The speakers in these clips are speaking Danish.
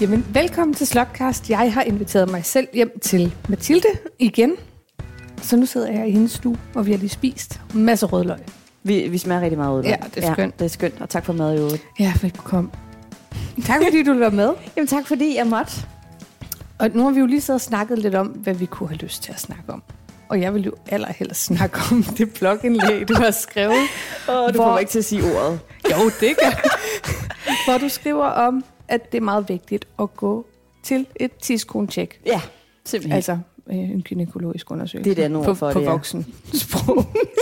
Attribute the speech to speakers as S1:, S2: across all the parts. S1: Jamen, velkommen til Slotcast. Jeg har inviteret mig selv hjem til Mathilde igen. Så nu sidder jeg i hendes stue, og vi har lige spist en masse rødløg.
S2: Vi, vi smager rigtig meget ud.
S1: Ja, det er skønt.
S2: det er skønt, og tak for mad i øvrigt.
S1: Ja, velkommen. Tak fordi du vil være med.
S2: Jamen tak, fordi jeg måtte.
S1: Og nu har vi jo lige siddet og snakket lidt om, hvad vi kunne have lyst til at snakke om. Og jeg vil jo allerhelst snakke om det blogindlæg, du har skrevet.
S2: Og
S1: du får mig ikke
S2: til at sige ordet.
S1: Jo, det gør jeg. Hvor du skriver om, at det er meget vigtigt at gå til et tidskron-tjek.
S2: Ja, simpelthen. Altså,
S1: Altså øh, en gynækologisk undersøgelse.
S2: Det er et andet ord
S1: på,
S2: for
S1: på
S2: det, ja.
S1: voksen sprog.
S2: det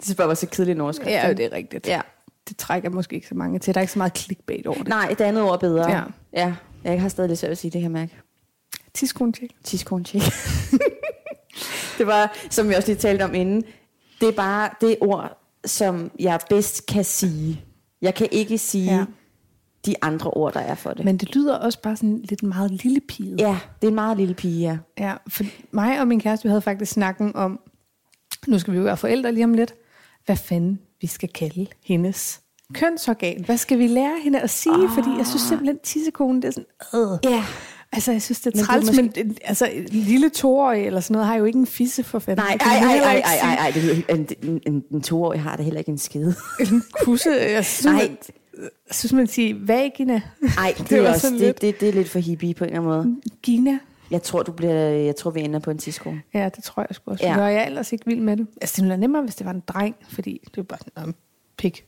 S2: synes jeg bare var så kedeligt en overskrift.
S1: ja,
S2: ikke?
S1: det er rigtigt.
S2: ja.
S1: Det trækker måske ikke så mange til. Der er ikke så meget clickbait over det.
S2: Nej, det andet ord er bedre.
S1: Ja.
S2: ja. Jeg har stadig lidt svært ved at sige det, kan jeg mærke.
S1: Tidskron-tjek.
S2: Tidskronetjek. det var, som vi også lige talte om inden, det er bare det ord, som jeg bedst kan sige. Jeg kan ikke sige
S1: Ja.
S2: ja. de andre ord, der er for det.
S1: Men det lyder også bare sådan lidt meget lille pige.
S2: Ja, det er en meget lille pige, ja.
S1: Ja, for mig og min kæreste, vi havde faktisk snakken om, nu skal vi jo være forældre lige om lidt, hvad fanden vi skal kalde hendes kønsorgan. Hvad skal vi lære hende at sige? Oh. Fordi jeg synes simpelthen, tissekonen, det er sådan, øh.
S2: Ah. Ja.
S1: Altså, jeg synes, det er
S2: Men du er
S1: træls, men, måske... men altså, en lille toårig eller sådan noget har jo ikke en fisse for fanden.
S2: Nej,
S1: Det kan
S2: nej,
S1: man
S2: nej,
S1: heller
S2: nej,
S1: ikke
S2: nej,
S1: sige.
S2: nej, nej, det lyder helt- en, en, en toårig har det heller ikke en skide.
S1: En kusse, jeg synes,
S2: Nej.
S1: man, jeg synes man siger vagina.
S2: Nej, det,
S1: var
S2: det, er også,
S1: sådan
S2: det, det, det, er lidt for hippie på en eller anden måde.
S1: Gina.
S2: Jeg tror, du bliver, jeg tror vi ender på en tidsko.
S1: Ja, det tror jeg sgu også. Ja.
S2: Ja.
S1: Jeg er ellers ikke vild med det. Altså, det ville være nemmere, hvis det var en dreng, fordi det er bare sådan, om pik.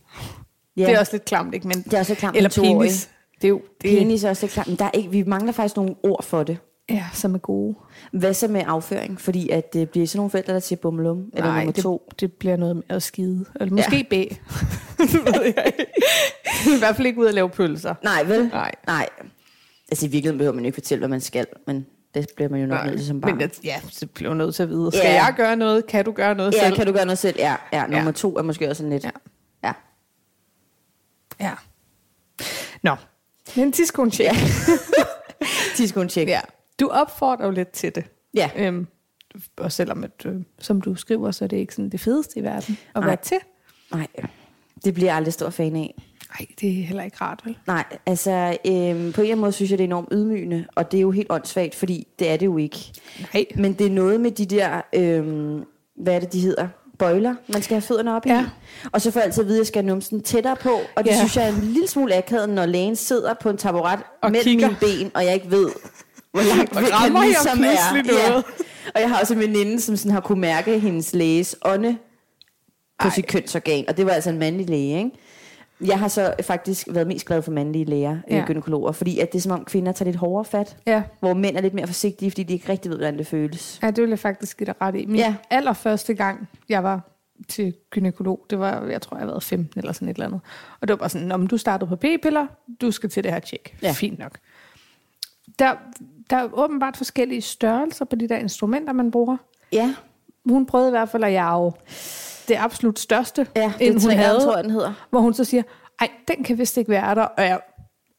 S2: Ja.
S1: Det er også lidt klamt, ikke? Men,
S2: Det er også lidt klamt
S1: Eller
S2: med toårige.
S1: penis. Det er jo det,
S2: Penis er også lidt klart, men der er ikke, vi mangler faktisk nogle ord for det.
S1: Ja, som er gode.
S2: Hvad så med afføring? Fordi at det bliver sådan nogle forældre, der siger bummelum, eller nummer
S1: det,
S2: to.
S1: det bliver noget med at skide. Eller måske ja. B. Det ved jeg ikke. I hvert fald ikke ud at lave pølser.
S2: Nej, vel?
S1: Nej.
S2: Nej. Altså i virkeligheden behøver man jo ikke fortælle, hvad man skal, men det bliver man jo nok nødt til som barn.
S1: Men jeg, ja, så bliver jeg nødt til at vide. Skal
S2: Ja.
S1: jeg gøre noget? Kan du gøre noget
S2: ja,
S1: selv?
S2: kan du gøre noget selv? Ja, ja nummer
S1: Ja.
S2: to er måske også sådan lidt...
S1: Ja.
S2: ja.
S1: Ja. Nå. Men tidskone tjek.
S2: Tidskundtjek.
S1: Ja. Du opfordrer jo lidt til det.
S2: Ja.
S1: Øhm, og selvom, at, øh, som du skriver, så er det ikke sådan det fedeste i verden at
S2: Nej.
S1: være til.
S2: Nej, det bliver jeg aldrig stor fan af.
S1: Nej, det er heller ikke rart, vel?
S2: Nej, altså øhm, på en eller anden måde synes jeg, det er enormt ydmygende, og det er jo helt åndssvagt, fordi det er det jo ikke.
S1: Nej.
S2: Men det er noget med de der, øhm, hvad er det, de hedder? Bøjler, man skal have fødderne op
S1: Ja.
S2: i. Og så får jeg altid at vide, at jeg skal have numsen tættere på, og det
S1: Ja.
S2: ja. synes jeg er en lille smule akavet, når lægen sidder på en taburet
S1: Og
S2: mellem
S1: kigger.
S2: mine ben, og jeg ikke ved, hvor langt
S1: Og
S2: væk jeg
S1: rammer jeg
S2: ligesom er.
S1: pludselig noget?
S2: Og jeg har også en veninde, som sådan har kunne mærke hendes læges ånde på
S1: Ej.
S2: Ej. sit kønsorgan, og det var altså en mandlig læge, ikke? Jeg har så faktisk været mest glad for mandlige læger,
S1: Ja.
S2: ja. gynekologer, fordi at det er som om kvinder tager lidt hårdere fat,
S1: Ja.
S2: hvor mænd er lidt mere forsigtige, fordi de ikke rigtig ved, hvordan det føles.
S1: Ja, det vil jeg faktisk give dig ret i. Min ja.
S2: Ja.
S1: allerførste gang, jeg var til gynækolog, det var, jeg tror, jeg har været 15 eller sådan et eller andet. Og det var bare sådan, om du startede på p-piller, du skal til det her tjek. Ja.
S2: Ja.
S1: Fint nok. Der, der er åbenbart forskellige størrelser på de der instrumenter, man bruger.
S2: Ja,
S1: Hun prøvede i hvert fald at jage det absolut største,
S2: ja det
S1: end
S2: er
S1: hun
S2: træer,
S1: havde.
S2: tror jeg, den hedder.
S1: Hvor hun så siger, ej, den kan vist ikke være der. Og jeg,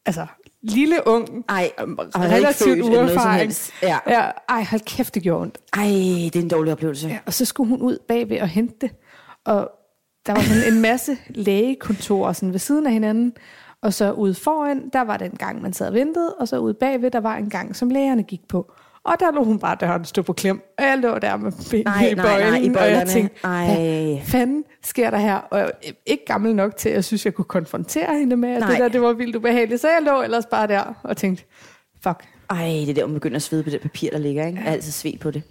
S1: altså, lille ung,
S2: Ej,
S1: øhm,
S2: og havde ikke følt
S1: relativt
S2: eller noget som
S1: uerfaren.
S2: helst. Ja.
S1: ja. Ej, hold kæft, det gjorde ondt.
S2: Ej, det er en dårlig oplevelse.
S1: Ja, og så skulle hun ud bagved og hente det. Og der var sådan en masse lægekontorer sådan ved siden af hinanden. Og så ude foran, der var den gang, man sad og ventede. Og så ude bagved, der var en gang, som lægerne gik på. Og der lå hun bare døren stå på klem. Og jeg lå der med benene
S2: Nej,
S1: i
S2: nej, nej, i
S1: bøjlen. og jeg
S2: bøjlerne.
S1: tænkte,
S2: Ej.
S1: hvad fanden sker der her? Og jeg er ikke gammel nok til, at jeg synes, jeg kunne konfrontere hende med, at
S2: Nej.
S1: det der det var vildt ubehageligt. Så jeg lå ellers bare der og tænkte, fuck.
S2: Ej, det er der, man begynder at svede på det papir, der ligger. Ikke? Jeg har altid svedt på det.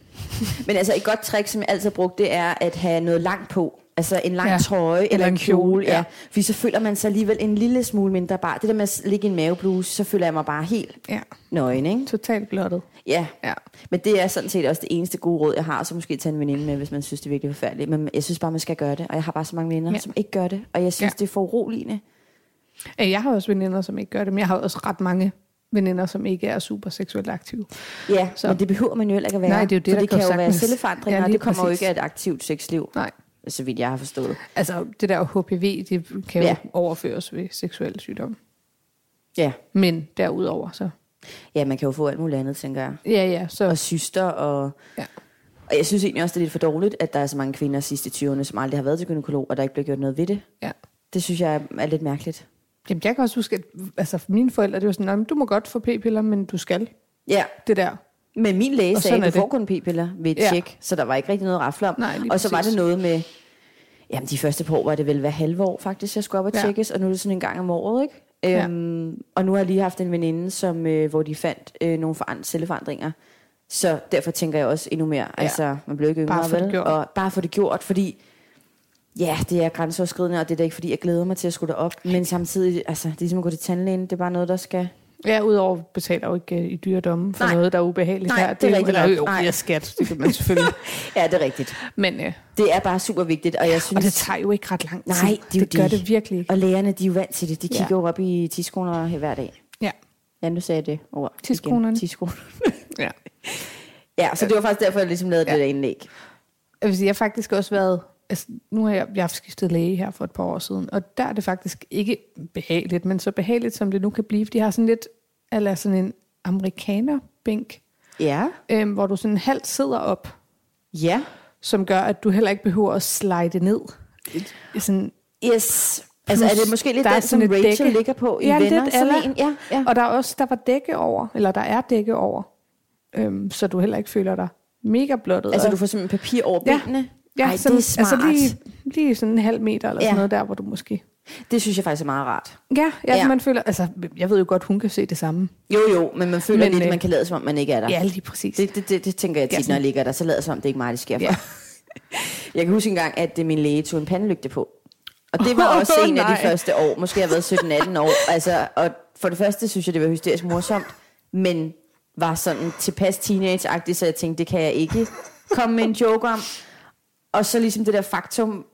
S2: Men altså, et godt trick, som jeg altid har brugt, det er at have noget langt på. Altså en lang
S1: Ja.
S2: ja. trøje eller en kjole. ja.
S1: ja.
S2: Fordi så føler man sig alligevel en lille smule mindre bare. Det der med at ligge i en mavebluse, så føler jeg mig bare helt
S1: Ja,
S2: nøgen, ikke?
S1: totalt blottet.
S2: Ja.
S1: Ja.
S2: Men det er sådan set også det eneste gode råd, jeg har, så måske tage en veninde med, hvis man synes, det er virkelig forfærdeligt. Men jeg synes bare, man skal gøre det, og jeg har bare så mange venner,
S1: Ja.
S2: ja. som ikke gør det, og jeg synes,
S1: Ja.
S2: ja. det er for uroligende.
S1: Ja, Jeg har også veninder, som ikke gør det, men jeg har også ret mange veninder, som ikke er super seksuelt aktive.
S2: Ja,
S1: Så-
S2: så. men det behøver man jo heller ikke at være.
S1: Nej, det er jo det,
S2: for
S1: der
S2: det kan
S1: går
S2: jo være
S1: sagtens.
S2: celleforandringer,
S1: Ja,
S2: ja,
S1: lige
S2: det kommer
S1: præcis.
S2: jo ikke af et aktivt sexliv,
S1: Nej,
S2: så vidt jeg har forstået.
S1: altså det der HPV, det kan jo ja.
S2: Ja.
S1: overføres ved seksuel sygdom.
S2: Ja.
S1: Men derudover så...
S2: ja, man kan jo få alt muligt andet, tænker jeg.
S1: Ja, ja,
S2: Og
S1: så...
S2: syster, og,
S1: Ja.
S2: og jeg synes egentlig også, det er lidt for dårligt, at der er så mange kvinder sidst i 20'erne, som aldrig har været til gynekolog, og der ikke bliver gjort noget ved det.
S1: ja.
S2: Det synes jeg er lidt mærkeligt.
S1: Jamen, jeg kan også huske, at altså, for mine forældre, det var sådan, "Nå, men du må godt få p-piller, men du skal
S2: Ja,
S1: det der.
S2: men min læge
S1: Og
S2: sagde,
S1: sådan
S2: at
S1: er
S2: du får
S1: det.
S2: kun p-piller ved et
S1: Ja.
S2: tjek, så der var ikke rigtig noget at rafle om.
S1: Nej, lige
S2: og så var
S1: præcis.
S2: det noget med, jamen de første par år var det vel hver halve år faktisk, jeg skulle op og
S1: Ja.
S2: tjekkes, og nu er det sådan en gang om året, ikke?
S1: Ja.
S2: Øhm, og nu har jeg lige haft en veninde, som, øh, hvor de fandt øh, nogle forand- celleforandringer. Så derfor tænker jeg også endnu mere,
S1: Ja.
S2: ja. altså man bliver ikke yngre,
S1: Bare få det
S2: vel?
S1: gjort.
S2: Og bare få det gjort, fordi ja, det er grænseoverskridende, og det er da ikke fordi, jeg glæder mig til at skulle derop. Men samtidig, altså det er ligesom at gå til tandlægen, det er bare noget, der skal
S1: Ja, udover betaler jo ikke øh, i dyre domme for
S2: Nej.
S1: noget, der er ubehageligt
S2: Nej,
S1: her.
S2: det er
S1: jo-
S2: rigtigt
S1: eller
S2: nok.
S1: Jo,
S2: Nej.
S1: det er skat, det kan man selvfølgelig.
S2: Ja, det er rigtigt.
S1: Men, øh,
S2: Det er bare super vigtigt, og jeg synes...
S1: og det tager jo ikke ret lang tid.
S2: Nej, det er jo
S1: det gør
S2: det.
S1: det virkelig ikke.
S2: Og lærerne, de er jo vant til det. De
S1: Ja.
S2: kigger jo op i tidskroner hver dag.
S1: Ja.
S2: Ja, nu sagde jeg det ord. igen.
S1: Tidskronerne.
S2: Tidskronerne.
S1: ja.
S2: Ja, så det var faktisk derfor, jeg ligesom lavede
S1: Ja.
S2: ja. det der indlæg.
S1: Jeg vil sige, jeg har faktisk også været... Altså, nu har jeg, jeg har skiftet læge her for et par år siden, og der er det faktisk ikke behageligt, men så behageligt, som det nu kan blive. for De har sådan lidt, eller sådan en amerikanerbænk,
S2: Ja.
S1: øhm, hvor du sådan halvt sidder op,
S2: Ja.
S1: som gør, at du heller ikke behøver at slide ned. Sådan,
S2: Yes. Altså, er det måske lidt
S1: der er
S2: den, som
S1: sådan et
S2: Rachel
S1: dække.
S2: ligger på i
S1: Ja,
S2: Venner?
S1: lidt,
S2: Sådan
S1: eller-
S2: en, ja, ja.
S1: Og der er også, der var dække over, eller der er dække over, øhm, så du heller ikke føler dig mega blottet.
S2: Altså,
S1: Og-
S2: du får simpelthen papir over
S1: Ja.
S2: benene.
S1: ja,
S2: Ej,
S1: sådan,
S2: det er smart.
S1: Altså lige, lige sådan en halv meter eller ja.
S2: Ja.
S1: sådan noget der, hvor du måske...
S2: Det synes jeg faktisk er meget rart.
S1: Ja, ja, ja,
S2: Ja.
S1: man føler... Altså, jeg ved jo godt, hun kan se det samme.
S2: Jo, jo, men man føler
S1: Men,
S2: men, lidt,
S1: øh,
S2: at man kan lade, som om man ikke er der.
S1: Ja, lige præcis.
S2: Det, det, det, det tænker jeg
S1: Ja,
S2: tit, når jeg ligger der, så lader jeg som om, det ikke er mig, det sker for.
S1: Ja.
S2: Jeg kan huske engang, at øh, min læge tog en pandelygte på. Og det var
S1: Åh,
S2: også en af
S1: nej.
S2: de første år. Måske har jeg været 17-18 år. Altså, og for det første synes jeg, det var hysterisk morsomt, men var sådan tilpas teenage så jeg tænkte, det kan jeg ikke komme med en joke om. Og så ligesom det der faktum,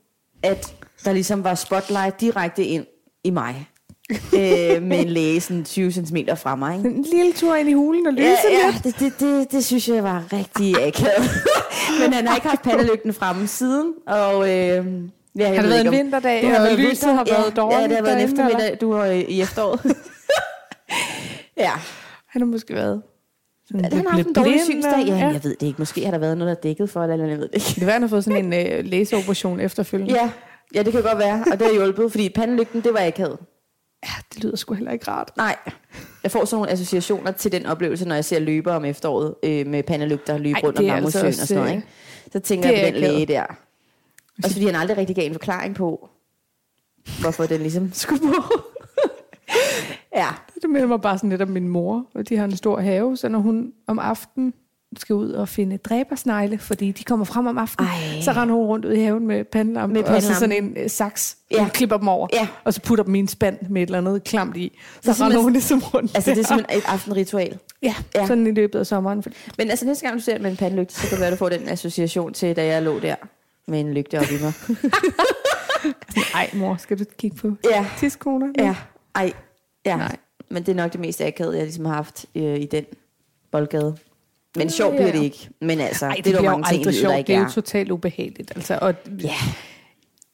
S2: at der ligesom var spotlight direkte ind i mig. øh, med en læge sådan 20 cm fra mig. Ikke?
S1: En lille tur ind i hulen og lyse
S2: Ja,
S1: lidt.
S2: ja det, det, det, det synes jeg var rigtig akavet. Men han har ikke haft pandelygten fremme siden, og... Øh, ja, jeg
S1: Har det
S2: ved
S1: været
S2: ikke,
S1: en
S2: om-
S1: vinterdag,
S2: Det har
S1: og
S2: været
S1: lyset
S2: vinter.
S1: har været
S2: ja, ja, det
S1: dårligt
S2: har været en
S1: derinde,
S2: eftermiddag, du var i, i efteråret. ja,
S1: Han har måske været... Sådan,
S2: han har haft en dårlig synsdag. Ja, jeg ved det ikke. Måske har der været noget, der er dækket for, det, eller jeg ved det ikke.
S1: Det kan være, han har fået sådan en øh, læseoperation efterfølgende.
S2: Ja, ja, det kan godt være, og det har hjulpet, fordi pandelygten, det var akavet.
S1: ja, det lyder sgu heller ikke rart.
S2: Nej, jeg får sådan nogle associationer til den oplevelse, når jeg ser løbere om efteråret øh, med pandelygter løbe
S1: Ej,
S2: rundt om
S1: det er altså
S2: Mammusøen
S1: også,
S2: altså og sådan noget.
S1: øh,
S2: Ikke? Så tænker
S1: det
S2: jeg på
S1: er
S2: den læge
S1: akavet.
S2: der. Også fordi han aldrig rigtig gav en forklaring på, hvorfor den ligesom
S1: øh,
S2: skulle på. ja,
S1: Det minder mig bare sådan lidt om min mor, og de har en stor have, så når hun om aftenen skal ud og finde dræbersnegle, fordi de kommer frem om aftenen, Ej.
S2: Ej.
S1: så render hun rundt ud i haven med pandelamp,
S2: Med
S1: og så
S2: pandelamp.
S1: sådan en øh, saks, ja.
S2: Ja.
S1: hun klipper dem over,
S2: Ja.
S1: og så putter dem i en spand med et eller andet klamt i. Så
S2: Det er
S1: render
S2: simpelthen-
S1: hun ligesom rundt.
S2: altså det er
S1: der.
S2: simpelthen et aftenritual.
S1: ja, ja.
S2: Ja.
S1: sådan i løbet af sommeren. Fordi,
S2: Men altså næste gang du ser den med en pandelygte, så kan det være, du får den association til, da jeg lå der med en lygte op i mig.
S1: Ej mor, skal du kigge på
S2: ja,
S1: tidskoner?
S2: ja, ej, ja.
S1: Nej.
S2: Nej. Men det er nok det mest akavede, jeg ligesom har haft øh, i den boldgade. Men sjov
S1: Ja.
S2: bliver det ikke. Men altså,
S1: Ej,
S2: det, det er der jo mange ting, i livet, der
S1: sjovt.
S2: ikke
S1: Det er jo
S2: er.
S1: totalt ubehageligt. Altså, og
S2: Ja,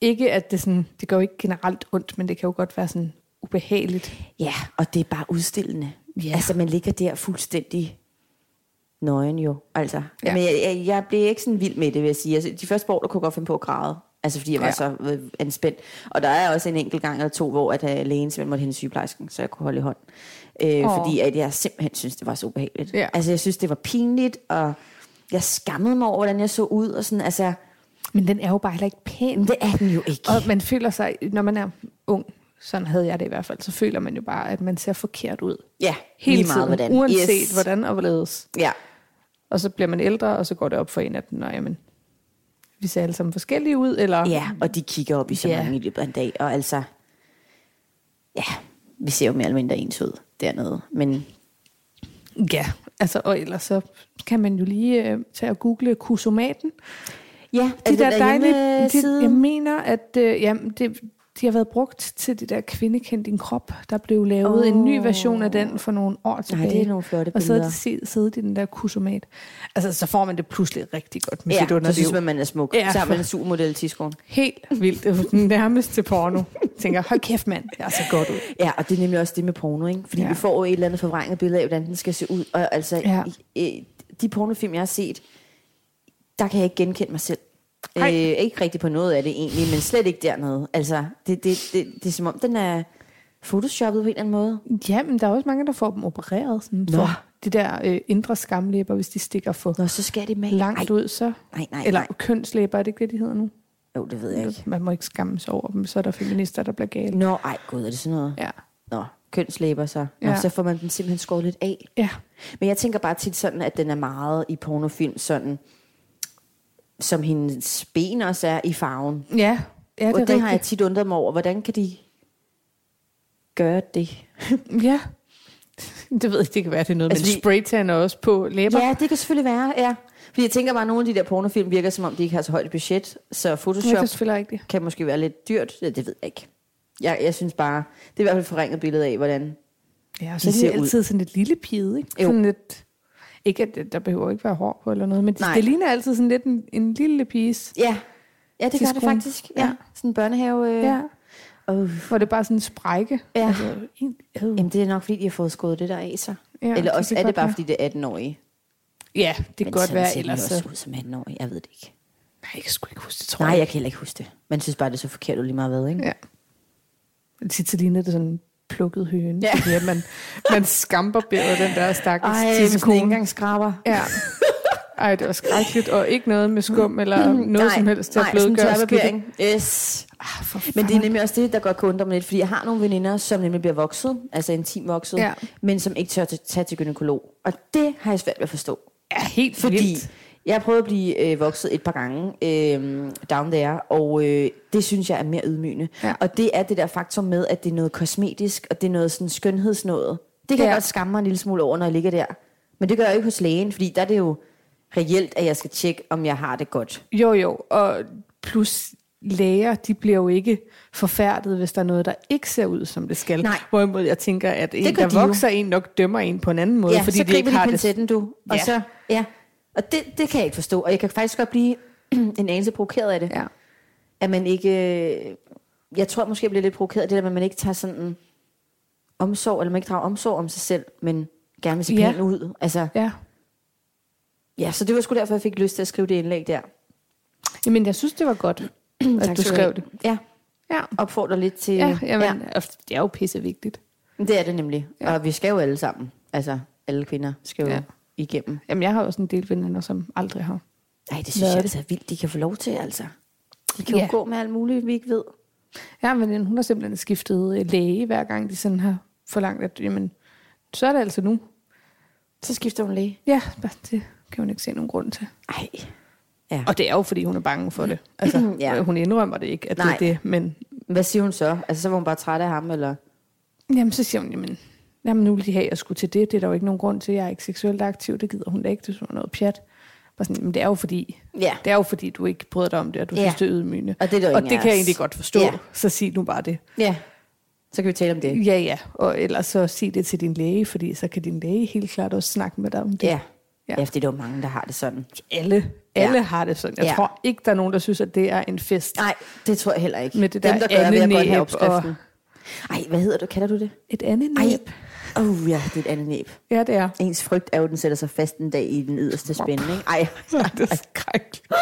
S1: ikke at det sådan, det går jo ikke generelt ondt, men det kan jo godt være sådan ubehageligt.
S2: ja, og det er bare udstillende.
S1: Ja.
S2: Ja. Altså, man ligger der fuldstændig nøgen jo. Altså,
S1: Ja.
S2: ja. men jeg, jeg, jeg blev ikke sådan vild med det, vil jeg sige. Altså, de første par år, der kunne jeg godt finde på at græde. Altså, fordi jeg var
S1: Ja.
S2: ja. så øh, anspændt. Og der er også en enkelt gang eller to, hvor at, uh, lægen simpelthen måtte hente sygeplejersken, så jeg kunne holde i hånden. Øh,
S1: Åh.
S2: Fordi at jeg simpelthen synes, det var så ubehageligt.
S1: Ja.
S2: Altså, jeg synes, det var pinligt, og jeg skammede mig over, hvordan jeg så ud. Og sådan, altså,
S1: Men den er jo bare heller ikke pæn.
S2: men det er den jo ikke.
S1: Og man føler sig, når man er ung, sådan havde jeg det i hvert fald, så føler man jo bare, at man ser forkert ud.
S2: ja,
S1: Hele
S2: lige
S1: tiden,
S2: meget, hvordan.
S1: uanset
S2: yes.
S1: hvordan og hvorledes.
S2: Ja,
S1: Og så bliver man ældre, og så går det op for en, at nej, men, vi ser alle sammen forskellige ud, eller
S2: Ja, og de kigger op i så
S1: Ja.
S2: ja. mange i løbet af en dag, og altså, ja, vi ser jo mere eller mindre ens ud dernede, men
S1: ja. Altså, og ellers så kan man jo lige øh, tage og google kusomaten.
S2: ja,
S1: De der dejlige,
S2: hjemmeside,
S1: de, jeg mener, at øh, jamen, det, de har været brugt til det der kvindekend din krop. Der blev lavet oh. en ny version af den for nogle år tilbage.
S2: det er nogle flotte
S1: Og så har
S2: billeder.
S1: de siddet- siddet i den der kusomat. Altså, så får man det pludselig rigtig godt med ja, sit
S2: ja, så
S1: underliv.
S2: synes man, man er smuk,
S1: Ja.
S2: ja. sammen med en supermodel i tiskoen.
S1: Helt vildt. Det er jo den nærmeste porno. Jeg tænker, hold kæft mand, jeg er så godt ud.
S2: Ja, og det er nemlig også det med porno, ikke? Fordi
S1: Ja.
S2: ja. vi får jo et eller andet forvrænget billede af, hvordan den skal se ud, og altså,
S1: Ja.
S2: ja. i, de pornofilm, jeg har set, der kan jeg ikke genkende mig selv. Øh,
S1: Ej.
S2: ikke rigtig på noget af det egentlig, men slet ikke dernede. Altså, det, det, det, det, det er som om, den er photoshoppet på en eller anden måde.
S1: Jamen, der er også mange, der får dem opereret. Sådan,
S2: Nå.
S1: for de der øh, indre skamlæber, hvis de stikker for
S2: Nå, så skal det med.
S1: langt
S2: nej,
S1: ud, så...
S2: nej, nej,
S1: Eller
S2: nej.
S1: kønslæber, er det ikke det, de hedder nu?
S2: Jo, det ved jeg ikke.
S1: Altså, Man må ikke skamme sig over dem, så er der feminister, der bliver gale.
S2: Nå, ej gud, er det sådan noget?
S1: Ja.
S2: Nå, kønslæber så. Nå,
S1: Ja.
S2: så får man den simpelthen skåret lidt af.
S1: Ja.
S2: Men jeg tænker bare tit sådan, at den er meget i pornofilm sådan, som hendes ben også er i farven.
S1: Ja, ja
S2: Ja,
S1: det
S2: det
S1: er
S2: og det har jeg
S1: rigtigt.
S2: tit undret mig over. Hvordan kan de gøre det?
S1: Ja. Det ved jeg, det kan være, det er noget
S2: Altså,
S1: altså, med
S2: vi-
S1: vi... spraytan også på læber.
S2: Ja, det kan selvfølgelig være, ja. Fordi jeg tænker bare, at nogle af de der pornofilm virker, som om de ikke har så højt et budget. Så
S1: ja, det
S2: Photoshop
S1: er selvfølgelig rigtigt.
S2: kan måske være lidt dyrt. Ja, det ved jeg ikke. Jeg, jeg synes bare, det er i hvert fald et forringet billede af, hvordan...
S1: Ja, og
S2: De
S1: så er
S2: ser
S1: de
S2: ud.
S1: altid sådan lidt lille pide, ikke?
S2: Jo.
S1: Sådan lidt, ikke at det- der behøver ikke være hår på eller noget, men de,
S2: Nej.
S1: det ligner altid sådan lidt en, en lille pige.
S2: Ja, ja det
S1: Til
S2: gør det
S1: skruen.
S2: faktisk. Ja.
S1: Ja.
S2: Sådan en børnehave... Øh...
S1: Ja.
S2: Uh.
S1: Hvor det er bare sådan en sprække.
S2: Ja.
S1: Altså, en, øh.
S2: Jamen, det er nok, fordi de har fået skåret det der af sig.
S1: Ja,
S2: Ja, Eller
S1: det
S2: også
S1: kan
S2: er
S1: godt
S2: det bare,
S1: være.
S2: fordi det er 18-årige.
S1: ja, det kan
S2: Men
S1: godt
S2: sådan ser
S1: være
S2: de
S1: ellers.
S2: også
S1: Så...
S2: ud som 18-årige. Jeg ved det ikke.
S1: Nej, jeg kan sgu ikke huske det, tror
S2: Nej,
S1: jeg.
S2: jeg kan heller ikke huske det. Man synes bare, det er så forkert ud lige meget hvad, ikke?
S1: Ja. Tit så ligner det sådan en plukket høne.
S2: Ja.
S1: Ja. Fordi at man, man skamper billedet den der stakkels tidskone.
S2: engang skraber.
S1: Ja. Ej, det var skrækkeligt. Og ikke noget med skum eller noget som helst til at
S2: Mm-hmm. nej, sådan en
S1: blødgøre skidtet.
S2: tørpapering. Yes.
S1: Ah, for
S2: Men det er
S1: fanden.
S2: nemlig også det, der godt kan undre mig lidt, fordi jeg har nogle veninder, som nemlig bliver vokset, altså intim vokset, ja.
S1: Ja.
S2: men som ikke tør t- tage til gynekolog. Og det har jeg svært ved at forstå.
S1: er helt
S2: Fordi
S1: vildt.
S2: jeg har prøvet at blive øh, vokset et par gange øh, down there, og øh, det synes jeg er mere ydmygende. Ja.
S1: Ja.
S2: Og det er det der faktum med, at det er noget kosmetisk, og det er noget sådan skønhedsnået. Det kan ja.
S1: Ja.
S2: jeg godt skamme mig en lille smule over, når jeg ligger der. Men det gør jeg jo ikke hos lægen, fordi der er det jo reelt, at jeg skal tjekke, om jeg har det godt.
S1: Jo, jo, og plus læger, de bliver jo ikke forfærdet, hvis der er noget, der ikke ser ud, som det skal.
S2: Nej.
S1: Hvorimod jeg tænker, at en,
S2: gør de jo.
S1: der vokser en nok dømmer en på en anden måde,
S2: Ja,
S1: fordi
S2: så
S1: de
S2: griber
S1: ikke
S2: de
S1: har det.
S2: pincetten, du. Og
S1: Ja.
S2: så, ja. Og det, det kan jeg ikke forstå, og jeg kan faktisk godt blive en anelse provokeret af det.
S1: Ja.
S2: at man ikke... øh, Jeg tror måske, jeg bliver lidt provokeret af det der, med, at man ikke tager sådan en omsorg, eller man ikke drager omsorg om sig selv, men gerne vil se
S1: Ja.
S2: pæn ud. Altså,
S1: ja.
S2: ja, så det var sgu derfor, jeg fik lyst til at skrive det indlæg der.
S1: Jamen, jeg synes, det var godt, at du
S2: skal
S1: skrev
S2: have.
S1: det.
S2: Ja,
S1: Ja,
S2: opfordrer lidt til...
S1: ja, jamen, ja. det er jo pisse vigtigt.
S2: ja, det er det nemlig. Ja. Og vi skal jo alle sammen. Altså, alle kvinder skal jo ja.
S1: Ja.
S2: igennem.
S1: Jamen, jeg har også en del veninder, som aldrig har.
S2: Nej, det
S1: Hvad
S2: synes
S1: er
S2: jeg
S1: det?
S2: altså er vildt, de kan få lov til, altså. De kan ja.
S1: Ja.
S2: jo gå med alt muligt, vi ikke ved.
S1: Ja, men hun har simpelthen skiftet øh, læge, hver gang de sådan har forlangt, at jamen, så er det altså nu.
S2: Så skifter hun læge.
S1: Ja, det kan hun ikke se nogen grund til.
S2: Ej.
S1: Og det er jo, fordi hun er bange for det. Altså,
S2: Ja.
S1: ja. Hun indrømmer det ikke, at
S2: Nej.
S1: Nej. det er det, men...
S2: Hvad siger hun så? Altså, så var hun bare træt af ham, eller?
S1: Jamen, så siger hun, jamen, jamen nu vil de have, at jeg skulle til det. Det er der jo ikke nogen grund til. Jeg er ikke seksuelt aktiv. Det gider hun da ikke. Det er noget pjat. Bare sådan, men det er jo fordi,
S2: Ja.
S1: det er jo fordi, du ikke bryder dig om det, og du
S2: Ja.
S1: ja. synes, det er ydmygende.
S2: Og det er der jo
S1: og
S2: ingen
S1: det
S2: af
S1: kan jeg
S2: os.
S1: egentlig godt forstå.
S2: Ja.
S1: Ja. Så sig nu bare det.
S2: Ja. Så kan vi tale om det.
S1: Ja, ja. Og ellers så sig det til din læge, fordi så kan din læge helt klart også snakke med dig om det.
S2: Ja. ja.
S1: Ja.
S2: Ja, fordi der er jo mange, der har det sådan.
S1: Alle,
S2: Ja.
S1: alle ja. har det sådan. Jeg
S2: Ja.
S1: ja. tror ikke, der er nogen, der synes, at det er en fest.
S2: Nej, det tror jeg heller ikke.
S1: Med det
S2: Dem,
S1: der
S2: der gør, vil jeg godt have
S1: andenæb
S2: opskriften. Og... Ej, hvad hedder du? Kalder du det?
S1: Et andet
S2: Ej.
S1: næb.
S2: Åh oh, ja, det er et andet næb.
S1: Ja, det er.
S2: Ens frygt er jo, at den sætter sig fast en dag i den yderste spænding. ikke? Ej,
S1: det er skrækkeligt.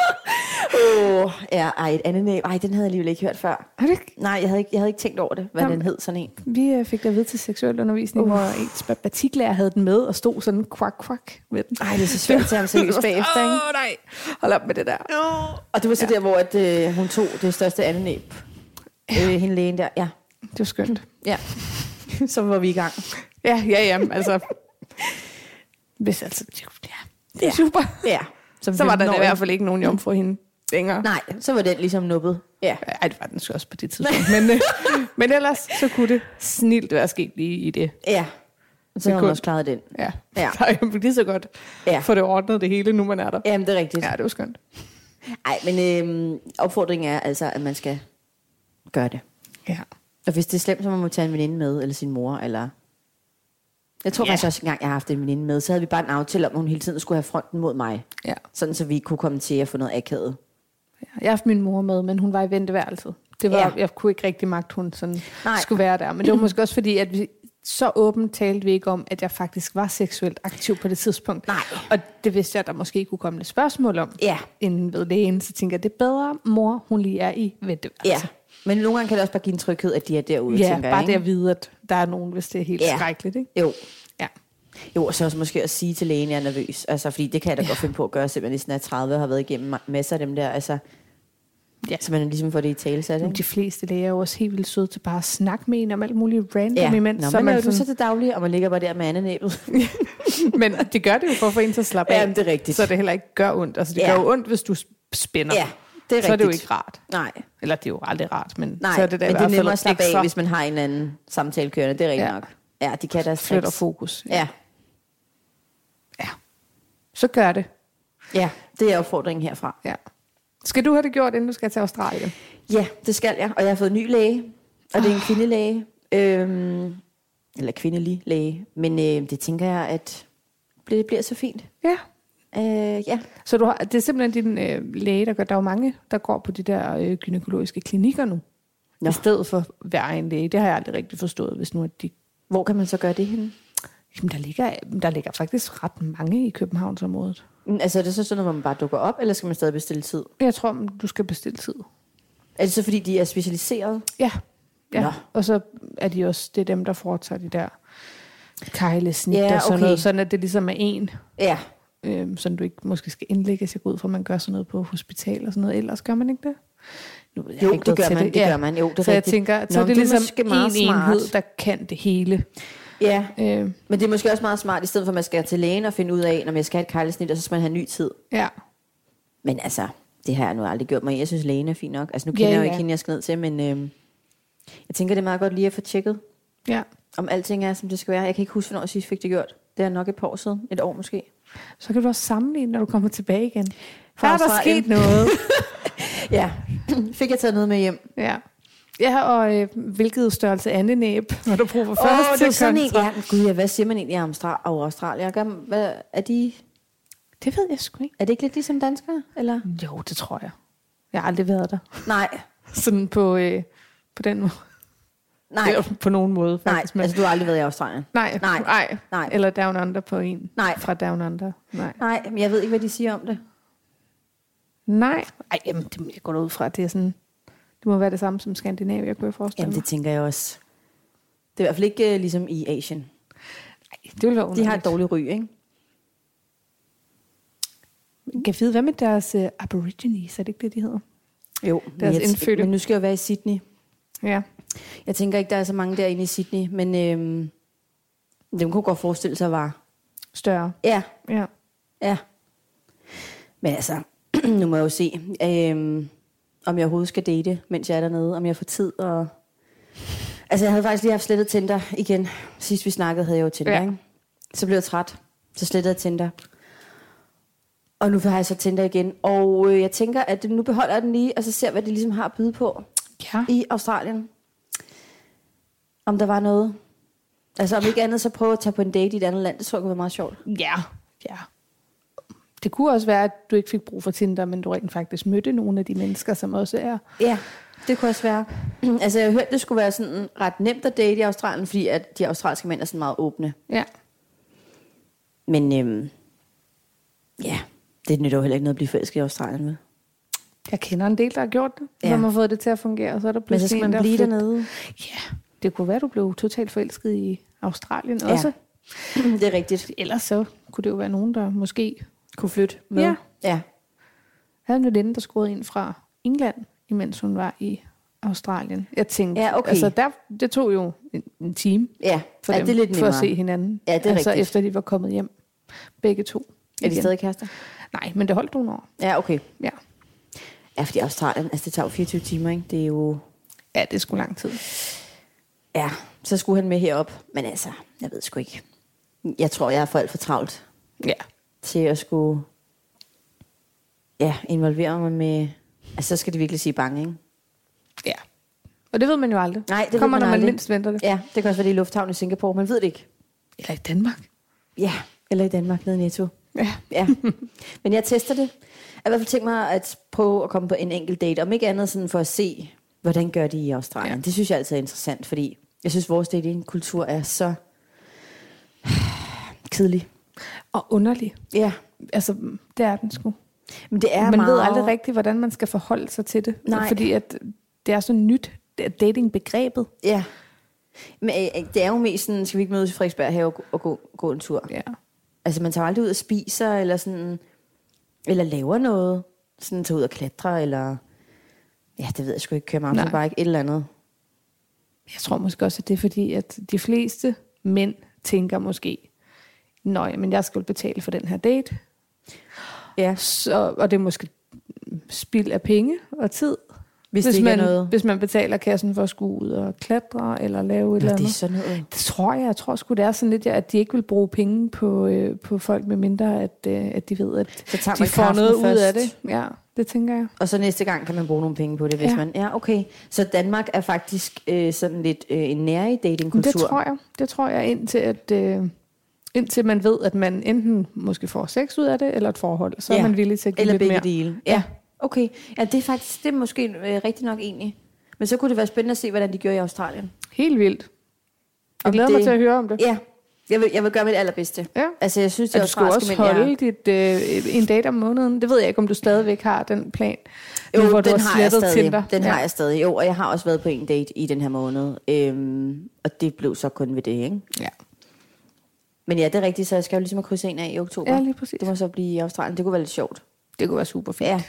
S2: oh, ja, ej, et andet næb. Ej, den havde jeg alligevel ikke hørt før.
S1: Har du ikke?
S2: Nej, jeg havde ikke, jeg havde ikke tænkt over det, hvad Jamen.
S1: Jamen.
S2: den hed sådan en.
S1: Vi øh, fik der ved til seksuel undervisning, uh. hvor ens matematiklærer havde den med og stod sådan kvak kvak med den.
S2: Ej, det er så svært til ham seriøst bagefter, ikke?
S1: Åh oh, nej, hold op med det der.
S2: Og det var så ja. der, hvor at, øh, hun tog det største andet næb. Øh, hende lægen der, ja.
S1: Det var skønt.
S2: ja. så var vi i gang.
S1: Ja, ja, ja, altså. Hvis altså, ja, det er super.
S2: Ja. Som
S1: Så var der i
S2: 15-årig.
S1: hvert fald ikke nogen jomfru hende længere.
S2: Nej, så var den ligesom nubbet. Ja.
S1: Ej, det var den så også på det tidspunkt. Men, øh, men ellers, så kunne det snilt være sket lige i det.
S2: Ja. Så
S1: Det
S2: har hun
S1: kunne-
S2: også klaret den.
S1: Ja,
S2: Ja.
S1: der er jo lige så godt
S2: Ja.
S1: for det ordnet det hele, nu man er der.
S2: Jamen, det er rigtigt.
S1: Ja, det var skønt.
S2: Nej, men øhm, opfordringen er altså, at man skal gøre det.
S1: Ja.
S2: Og hvis det er slemt, så må man tage en veninde med, eller sin mor, eller... Jeg tror
S1: Ja.
S2: faktisk også engang, jeg har haft en veninde med, så havde vi bare en aftale om, at hun hele tiden skulle have fronten mod mig.
S1: Ja.
S2: Sådan, så vi kunne komme til at få noget akavet.
S1: Jeg har haft min mor med, men hun var i venteværelset. Det var,
S2: Ja.
S1: ja. Jeg kunne ikke rigtig magte, hun sådan
S2: Nej.
S1: Nej. skulle være der. Men det var måske også fordi, at vi så åbent talte vi ikke om, at jeg faktisk var seksuelt aktiv på det tidspunkt.
S2: Nej.
S1: Og det vidste jeg, at der måske kunne komme lidt spørgsmål om
S2: Ja.
S1: inden ved lægen. Så tænker jeg, det er bedre, mor hun lige er i venteværelset.
S2: Ja. Men nogle gange kan det også bare give en tryghed, at de er derude,
S1: Altså. Ja,
S2: tænker
S1: bare
S2: jeg,
S1: det
S2: ikke?
S1: at vide, at der er nogen, hvis det er helt
S2: Ja.
S1: ja. skrækkeligt. Ikke?
S2: Jo.
S1: Ja.
S2: Jo, og så også måske at sige til lægen, at jeg er nervøs. Altså, fordi det kan jeg da ja. godt finde på at gøre, selvom jeg næsten er 30 og har været igennem ma- masser af dem der. Altså, ja.
S1: Ja.
S2: Så man ligesom får det i tale sat,
S1: Men
S2: ikke?
S1: de fleste læger er jo også helt vildt søde til bare at snakke med en om alt muligt random
S2: Ja,
S1: imens.
S2: Nå,
S1: så er
S2: hvad laver
S1: man
S2: du så
S1: sådan,
S2: til daglig, og man ligger bare der med andet næbet?
S1: men det gør det jo for at få en til at slappe af.
S2: Jamen, det er rigtigt.
S1: Så det heller ikke gør ondt. Altså, det
S2: Ja.
S1: ja. gør jo ondt, hvis du sp- spænder.
S2: Ja, det er
S1: så er det jo
S2: rigtigt.
S1: ikke rart.
S2: Nej,
S1: Eller det er jo aldrig rart, men
S2: nej.
S1: så er det da i
S2: men det
S1: hvert
S2: er
S1: fald
S2: nemmere at slappe
S1: ekstra
S2: af, hvis man har en eller anden samtale kørende. Det er rigtigt ja.
S1: Ja.
S2: nok. Ja, de kan deres
S1: flytter
S2: tricks.
S1: fokus.
S2: Ja.
S1: ja. Så gør det.
S2: ja, det er opfordringen herfra.
S1: Ja. Skal du have det gjort, inden du skal til Australien?
S2: Ja, det skal jeg. Og jeg har fået en ny læge, og det er en kvindelæge. Øhm, eller kvindelig læge. Men øh, det tænker jeg, at det bliver så fint.
S1: Ja.
S2: Øh, ja.
S1: Så du har, det er simpelthen din øh, læge, der gør. Der er jo mange, der går på de der øh, gynækologiske klinikker nu.
S2: Nå.
S1: Nå. I stedet for hver egen læge. Det har jeg aldrig rigtig forstået, hvis nu at de...
S2: Hvor kan man så gøre det henne?
S1: Jamen, der ligger, der ligger faktisk ret mange i Københavnsområdet.
S2: Mm, Altså er det så sådan, at man bare dukker op, eller skal man stadig bestille tid?
S1: Jeg tror, du skal bestille tid.
S2: Er det så, fordi de er specialiseret?
S1: Ja. ja.
S2: Nå.
S1: Og så er de også, det er dem, der foretager de der kejlesnit
S2: Ja,
S1: ja, og sådan
S2: okay.
S1: noget. Sådan at det ligesom er en,
S2: Ja.
S1: øh, sådan du ikke måske skal indlægges. Jeg går ud fra, at man gør sådan noget på hospital og sådan noget. Ellers gør man ikke det? Nu, ved jeg
S2: Jo,
S1: ikke
S2: det
S1: noget
S2: gør
S1: til
S2: man, det gør man. Jo, det er
S1: så jeg
S2: rigtigt.
S1: tænker, at så
S2: Nå,
S1: er det
S2: men det er
S1: ligesom
S2: måske meget
S1: en enhed,
S2: smart.
S1: der kan det hele.
S2: Ja,
S1: Øh,
S2: men det er måske også meget smart, i stedet for at man skal til lægen og finde ud af, når man skal have et kejlesnit, og så skal man have ny tid.
S1: ja.
S2: Men altså, det har jeg nu aldrig gjort mig. i. Jeg synes, lægen er fint nok. Altså, nu kender
S1: Ja,
S2: jeg jo
S1: ja.
S2: ikke hende, jeg skal ned til, men øh, jeg tænker, det er meget godt lige at få tjekket,
S1: ja.
S2: om alting er, som det skal være. Jeg kan ikke huske, hvornår jeg sidst fik det gjort. Det er nok et par år siden. Et år måske.
S1: Så kan du også sammenligne, når du kommer tilbage igen. Fra
S2: Fra
S1: der er der
S2: Australien.
S1: sket noget.
S2: Ja. fik jeg taget noget med hjem.
S1: ja. Ja, og øh, hvilket størrelse andenæb har du brug for først
S2: Åh,
S1: til
S2: det er sådan en.
S1: kontra-
S2: Ja, gud, ja, hvad siger man egentlig om Austra- og Australien? Gør, hvad, er, de,
S1: Det ved jeg sgu ikke.
S2: er det ikke lidt ligesom danskere? Eller?
S1: Jo, det tror jeg. Jeg har aldrig været der.
S2: Nej,
S1: Sådan på, øh, på den måde.
S2: nej,
S1: Eller på nogen måde,
S2: nej.
S1: faktisk. men-
S2: Altså, du har aldrig været i Australien.
S1: nej,
S2: nej,
S1: nej,
S2: nej.
S1: nej. Eller Down Under på en.
S2: Nej.
S1: Fra Down Under. Nej.
S2: Nej, men jeg ved ikke, hvad de siger om det.
S1: Nej. Ej, jamen, det må jeg gå ud fra. Det er sådan... Det må være det samme som Skandinavien, kunne jeg forestille
S2: Jamen,
S1: mig.
S2: det tænker jeg også. Det er i hvert fald ikke øh, ligesom i Asien.
S1: Ej, det vil være
S2: De
S1: underligt.
S2: har et dårligt ry, ikke?
S1: Kan jeg vide, hvad med deres uh, aborigines? Er det ikke det, de hedder?
S2: Jo,
S1: Deres
S2: men jeg tæ-
S1: indfødte.
S2: Men nu skal jeg jo være i Sydney.
S1: Ja.
S2: Jeg tænker ikke, der er så mange derinde i Sydney, men øhm, dem kunne godt forestille sig var.
S1: Større.
S2: Ja,
S1: Ja.
S2: ja. Men altså, nu må jeg jo se, øhm, om jeg overhovedet skal date, mens jeg er dernede, om jeg får tid og... Altså, jeg havde faktisk lige haft slettet Tinder igen. Sidst vi snakkede, havde jeg jo Tinder, ja.
S1: Ja.
S2: ikke? Så blev jeg træt, så slettede jeg Tinder. Og nu har jeg så Tinder igen, og øh, jeg tænker, at nu beholder jeg den lige, og så ser, hvad det ligesom har at byde på.
S1: Ja.
S2: i Australien. Om der var noget. Altså om ikke andet, så prøve at tage på en date i et andet land. Det tror jeg kunne være meget sjovt.
S1: Ja. Ja. Det kunne også være, at du ikke fik brug for Tinder, men du rent faktisk mødte nogle af de mennesker, som også er...
S2: Ja, det kunne også være. altså jeg har hørt, det skulle være sådan ret nemt at date i Australien, fordi at de australske mænd er sådan meget åbne.
S1: Ja.
S2: Men øhm, ja, det nytter jo heller ikke noget at blive forelsket i Australien med.
S1: Jeg kender en del, der har gjort det,
S2: Ja.
S1: ja. som har fået det til at fungere, og så er der
S2: Men så
S1: pludselig
S2: skal
S1: en,
S2: man
S1: der
S2: blive
S1: flytter-
S2: dernede.
S1: Ja, det kunne være, du blev totalt forelsket i Australien
S2: Ja.
S1: ja. også.
S2: det er rigtigt.
S1: Ellers så kunne det jo være nogen, der måske
S2: Kunne flytte med.
S1: Ja.
S2: ja.
S1: havde en veninde, der skruede ind fra England, imens hun var i Australien. Jeg tænkte,
S2: Ja, okay.
S1: altså der, det tog jo en, en time
S2: Ja,
S1: for
S2: ja
S1: dem,
S2: det er lidt
S1: for
S2: nemmere.
S1: at se hinanden.
S2: Ja, det er
S1: altså
S2: rigtigt.
S1: efter de var kommet hjem, begge to.
S2: Er de
S1: igen.
S2: stadig kærester?
S1: Nej, men det holdt nogle år.
S2: Ja, okay.
S1: Ja,
S2: Ja, fordi Australien, altså det tager jo 24 timer, ikke? Det er jo...
S1: ja det skulle lang tid.
S2: Ja, så skulle han med herop. Men altså, jeg ved sgu ikke. Jeg tror, jeg er for alt for travlt
S1: Ja.
S2: til at skulle ja, involvere mig med... Altså, så skal det virkelig sige bange, ikke?
S1: ja. Og det ved man jo aldrig.
S2: Nej, det ved
S1: Kommer,
S2: man
S1: når man
S2: aldrig.
S1: mindst venter det.
S2: Ja, det kan også være det er i lufthavnen i Singapore. Man ved det ikke.
S1: Eller i Danmark.
S2: Ja, eller i Danmark nede i Netto.
S1: Ja.
S2: Ja, men jeg tester det. Jeg har i hvert fald tænkt mig at prøve at komme på en enkelt date. Om ikke andet sådan for at se, hvordan gør de i Australien. Ja.
S1: Ja.
S2: Det synes jeg altid er interessant, fordi jeg synes, vores datingkultur er så kedelig.
S1: Og underlig.
S2: Ja,
S1: Altså, det er den sgu.
S2: Men det er
S1: man
S2: meget...
S1: ved aldrig rigtigt, hvordan man skal forholde sig til det.
S2: Nej.
S1: Fordi at det er så nyt, datingbegrebet.
S2: Ja. Men øh, øh, det er jo mest sådan, skal vi ikke mødes i Frederiksberg have og, gå- og gå, gå en tur?
S1: Ja.
S2: Altså, man tager aldrig ud og spiser, eller sådan, eller laver noget. Sådan, tager ud og klatrer, eller... Ja, det ved jeg sgu ikke. Kører mountainbike, et eller andet.
S1: Jeg tror måske også, at det er fordi, at de fleste mænd tænker måske, nej, men jeg skal betale for den her date,
S2: Ja,
S1: så, og det er måske spild af penge og tid, hvis,
S2: hvis, det ikke
S1: man,
S2: er noget.
S1: hvis man betaler kassen for at skulle ud og klatre eller lave et eller
S2: Nå,
S1: andet.
S2: det er sådan noget.
S1: Det tror jeg. Jeg tror sgu, det er sådan lidt, ja, at de ikke vil bruge penge på, øh, på folk, med mindre at, øh, at de ved, at
S2: Så tager
S1: de
S2: man
S1: får
S2: kaffen
S1: noget ud
S2: først.
S1: af det. Ja, det tænker jeg.
S2: Og så næste gang kan man bruge nogle penge på det, hvis
S1: Ja.
S2: ja. man... Ja, okay. Så Danmark er faktisk øh, sådan lidt øh, en nære i
S1: Men
S2: datingkultur.
S1: det tror jeg. Det tror jeg, indtil, at, øh, indtil man ved, at man enten måske får sex ud af det, eller et forhold. Så ja. er
S2: Ja.
S1: man villig til at give
S2: Eller
S1: lidt
S2: begge
S1: mere.
S2: dele.
S1: Ja.
S2: Ja, okay. Ja, det er faktisk... Det er måske øh, rigtig nok egentlig. Men så kunne det være spændende at se, hvordan de gjorde i Australien.
S1: Helt vildt. Jeg
S2: Om
S1: glæder det... mig
S2: det-
S1: til at høre om det.
S2: Ja, jeg vil, jeg vil gøre mit allerbedste.
S1: Ja.
S2: Altså, jeg synes, det
S1: Og
S2: er
S1: du skulle
S2: australske
S1: også
S2: mænd, jeg-
S1: holde dit, øh, en date om måneden. Det ved jeg ikke, om du stadigvæk har den plan.
S2: Jo,
S1: nu, hvor du
S2: den
S1: har
S2: har jeg
S1: slettet
S2: stadig.
S1: Tinder.
S2: Den
S1: ja.
S2: har jeg stadig. Jo, og jeg har også været på en date i den her måned. Øhm, og det blev så kun ved det, ikke?
S1: Ja.
S2: Men ja, det er rigtigt, så jeg skal jo ligesom at krydse en af i oktober.
S1: Ja, lige præcis.
S2: Det må så blive i Australien. Det kunne være lidt sjovt.
S1: Det kunne være super fint.
S2: Ja.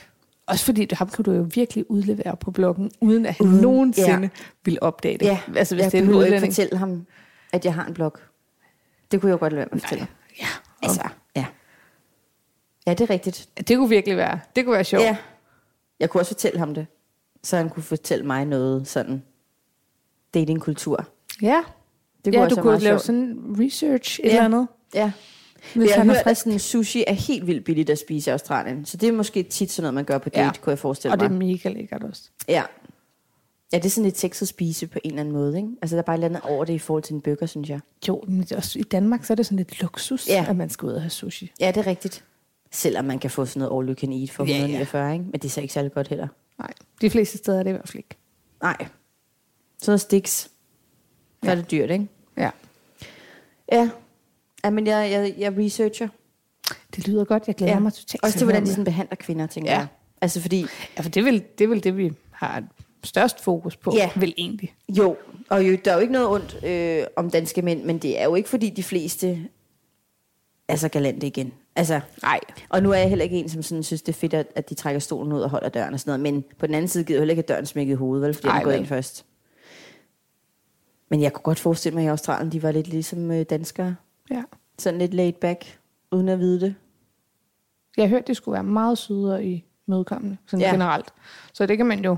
S1: Også fordi du- ham kan du jo virkelig udlevere på bloggen, uden at han uden, nogensinde ja. ville opdage det.
S2: Ja,
S1: altså hvis
S2: jeg
S1: det er en
S2: behøver ikke
S1: udlænding.
S2: fortælle ham, at jeg har en blog. Det kunne jeg jo godt lade være med at fortælle. ham.
S1: Ja,
S2: Altså, ja. Ja, det er rigtigt.
S1: det kunne virkelig være. Det kunne være sjovt.
S2: Ja. Jeg kunne også fortælle ham det. Så han kunne fortælle mig noget sådan datingkultur. Det
S1: ja.
S2: kunne
S1: ja
S2: også
S1: du
S2: være
S1: kunne
S2: meget
S1: lave
S2: sjovt.
S1: sådan research et
S2: Ja.
S1: eller andet.
S2: Ja.
S1: Hvis
S2: jeg
S1: han er
S2: har hørt, at
S1: frisk.
S2: sådan, sushi er helt vildt billigt at spise i Australien. Så det er måske tit sådan noget, man gør på date,
S1: Ja.
S2: ja. kunne jeg forestille
S1: Og det er
S2: mig.
S1: mega lækkert også.
S2: Ja. ja, det er sådan lidt sexet spise på en eller anden måde. Ikke? Altså, der er bare et eller andet over det i forhold til en burger, synes jeg.
S1: Jo, men det er også, i Danmark så er det sådan lidt luksus,
S2: Ja.
S1: at man skal ud og have sushi.
S2: Ja, det er rigtigt. Selvom man kan få sådan noget all you can eat for
S1: Ja, ja.
S2: 149, ikke? men det er så ikke særlig godt heller.
S1: Nej, de fleste steder er det i hvert fald ikke.
S2: Nej. Sådan noget sticks. Så
S1: Ja.
S2: er det dyrt, ikke?
S1: Ja.
S2: Ja. Ja, men jeg, jeg, jeg researcher.
S1: Det lyder godt, jeg glæder ja. mig totalt.
S2: Også til, hvordan de
S1: at høre
S2: sådan behandler kvinder, tænker
S1: Ja.
S2: ja. jeg. Altså fordi,
S1: mere. Ja, for det er, vel, det er vel det, vi har størst fokus på,
S2: Ja.
S1: vel egentlig.
S2: jo, og jo, der er jo ikke noget ondt øh, om danske mænd, men det er jo ikke fordi de fleste er så galante igen. Altså,
S1: Nej.
S2: og nu er jeg heller ikke en, som sådan, synes, det er fedt, at, at de trækker stolen ud og holder døren og sådan noget. Men på den anden side gider jeg heller ikke, at døren smækkede i hovedet, vel, fordi
S1: Ej,
S2: jeg går
S1: vel.
S2: ind først. Men jeg kunne godt forestille mig, at i Australien, de var lidt ligesom øh, danskere.
S1: Ja.
S2: Sådan lidt laid back, uden at vide det.
S1: Jeg har hørt, det skulle være meget sødere i mødekommende, sådan ja.
S2: Ja.
S1: generelt. Så det kan man jo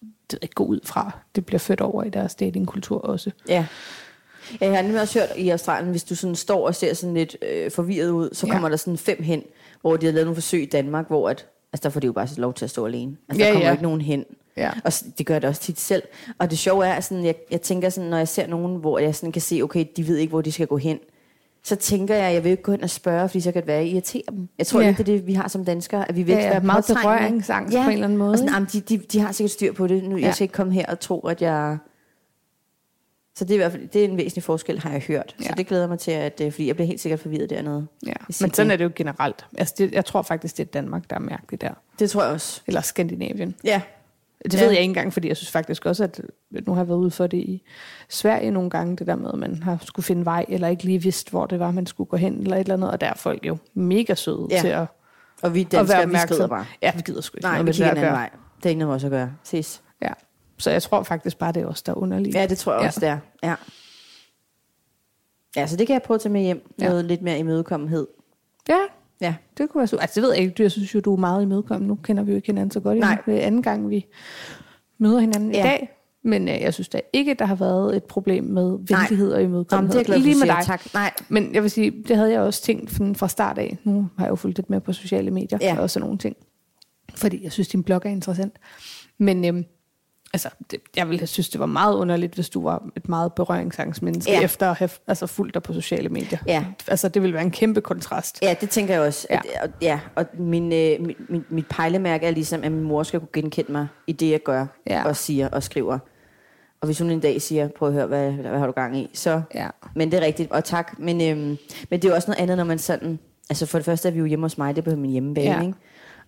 S1: det ved jeg ikke gå ud fra. Det bliver født over i deres datingkultur også.
S2: Ja. Ja, jeg har nemlig også hørt i Australien, hvis du sådan står og ser sådan lidt øh, forvirret ud, så
S1: Ja.
S2: kommer der sådan fem hen, hvor de har lavet nogle forsøg i Danmark, hvor at, altså der får de jo bare så lov til at stå alene. Altså
S1: Ja,
S2: der kommer
S1: ja.
S2: ikke nogen hen.
S1: Ja.
S2: Og s- det gør det også tit selv. Og det sjove er, at sådan, jeg, jeg tænker sådan, når jeg ser nogen, hvor jeg sådan kan se, okay, de ved ikke, hvor de skal gå hen, så tænker jeg, jeg vil ikke gå hen og spørge, fordi så kan det være, at jeg irriterer dem. Jeg tror
S1: Ja.
S2: ja. lidt, det er det, vi har som danskere, at vi vil
S1: Ja,
S2: ikke
S1: ja,
S2: være
S1: meget
S2: påtrængende.
S1: berøringsangst på en eller anden måde,
S2: Og sådan, jamen, de, de, de har sikkert styr på det. Nu, ja.
S1: Ja.
S2: Jeg skal ikke komme her og tro, at jeg... Så det er i hvert fald det er en væsentlig forskel, har jeg hørt. Ja.
S1: Ja.
S2: Så det glæder jeg mig til, at, øh, fordi jeg bliver helt sikkert forvirret dernede.
S1: Ja.
S2: Hvis
S1: Men
S2: ikke-
S1: sådan er det jo generelt. Altså det, jeg tror faktisk, det er Danmark, der er mærkeligt der.
S2: Det tror jeg også.
S1: Eller Skandinavien.
S2: Ja.
S1: Det
S2: Ja.
S1: ved jeg ikke engang, fordi jeg synes faktisk også, at nu har jeg været ude for det i Sverige nogle gange, det der med, at man har skulle finde vej, eller ikke lige vidste, hvor det var, man skulle gå hen, eller et eller andet. Og der er folk jo mega søde ja.
S2: Ja.
S1: til at,
S2: Og vi
S1: at være
S2: danskere, vi skrider
S1: opmærksomme.
S2: bare.
S1: Ja, vi gider sgu ikke.
S2: Nej,
S1: noget
S2: vi
S1: med
S2: kigger
S1: det
S2: en
S1: der at
S2: anden
S1: gøre.
S2: vej. Det er ikke noget med os at gøre. Ses.
S1: Ja. Så jeg tror faktisk bare, det er os, der er underlige.
S2: Ja, det tror jeg
S1: Ja.
S2: ja. også, det er. Ja. ja, så det kan jeg prøve at tage med hjem.
S1: Ja.
S2: Noget lidt mere imødekommenhed.
S1: ja.
S2: Ja.
S1: Det kunne være super. Altså, det ved jeg ikke. Du- Jeg synes jo, du er meget imødekommende. Nu kender vi jo ikke hinanden så godt. endnu.
S2: Nej.
S1: Det er anden gang, vi møder hinanden ja. i
S2: Ja.
S1: dag. Men øh, jeg synes da ikke, der har været et problem med venlighed og
S2: Jamen,
S1: imødekommenhed.
S2: det er jeg glad, for,
S1: Lige
S2: du
S1: med
S2: siger.
S1: dig.
S2: Tak. Nej,
S1: Men jeg vil sige, det havde jeg også tænkt sådan fra start af. Nu har jeg jo fulgt lidt med på sociale medier
S2: Ja.
S1: og sådan nogle ting. Fordi jeg synes, din blog er interessant. Men øhm, altså, det, jeg ville have synes, det var meget underligt, hvis du var et meget berøringsangstmenneske, ja.
S2: Ja.
S1: efter at have altså, fulgt dig på sociale medier.
S2: Ja.
S1: Altså, det ville være en kæmpe kontrast.
S2: Ja, det tænker jeg også.
S1: Ja.
S2: Ja. At, og, ja, og min, øh, mit, mit, mit pejlemærke er ligesom, at min mor skal kunne genkende mig i det, jeg gør
S1: Ja.
S2: ja. og siger og skriver. Og hvis hun en dag siger, prøv at høre, hvad, hvad har du gang i, så...
S1: Ja.
S2: Men det er rigtigt, og tak. Men, øhm, men det er jo også noget andet, når man sådan... Altså for det første er vi jo hjemme hos mig, det er på min hjemmebane,
S1: Ja.
S2: ja. ikke?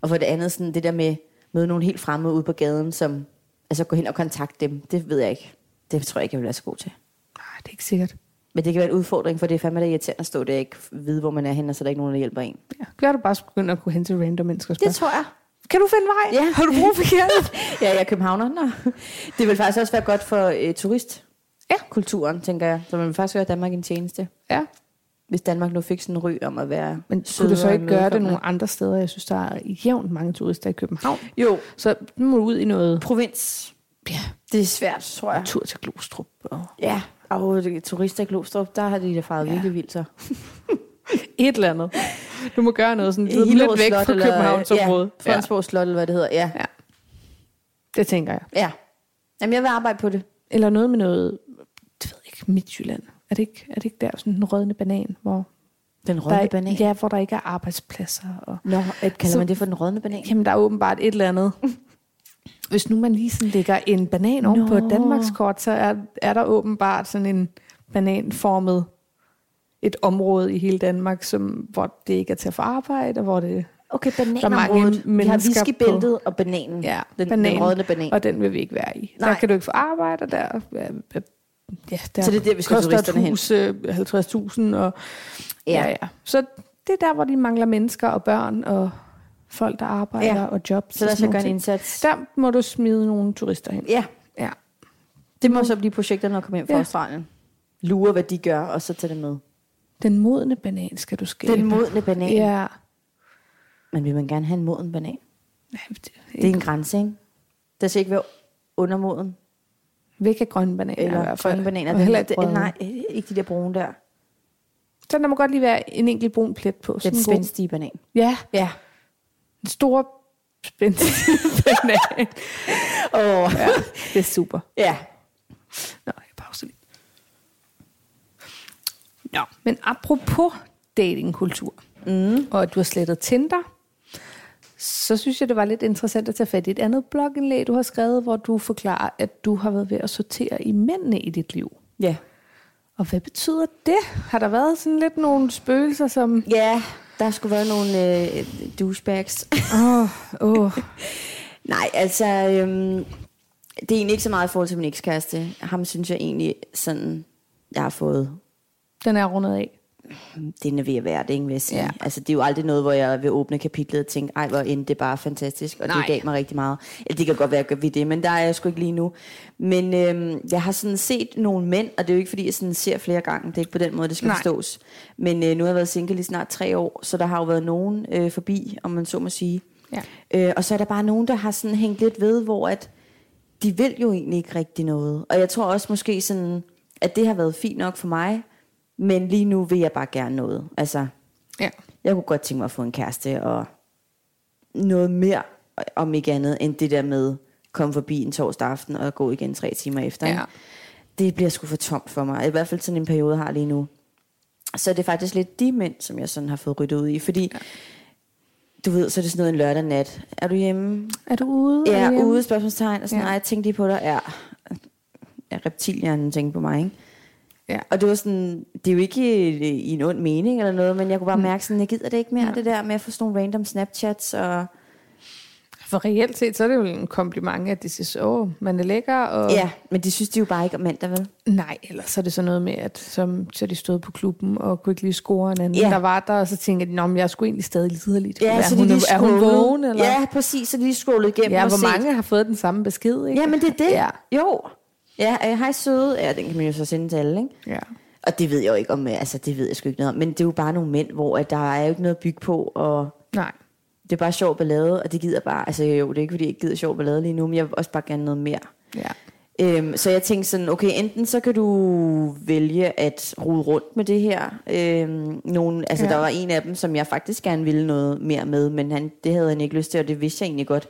S2: Og for det andet sådan det der med at møde nogle helt fremmede ude på gaden, som... altså gå hen og kontakte dem, det ved jeg ikke. Det tror jeg ikke, jeg vil være så god til.
S1: Nej, det er ikke sikkert.
S2: Men det kan være en udfordring, for det er fandme da irriterende at stå der og ikke vide, hvor man er henne, og så er der ikke nogen, der hjælper en.
S1: Ja. Gør du bare så begynder at kunne hente random mennesker og spørge.
S2: tror jeg.
S1: Kan du finde vej?
S2: Ja.
S1: Har du brug for hjælp?
S2: Ja, jeg er københavner. Nå. Det vil faktisk også være godt for øh,
S1: Ja.
S2: turistkulturen, tænker jeg. Så man vil faktisk gøre Danmark en tjeneste.
S1: ja.
S2: Hvis Danmark nu fik sådan en ry om at være
S1: Men kunne du så
S2: sødere
S1: ikke gøre det
S2: imødekommende.
S1: nogle andre steder? Jeg synes, der er jævnt mange turister i København.
S2: Jo,
S1: Så nu må du ud i noget
S2: provins.
S1: ja,
S2: Det er svært, tror jeg.
S1: tur til Glostrup. Og
S2: Ja, og det- turister i Glostrup, der har de da faret ja. virkelig vildt så.
S1: et eller andet. Du må gøre noget sådan lidt,
S2: Hillerød
S1: lidt væk
S2: Slot
S1: fra
S2: eller-
S1: Københavnsområdet.
S2: Ja, Fredensborg ja. Slot, eller hvad det hedder. Ja.
S1: Ja. Det tænker jeg.
S2: ja. Jamen, jeg vil arbejde på det.
S1: Eller noget med noget, det ved jeg ikke, Midtjylland. Er det ikke, er det ikke der sådan en rødne banan, hvor
S2: Den
S1: der,
S2: rødne
S1: er-
S2: banan.
S1: Ja, hvor der ikke er arbejdspladser. Og,
S2: Nå, et, kalder
S1: Så-
S2: man det for den rødne banan?
S1: jamen, der er åbenbart et eller andet. Hvis nu man lige sådan lægger en banan oven på
S2: Nå.
S1: et Danmarkskort, så er, er der åbenbart sådan en bananformet et område i hele Danmark, som, hvor det ikke er til at få arbejde, og hvor det
S2: Okay,
S1: bananområdet.
S2: Vi har
S1: mennesker på-
S2: whiskybæltet og bananen.
S1: ja,
S2: Mm. den, banan. den rødne banan.
S1: og den vil vi ikke være i. Nej.
S2: Nej.
S1: Der kan du ikke få arbejde, og der, ja, ja, der
S2: Så det er der, vi skal
S1: koster et
S2: turisterne hen.
S1: hus øh, 50.000, og
S2: Ja.
S1: Ja, ja. Så det er der, hvor de mangler mennesker og børn og folk, der arbejder
S2: Ja.
S1: ja. og jobs.
S2: Så der
S1: og
S2: skal
S1: sådan
S2: jeg gøre en
S1: nogle
S2: indsats.
S1: ting. Der må du smide nogle turister hen.
S2: Ja,
S1: Ja.
S2: det må så blive projekterne at komme hjem fra ja.
S1: Ja.
S2: Australien. Lure, hvad de gør, og så tage det med.
S1: Den modne banan skal du skabe.
S2: Den modne banan. Ja.
S1: Ja.
S2: Men vil man gerne have en moden banan?
S1: Nej, det er
S2: Det er
S1: ikke-
S2: en grænse, ikke? Der skal ikke være undermoden.
S1: Væk af grønne bananer i
S2: Eller
S1: hvert fald.
S2: grønne bananer.
S1: Og heller
S2: Den,
S1: ikke
S2: den,
S1: røde.
S2: nej, ikke de der brune der.
S1: Så der må godt lige være en enkelt brun plet på.
S2: Den
S1: Sådan en god-
S2: spændstige banan.
S1: Ja,
S2: Ja.
S1: en stor spændstige banan.
S2: Åh.
S1: Ja, det er super.
S2: Ja.
S1: Nå, jeg pauser lige. Nå, men apropos datingkultur, mm. og at du har slettet Tinder, så synes jeg, det var lidt interessant at tage fat i et andet blogindlæg, du har skrevet, hvor du forklarer, at du har været ved at sortere i mændene i dit liv.
S2: Ja.
S1: Og hvad betyder det? Har der været sådan lidt nogle spøgelser, som...
S2: Ja, der skulle være nogle øh, douchebags.
S1: Åh, oh, oh.
S2: Nej, altså, øhm, det er egentlig ikke så meget i forhold til min ekskæreste. Ham synes jeg egentlig sådan, jeg har fået,
S1: den er rundet af.
S2: den er ved at være det, ikke, vil jeg sige. Ja.
S1: Ja.
S2: Altså, det er jo aldrig noget, hvor jeg vil åbne kapitlet og tænke, ej, hvor endte det bare fantastisk, og Nej.
S1: Nej.
S2: det gav mig rigtig meget. Ja, det kan godt være, at vi det, men der er jeg sgu ikke lige nu. Men øhm, jeg har sådan set nogle mænd, og det er jo ikke, fordi jeg sådan ser flere gange, det er ikke på den måde, det skal Nej.
S1: Nej.
S2: forstås. Men øh, nu har jeg været single i snart tre år, så der har jo været nogen øh, forbi, om man så må sige.
S1: Ja.
S2: Øh, og så er der bare nogen, der har sådan hængt lidt ved, hvor at de vil jo egentlig ikke rigtig noget. Og jeg tror også måske sådan, at det har været fint nok for mig, men lige nu vil jeg bare gerne noget. Altså,
S1: Ja.
S2: jeg kunne godt tænke mig at få en kæreste og noget mere, om ikke andet, end det der med komme forbi en torsdag aften og gå igen tre timer efter. ikke?
S1: Ja.
S2: Det bliver sgu for tomt for mig. I hvert fald sådan en periode har jeg lige nu. Så er det faktisk lidt de mænd, som jeg sådan har fået ryddet ud i. Fordi, ja. du ved, så er det sådan noget en lørdag nat. Er du hjemme?
S1: Er du ude?
S2: Ja,
S1: Ariane?
S2: ude spørgsmålstegn. Og sådan,
S1: Ja.
S2: ja. jeg tænkte lige på dig. Ja, ja reptilhjernen tænkte på mig, ikke?
S1: Ja.
S2: Og det var sådan, det er jo ikke i, i en ond mening eller noget, men jeg kunne bare
S1: Mm.
S2: mærke sådan, jeg gider det ikke mere, ja. det der med at få sådan nogle random Snapchats, og
S1: For reelt set, så er det jo en kompliment, at de synes, åh, man er lækker, og
S2: ja, men det synes de jo bare ikke om mandag, vel?
S1: Nej, ellers så er det sådan noget med, at som, så de stod på klubben og kunne ikke lige score en anden,
S2: Ja.
S1: ja. der var der, og så tænkte de, "Nå, men jeg er sgu egentlig stadig liderlig.
S2: Ja,
S1: er,
S2: så de
S1: hun,
S2: lige
S1: er hun
S2: scrollede.
S1: vågen? Eller?
S2: Ja, præcis, så de lige scrollede igennem
S1: ja
S2: og
S1: hvor
S2: set.
S1: mange har fået den samme besked, ikke?
S2: Ja, men det er det.
S1: Ja.
S2: Jo. Ja, øh, hej søde. Ja, den kan man jo så sende til alle, ikke?
S1: ja.
S2: Og det ved jeg jo ikke om, øh, altså det ved jeg sgu ikke noget om, men det er jo bare nogle mænd, hvor at der er jo ikke noget at bygge på, og
S1: Nej.
S2: det er bare sjov ballade, og det gider bare, altså jo, det er ikke fordi, jeg ikke gider sjov ballade lige nu, men jeg vil også bare gerne noget mere.
S1: Ja.
S2: Øhm, så jeg tænkte sådan, okay, enten så kan du vælge at rode rundt med det her. Øhm, nogen, altså, ja.
S1: Ja.
S2: Der var en af dem, som jeg faktisk gerne ville noget mere med, men han, det havde han ikke lyst til, og det vidste jeg egentlig godt.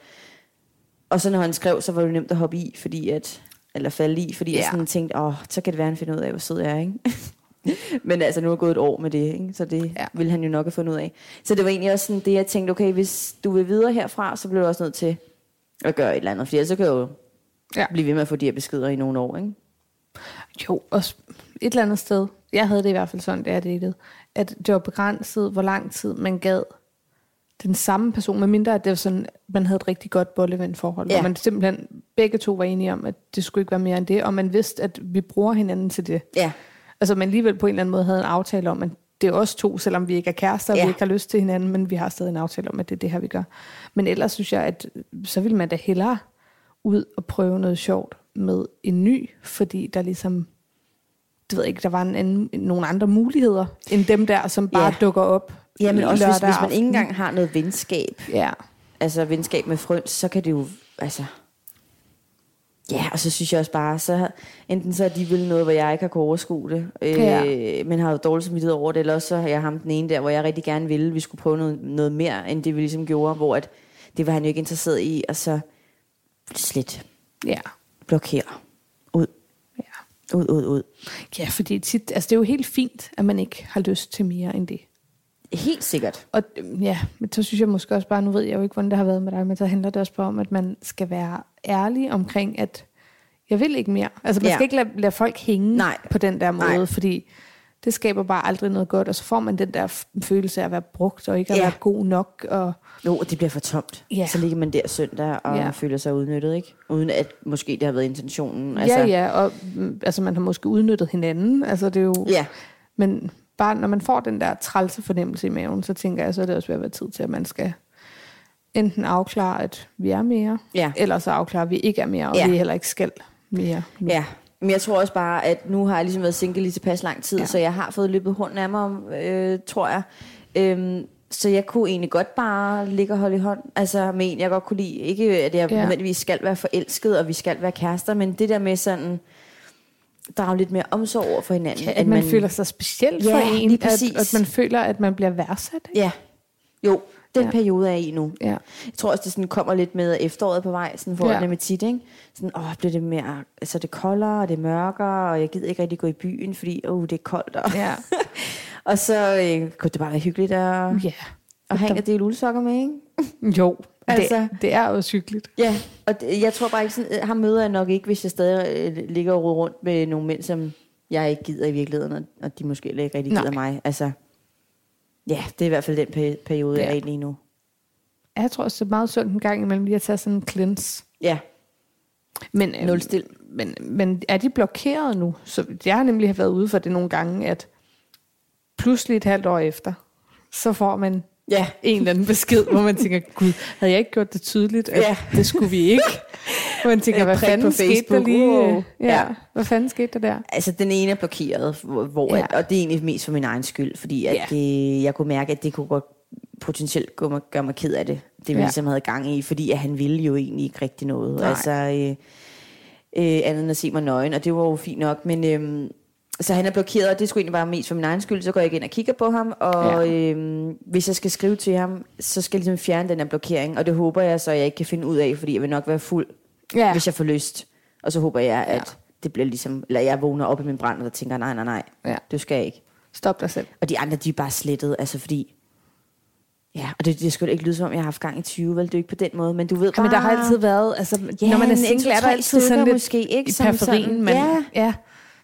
S2: Og så når han skrev, så var det nemt at hoppe i, fordi at, eller falde i, fordi ja. jeg
S1: Ja.
S2: sådan tænkte, åh, så kan det være, han finder ud af, hvor sød jeg er, ikke? Men altså, nu er gået et år med det, ikke? så det ja.
S1: Ja.
S2: ville han jo nok have fundet ud af. Så det var egentlig også sådan det, jeg tænkte, okay, hvis du vil videre herfra, så bliver du også nødt til at gøre et eller andet. Fordi ellers så kan jeg jo
S1: Ja.
S2: blive ved med at få de her beskeder i nogle år, ikke?
S1: Jo, og s- et eller andet sted, jeg havde det i hvert fald sådan, da jeg datede, at det var begrænset, hvor lang tid man gad den samme person, medmindre at det var sådan, man havde et rigtig godt bollevindforhold, ja.
S2: Ja.
S1: hvor man simpelthen begge to var enige om, at det skulle ikke være mere end det, og man vidste, at vi bruger hinanden til det.
S2: Ja,
S1: Altså man alligevel på en eller anden måde havde en aftale om, at det er os to, selvom vi ikke er kærester, og ja.
S2: Ja.
S1: vi ikke har lyst til hinanden, men vi har stadig en aftale om, at det er det her, vi gør. Men ellers synes jeg, at så vil man da hellere ud og prøve noget sjovt med en ny, fordi der ligesom, det ved jeg ikke, der var en anden, nogle andre muligheder, end dem der, som bare
S2: Ja.
S1: ja. dukker op
S2: ja men også hvis,
S1: lørdag
S2: hvis man ikke
S1: aften.
S2: engang har noget venskab,
S1: Ja,
S2: altså venskab med frøns, så kan det jo, altså... Ja, og så synes jeg også bare, så enten så er de vil noget, hvor jeg ikke har kunne overskue det, øh,
S1: Ja.
S2: ja. men har jo dårligt samvittighed over det, eller også så har jeg ham den ene der, hvor jeg rigtig gerne ville, vi skulle prøve noget, noget mere, end det vi ligesom gjorde, hvor at, det var han jo ikke interesseret i, og så slet
S1: ja,
S2: blokere. Ud,
S1: ja.
S2: ud, ud, ud.
S1: Ja, fordi tit, altså det er jo helt fint, at man ikke har lyst til mere end det.
S2: Helt sikkert.
S1: Og øhm, ja, men så synes jeg måske også bare, nu ved jeg jo ikke, hvordan det har været med dig, men så handler det også bare om, at man skal være ærlig omkring, at jeg vil ikke mere. Altså man ja.
S2: Ja.
S1: skal ikke lade, lade folk hænge
S2: Nej.
S1: på den der måde,
S2: Nej.
S1: fordi det skaber bare aldrig noget godt, og så får man den der f- følelse af at være brugt, og ikke at
S2: Ja.
S1: ja. være god nok, og
S2: Jo, og det bliver for tomt.
S1: Ja.
S2: Så ligger man der søndag og
S1: Ja.
S2: føler sig udnyttet, ikke? Uden at måske det har været intentionen.
S1: altså, ja, ja, og mm, altså man har måske udnyttet hinanden, altså det er jo...
S2: Ja,
S1: Men bare når man får den der trælse fornemmelse i maven, så tænker jeg, så er det også ved at være tid til, at man skal enten afklare, at vi er mere,
S2: Ja.
S1: eller så afklare, at vi ikke er mere, og
S2: Ja.
S1: vi heller ikke skal mere.
S2: ja. Men jeg tror også bare, at nu har jeg ligesom været single i tilpas lang tid,
S1: Ja.
S2: ja. så jeg har fået løbet hånden af mig, om, øh, tror jeg. Øhm, så jeg kunne egentlig godt bare ligge og holde i hånd. Altså med en, jeg godt kunne lide. Ikke at jeg
S1: Ja.
S2: ja. nødvendigvis skal være forelsket, og vi skal være kærester, men det der med sådan drage lidt mere omsorg over for hinanden.
S1: Ja, at man, man føler sig speciel for
S2: Ja,
S1: en,
S2: lige
S1: at,
S2: præcis.
S1: at man føler, at man bliver værdsat. Ikke?
S2: Ja, jo, den
S1: Ja.
S2: ja. periode er jeg i nu.
S1: Ja.
S2: Jeg tror også, det sådan kommer lidt med at efteråret på vej, sådan får
S1: Ja.
S2: ja. det med tit, ikke? Sådan, åh, bliver det mere, altså det er koldere, og det er mørkere, og jeg gider ikke rigtig gå i byen, fordi, åh, det er koldt. Og,
S1: Ja.
S2: og så øh, kunne det bare være hyggeligt at,
S1: ja.
S2: at have en at dele uldsokker med, ikke?
S1: Jo, altså.
S2: Altså.
S1: det, det er jo hyggeligt.
S2: Ja, og det, jeg tror bare ikke sådan, øh, ham møder jeg nok ikke, hvis jeg stadig øh, ligger og roder rundt med nogle mænd, som jeg ikke gider i virkeligheden, og- og de måske heller ikke rigtig
S1: Nej.
S2: gider mig. Altså, ja, det er i hvert fald den pe- periode,
S1: Ja.
S2: jeg er i lige nu.
S1: Jeg tror også, det er meget sundt en gang imellem lige at tage sådan en cleanse.
S2: Ja,
S1: Men, øhm,
S2: Nulstil.
S1: Men, men er de blokeret nu? Så jeg har nemlig været ude for det nogle gange, at pludselig et halvt år efter, så får man
S2: ja,
S1: en eller anden besked, hvor man tænker, gud, havde jeg ikke gjort det tydeligt, at ja.
S2: Ja.
S1: det skulle vi ikke? Hvor man tænker,
S2: Et
S1: hvad
S2: prik på
S1: fanden skete der
S2: Facebook.
S1: lige?
S2: Wow.
S1: Ja, ja.
S2: Ja.
S1: hvad fanden skete der der?
S2: Altså, den ene er blokeret, hvor, hvor
S1: Ja.
S2: ja. og det er egentlig mest for min egen skyld, fordi at
S1: Ja.
S2: ja. det, jeg kunne mærke, at det kunne godt potentielt gøre mig, gøre mig ked af det, det vi
S1: Ja.
S2: ja. ligesom havde gang i, fordi at han ville jo egentlig ikke rigtig noget.
S1: Nej.
S2: Altså, øh, øh, andet end at se mig nøgen, og det var jo fint nok, men... Øh, så han er blokeret, og det skulle egentlig bare mest for min egen skyld, så går jeg ikke ind og kigger på ham, og
S1: Ja.
S2: ja. øhm, hvis jeg skal skrive til ham, så skal jeg ligesom fjerne den her blokering, og det håber jeg så, jeg ikke kan finde ud af, fordi jeg vil nok være fuld,
S1: Ja.
S2: ja. hvis jeg får lyst. Og så håber jeg, at
S1: Ja.
S2: ja. det bliver ligesom, eller jeg vågner op i min brand, og der tænker, nej, nej, nej,
S1: Ja.
S2: det skal jeg ikke.
S1: Stop dig selv.
S2: Og de andre, de er bare slettet, altså fordi... Ja, og det, det skulle ikke lyde som om, jeg har haft gang i 20, vel? Det er jo ikke på den måde, men du ved bare...
S1: Men der har altid været, altså,
S2: Ja,
S1: når man er
S2: en- en,
S1: single, er
S2: to,
S1: der
S2: tre
S1: altid sådan
S2: stykker
S1: lidt
S2: måske, ikke?
S1: i
S2: Som
S1: periferien,
S2: sådan-
S1: man,
S2: Ja.
S1: ja,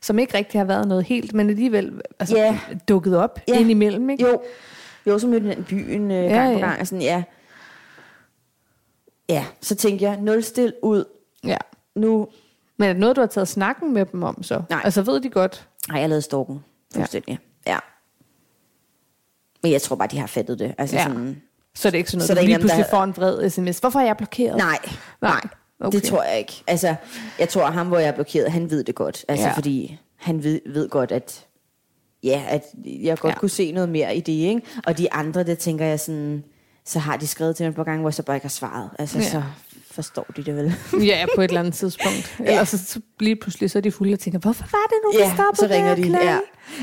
S1: som ikke rigtig har været noget helt, men alligevel altså,
S2: Ja.
S1: dukket op
S2: Ja.
S1: indimellem, ikke?
S2: Jo, jo, så mødte jeg den i byen øh, ja, gang på
S1: ja.
S2: gang, og sådan, ja. Ja, så tænkte jeg, nul stil ud.
S1: Ja.
S2: Nu
S1: Men er det noget, du har taget snakken med dem om så?
S2: Nej.
S1: Altså ved de godt?
S2: har jeg lavet storken. Fuldstændig. Ja. ja. Men jeg tror bare, de har fattet det. Altså
S1: Ja.
S2: ja. sådan,
S1: Så er det ikke sådan noget,
S2: Så
S1: så
S2: er der
S1: du
S2: en
S1: lige
S2: af dem, der-
S1: pludselig får en vred sms. Hvorfor er jeg blokeret?
S2: nej,
S1: Nej.
S2: Okay. Det tror jeg ikke. Altså, jeg tror, at ham, hvor jeg er blokeret, han ved det godt. Altså,
S1: Ja.
S2: ja. fordi han ved, ved godt, at, ja, at jeg godt
S1: Ja.
S2: ja. kunne se noget mere i det, ikke? Og de andre, der tænker jeg sådan, så har de skrevet til mig på gange, hvor jeg så bare ikke har svaret. Altså,
S1: Ja.
S2: ja. så forstår de det vel.
S1: Ja, på et eller andet tidspunkt. ja. Ellers så, så lige pludselig så er de fulde og tænker, hvorfor var det nu, vi
S2: ja,
S1: stoppede
S2: så ringer
S1: med at
S2: de.
S1: klage?
S2: Ja.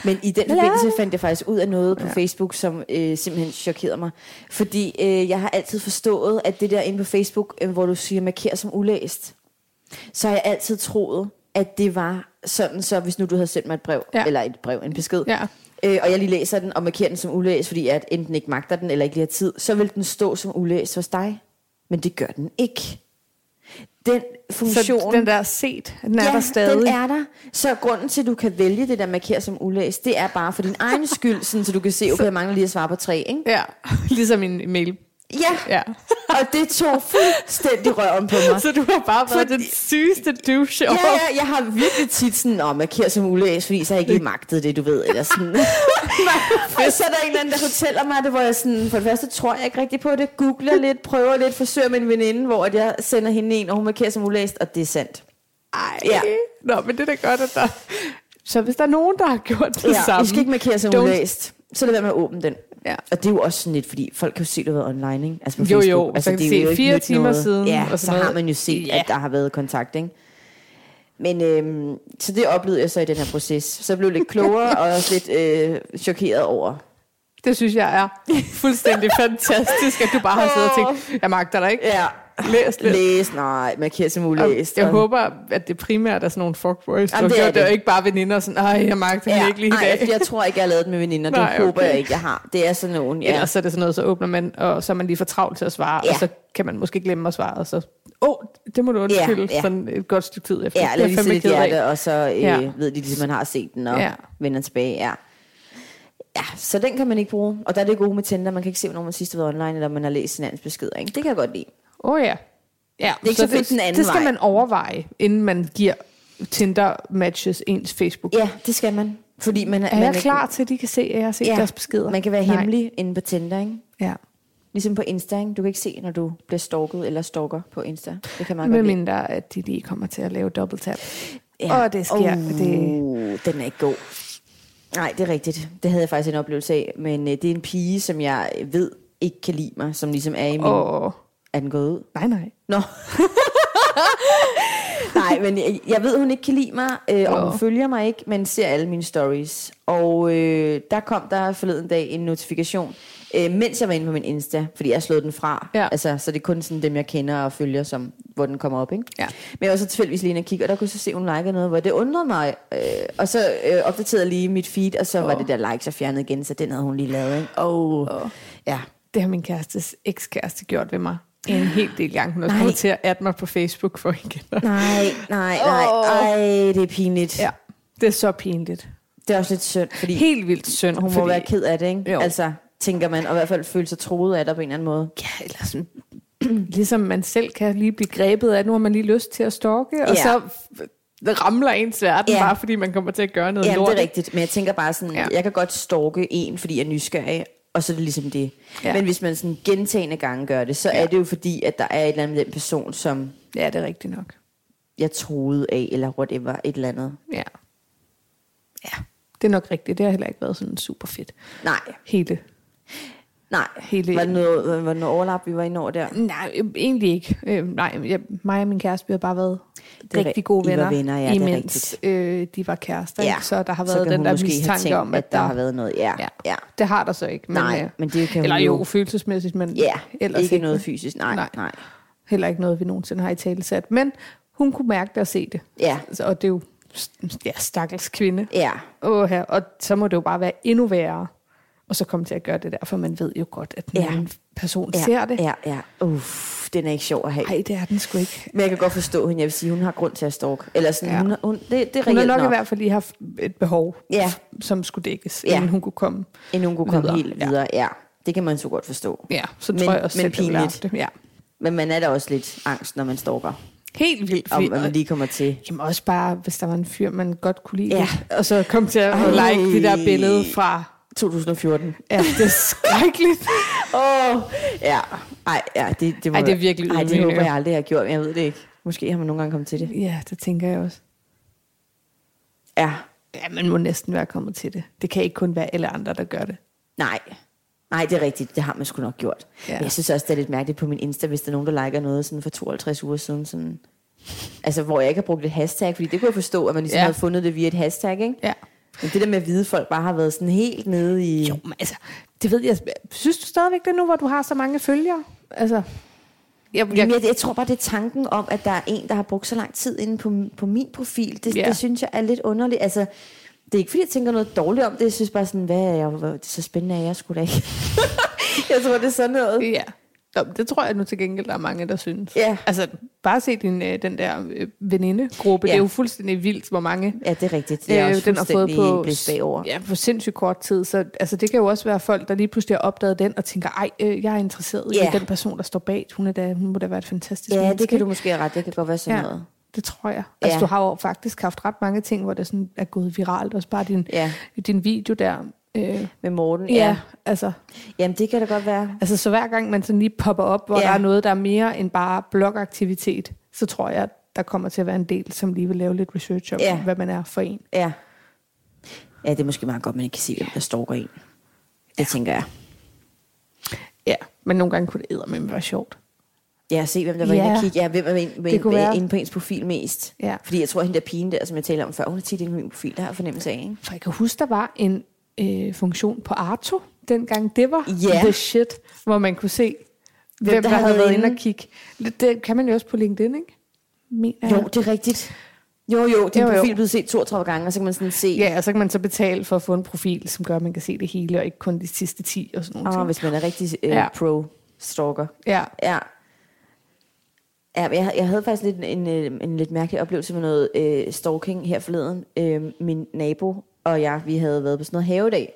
S2: Men i den
S1: Hallo?
S2: forbindelse fandt jeg faktisk ud af noget på ja. Facebook, som øh, simpelthen chokerede mig. Fordi øh, jeg har altid forstået, at det der inde på Facebook, øh, hvor du siger marker som ulæst, så har jeg altid troet, at det var sådan, så hvis nu du havde sendt mig et brev,
S1: Ja.
S2: ja. eller et brev, en besked,
S1: Ja.
S2: øh, og jeg lige læser den og markerer den som ulæst, fordi jeg enten ikke magter den, eller ikke lige har tid, så vil den stå som ulæst hos dig. Men det gør den ikke. Den funktion...
S1: Så den der set, den er der stadig.
S2: den er der. Så grunden til, at du kan vælge det der markere som ulæst, det er bare for din egen skyld, sådan, så du kan se, okay, jeg mangler lige at svare på tre, ikke?
S1: Ja, ligesom en mail.
S2: Ja,
S1: Ja.
S2: og det tog fuldstændig røven på mig.
S1: Så du har bare været
S2: Fordi-
S1: den sygeste douche
S2: Ja,
S1: over.
S2: ja, jeg har virkelig tit sådan, om jeg kære som ulæs, fordi så har jeg ikke lige magtet det, du ved, eller sådan. og så er der en eller anden, der fortæller mig det, hvor jeg sådan, for det første tror jeg ikke rigtigt på det, googler lidt, prøver lidt, forsøger med en veninde, hvor at jeg sender hende en, og hun markerer som ulæst, og det er sandt.
S1: Ej.
S2: Ja.
S1: Nå, men det er da godt, at der... Så hvis der er nogen, der har gjort det
S2: Ja,
S1: samme...
S2: I skal ikke markere som
S1: don't-
S2: ulæst. Så lad være med at åbne den.
S1: Ja.
S2: Og det er jo også sådan lidt, fordi folk kan jo se, at du har været online, ikke? Altså på
S1: Jo, jo,
S2: Facebook.
S1: så kan de se
S2: ikke
S1: fire
S2: nyt
S1: timer siden,
S2: Ja,
S1: og sådan
S2: og så har
S1: noget.
S2: man jo set,
S1: Ja.
S2: at der har været kontakt, ikke? Men øhm, så det oplevede jeg så i den her proces. Så jeg blev lidt klogere og også lidt øh, chokeret over.
S1: Det synes jeg er fuldstændig fantastisk, at du bare har siddet og tænkt, jeg magter dig ikke.
S2: Ja.
S1: Læs lidt.
S2: Læs, nej, markere som
S1: Og
S2: ulæst.
S1: Jeg
S2: og-
S1: håber, at det primært er sådan nogle fuckboys, der
S2: Jamen,
S1: har
S2: det er
S1: gjort det,
S2: det.
S1: og ikke bare veninder sådan, ej, jeg magter ja,
S2: Ja,
S1: ikke lige i
S2: ej,
S1: dag.
S2: jeg, jeg tror ikke, jeg har lavet det med veninder. Det
S1: Nej,
S2: håber
S1: okay.
S2: jeg ikke, jeg har. Det er sådan nogen,
S1: Ja.
S2: ja.
S1: Ellers er det sådan noget, så åbner man, og så er man lige for travlt til at svare, ja.
S2: Ja.
S1: og så kan man måske glemme at svare, og så, åh, oh, det må du undskylde, ja,
S2: ja.
S1: ja. sådan et godt stykke tid efter.
S2: Ja,
S1: Det er
S2: eller
S1: jeg
S2: lige
S1: fandme
S2: sætte et
S1: ked af.
S2: hjerte, og så øh,
S1: Ja.
S2: ja. ved de ligesom, man har set den, og
S1: Ja.
S2: ja. vender tilbage. Ja. ja, så den kan man ikke bruge. Og der er det gode med Tinder, man kan ikke se, hvornår man sidst har været online, eller om man har læst hinandens beskeder. Ikke? Det kan jeg godt lide.
S1: Åh oh, ja. ja.
S2: Det er ikke så fedt den anden
S1: Det skal
S2: vej.
S1: man overveje, inden man giver Tinder-matches ens Facebook. Ja,
S2: Ja, det skal man. Fordi man,
S1: er
S2: man
S1: jeg klar til, at de kan se, at jeg har set ja.
S2: Ja,
S1: deres beskeder?
S2: man kan være
S1: Nej.
S2: hemmelig inde på Tinder, ikke?
S1: Ja.
S2: Ligesom på Insta, ikke? Du kan ikke se, når du bliver stalket eller stalker på Insta. Det kan man
S1: Med
S2: godt lide.
S1: mindre, at de lige kommer til at lave double tap. Åh, det sker.
S2: Uh,
S1: Det-
S2: Den er ikke god. Nej, det er rigtigt. Det havde jeg faktisk en oplevelse af. Men øh, det er en pige, som jeg ved ikke kan lide mig, som ligesom er i min... Oh.
S1: Og
S2: Er den gået ud?
S1: nej, nej.
S2: Nå. Nej, men jeg, jeg ved, hun ikke kan lide mig, øh, og
S1: Nå.
S2: hun følger mig ikke, men ser alle mine stories. Og øh, der kom der forleden dag en notifikation, øh, mens jeg var inde på min Insta, fordi jeg slog den fra.
S1: Ja.
S2: Altså, så det er kun sådan dem, jeg kender og følger, som, hvor den kommer op. Ikke?
S1: Ja.
S2: Men jeg var så tilfældigvis lige inde og kigge, og der kunne jeg så se, hun likede noget, hvor det undrede mig. Øh, og så øh, opdaterede jeg lige mit feed, og så oh. var
S1: Åh.
S2: det der likes, jeg fjernede igen, så den havde hun lige lavet. Ikke? Oh.
S1: Åh.
S2: Oh. Ja.
S1: Det har min kærestes ekskæreste gjort ved mig en hel del gange. Hun har
S2: Nej.
S1: kommet til at adde mig på Facebook for igen.
S2: Nej, nej, nej.
S1: Åh.
S2: Oh. Ej, det er pinligt.
S1: Ja, det er så pinligt.
S2: Det er også lidt synd, fordi
S1: Helt vildt synd.
S2: hun fordi... må være ked af det, ikke?
S1: Jo.
S2: Jo. Altså, tænker man, og i hvert fald føle sig troet af det på en eller anden måde.
S1: Ja, eller sådan, ligesom man selv kan lige blive grebet af, nu har man lige lyst til at stalke, og
S2: Ja.
S1: så ramler ens verden
S2: Ja.
S1: bare, fordi man kommer til at gøre noget
S2: Ja,
S1: lort.
S2: det
S1: ikke?
S2: er rigtigt, men jeg tænker bare sådan,
S1: Ja.
S2: ja. jeg kan godt stalke en, fordi jeg er nysgerrig, og så er det ligesom det.
S1: Ja.
S2: Ja. Men hvis man sådan gentagende gange gør det, så ja. er det jo fordi, at der er et eller andet med den person, som
S1: Ja, det er rigtigt nok.
S2: jeg troede af, eller whatever, et eller andet.
S1: Ja. ja, det er nok rigtigt. Det har heller ikke været sådan super fedt.
S2: Nej,
S1: Hele.
S2: nej.
S1: Hele-
S2: Var det noget, øh, var det noget overlap, vi var inde over der?
S1: Nej, øh, egentlig ikke. Øh, nej, jeg, mig og min kæreste, vi har bare været
S2: er
S1: rigtig
S2: ri-
S1: gode
S2: I var
S1: venner,
S2: venner, ja, det er
S1: imens øh, de var kærester.
S2: Ja,
S1: ikke? Så der har
S2: så
S1: været
S2: kan
S1: den
S2: hun
S1: der
S2: måske have
S1: mistanke
S2: tænkt,
S1: om, at,
S2: at der har været noget. Ja,
S1: ja,
S2: ja.
S1: Det har der så ikke. Men,
S2: Nej,
S1: øh,
S2: men det kan hun
S1: Eller jo,
S2: jo-
S1: følelsesmæssigt, men
S2: Ja,
S1: ellers
S2: ikke noget fysisk. Nej,
S1: Nej.
S2: nej. nej.
S1: heller ikke noget, vi nogensinde har i tale sat. Men hun kunne mærke det og se det.
S2: Ja.
S1: Så- Og det er jo st- ja, stakkels kvinde.
S2: Ja,
S1: Åh, her. Og så må det jo bare være endnu værre. Og så komme til at gøre det der, for man ved jo godt, at den
S2: Ja.
S1: anden person
S2: ja,
S1: ser det.
S2: ja, ja. Uff, den er ikke sjov at have.
S1: Nej, det er den sgu ikke.
S2: Men jeg kan godt forstå hende. Jeg vil sige, hun har grund til at stalke. Eller sådan,
S1: Ja.
S2: ja. hun, har- hun, det, det
S1: Hun
S2: er
S1: har
S2: reelt
S1: nok, nok i
S2: nok,
S1: hvert fald lige haft et behov,
S2: Ja.
S1: som skulle dækkes,
S2: Ja.
S1: inden hun kunne komme.
S2: inden hun kunne komme
S1: videre.
S2: videre. helt
S1: Ja.
S2: videre. Ja. Det kan man så godt forstå.
S1: Ja, så
S2: Men-
S1: tror jeg
S2: men
S1: også, selv, jeg ville have haft
S2: pinligt.
S1: det. Ja.
S2: Men man er da også lidt angst, når man stalker.
S1: Helt vildt.
S2: Om
S1: fordi-
S2: hvad man lige kommer til.
S1: Jamen også bare, hvis der var en fyr, man godt kunne lide.
S2: Ja.
S1: Og så kom til at
S2: Ej.
S1: like det der billede fra...
S2: 2014.
S1: Ja, det er skrækkeligt.
S2: Åh, oh, ja. Ej, ja, det, det, må,
S1: Ej, det er virkelig
S2: Ej, det
S1: ydmygende.
S2: håber jeg aldrig, jeg har gjort, men jeg ved det ikke. Måske har man nogle gange kommet til det.
S1: ja, det tænker jeg også.
S2: Ja.
S1: Ja, man må næsten være kommet til det. Det kan ikke kun være alle andre, der gør det.
S2: Nej. Nej, det er rigtigt. Det har man sgu nok gjort.
S1: Ja.
S2: Ja. Jeg synes også, det er lidt mærkeligt på min Insta, hvis der er nogen, der liker noget sådan for 52 uger siden. Sådan, altså, hvor jeg ikke har brugt et hashtag, fordi det kunne jeg forstå, at man ligesom
S1: Ja.
S2: ja. havde fundet det via et hashtag, ikke?
S1: Ja.
S2: Men det der med at vide, at folk bare har været sådan helt nede i...
S1: Jo, men altså, det ved jeg. Synes du stadigvæk det nu, hvor du har så mange følgere? Altså, jeg,
S2: Jamen,
S1: jeg,
S2: jeg, jeg tror bare, det er tanken om, at der er en, der har brugt så lang tid inde på, på min profil. Det,
S1: Ja.
S2: yeah. det synes jeg er lidt underligt. Altså, det er ikke, fordi jeg tænker noget dårligt om det. Jeg synes bare sådan, hvad er jeg, hvor, det er så spændende, at jeg skulle da ikke. jeg tror, det er sådan noget.
S1: ja. Nå, men det tror jeg nu til gengæld, der er mange, der synes.
S2: Ja.
S1: Altså, bare se din, øh, den der øh, venindegruppe. Ja.
S2: Ja.
S1: Det er jo fuldstændig vildt, hvor mange
S2: Ja, det er rigtigt. Det er også
S1: Øh, den har fået på,
S2: blæst bagover.
S1: ja, på sindssygt kort tid. Så altså, det kan jo også være folk, der lige pludselig har opdaget den og tænker, ej, øh, jeg er interesseret yeah.
S2: Ja.
S1: i den person, der står bag. Hun, er da, hun må da være et fantastisk
S2: Ja,
S1: menneske,
S2: det kan du
S1: ikke?
S2: måske have ret. Det kan godt være sådan ja. noget.
S1: det tror jeg. Altså,
S2: Ja.
S1: du har jo faktisk haft ret mange ting, hvor det sådan er gået viralt. Også bare din,
S2: Ja.
S1: din video der. Øh, ja.
S2: Med Morten, ja.
S1: ja,
S2: ja.
S1: altså,
S2: Jamen, det kan da godt være.
S1: altså så hver gang man sådan lige popper op, hvor
S2: Ja.
S1: der er noget, der er mere end bare blogaktivitet, så tror jeg, der kommer til at være en del, som lige vil lave lidt research om,
S2: Ja.
S1: hvad man er for en.
S2: Ja. Ja, det er måske meget godt, man ikke kan se, hvem der stalker en. Det ja. tænker jeg.
S1: Ja, men nogle gange kunne det eddermame være sjovt.
S2: Ja, se, hvem der var
S1: Ja.
S2: ja. inde og kigge. Ja, hvem er inde,
S1: Det kunne være.
S2: inde, inde på ens profil mest.
S1: Ja.
S2: Fordi jeg tror, at hende der pigen der, som jeg taler om før, hun er tit inde på min profil, der har jeg fornemmelse af, ikke?
S1: For jeg kan huske, der var en øh, funktion på Arto, dengang det var
S2: Ja.
S1: the shit, hvor man kunne se, hvem, hvem der, der havde været inde og kigge. Det- Det kan man jo også på LinkedIn, ikke? Mener
S2: Jo,
S1: jeg.
S2: det er rigtigt. Jo, jo, din
S1: Jo,
S2: jo,
S1: jo.
S2: profil blev set 32 gange, og så kan man sådan se,
S1: Ja, og så kan man så betale for at få en profil, som gør, at man kan se det hele, og ikke kun de sidste 10 og sådan noget.
S2: ah, hvis man er rigtig øh,
S1: Ja.
S2: ja. pro-stalker.
S1: Ja,
S2: Ja. Ja, men jeg, havde- jeg havde faktisk lidt en, en, en lidt mærkelig oplevelse med noget øh, stalking her forleden. Øh, min nabo og jeg, vi havde været på sådan noget havedag.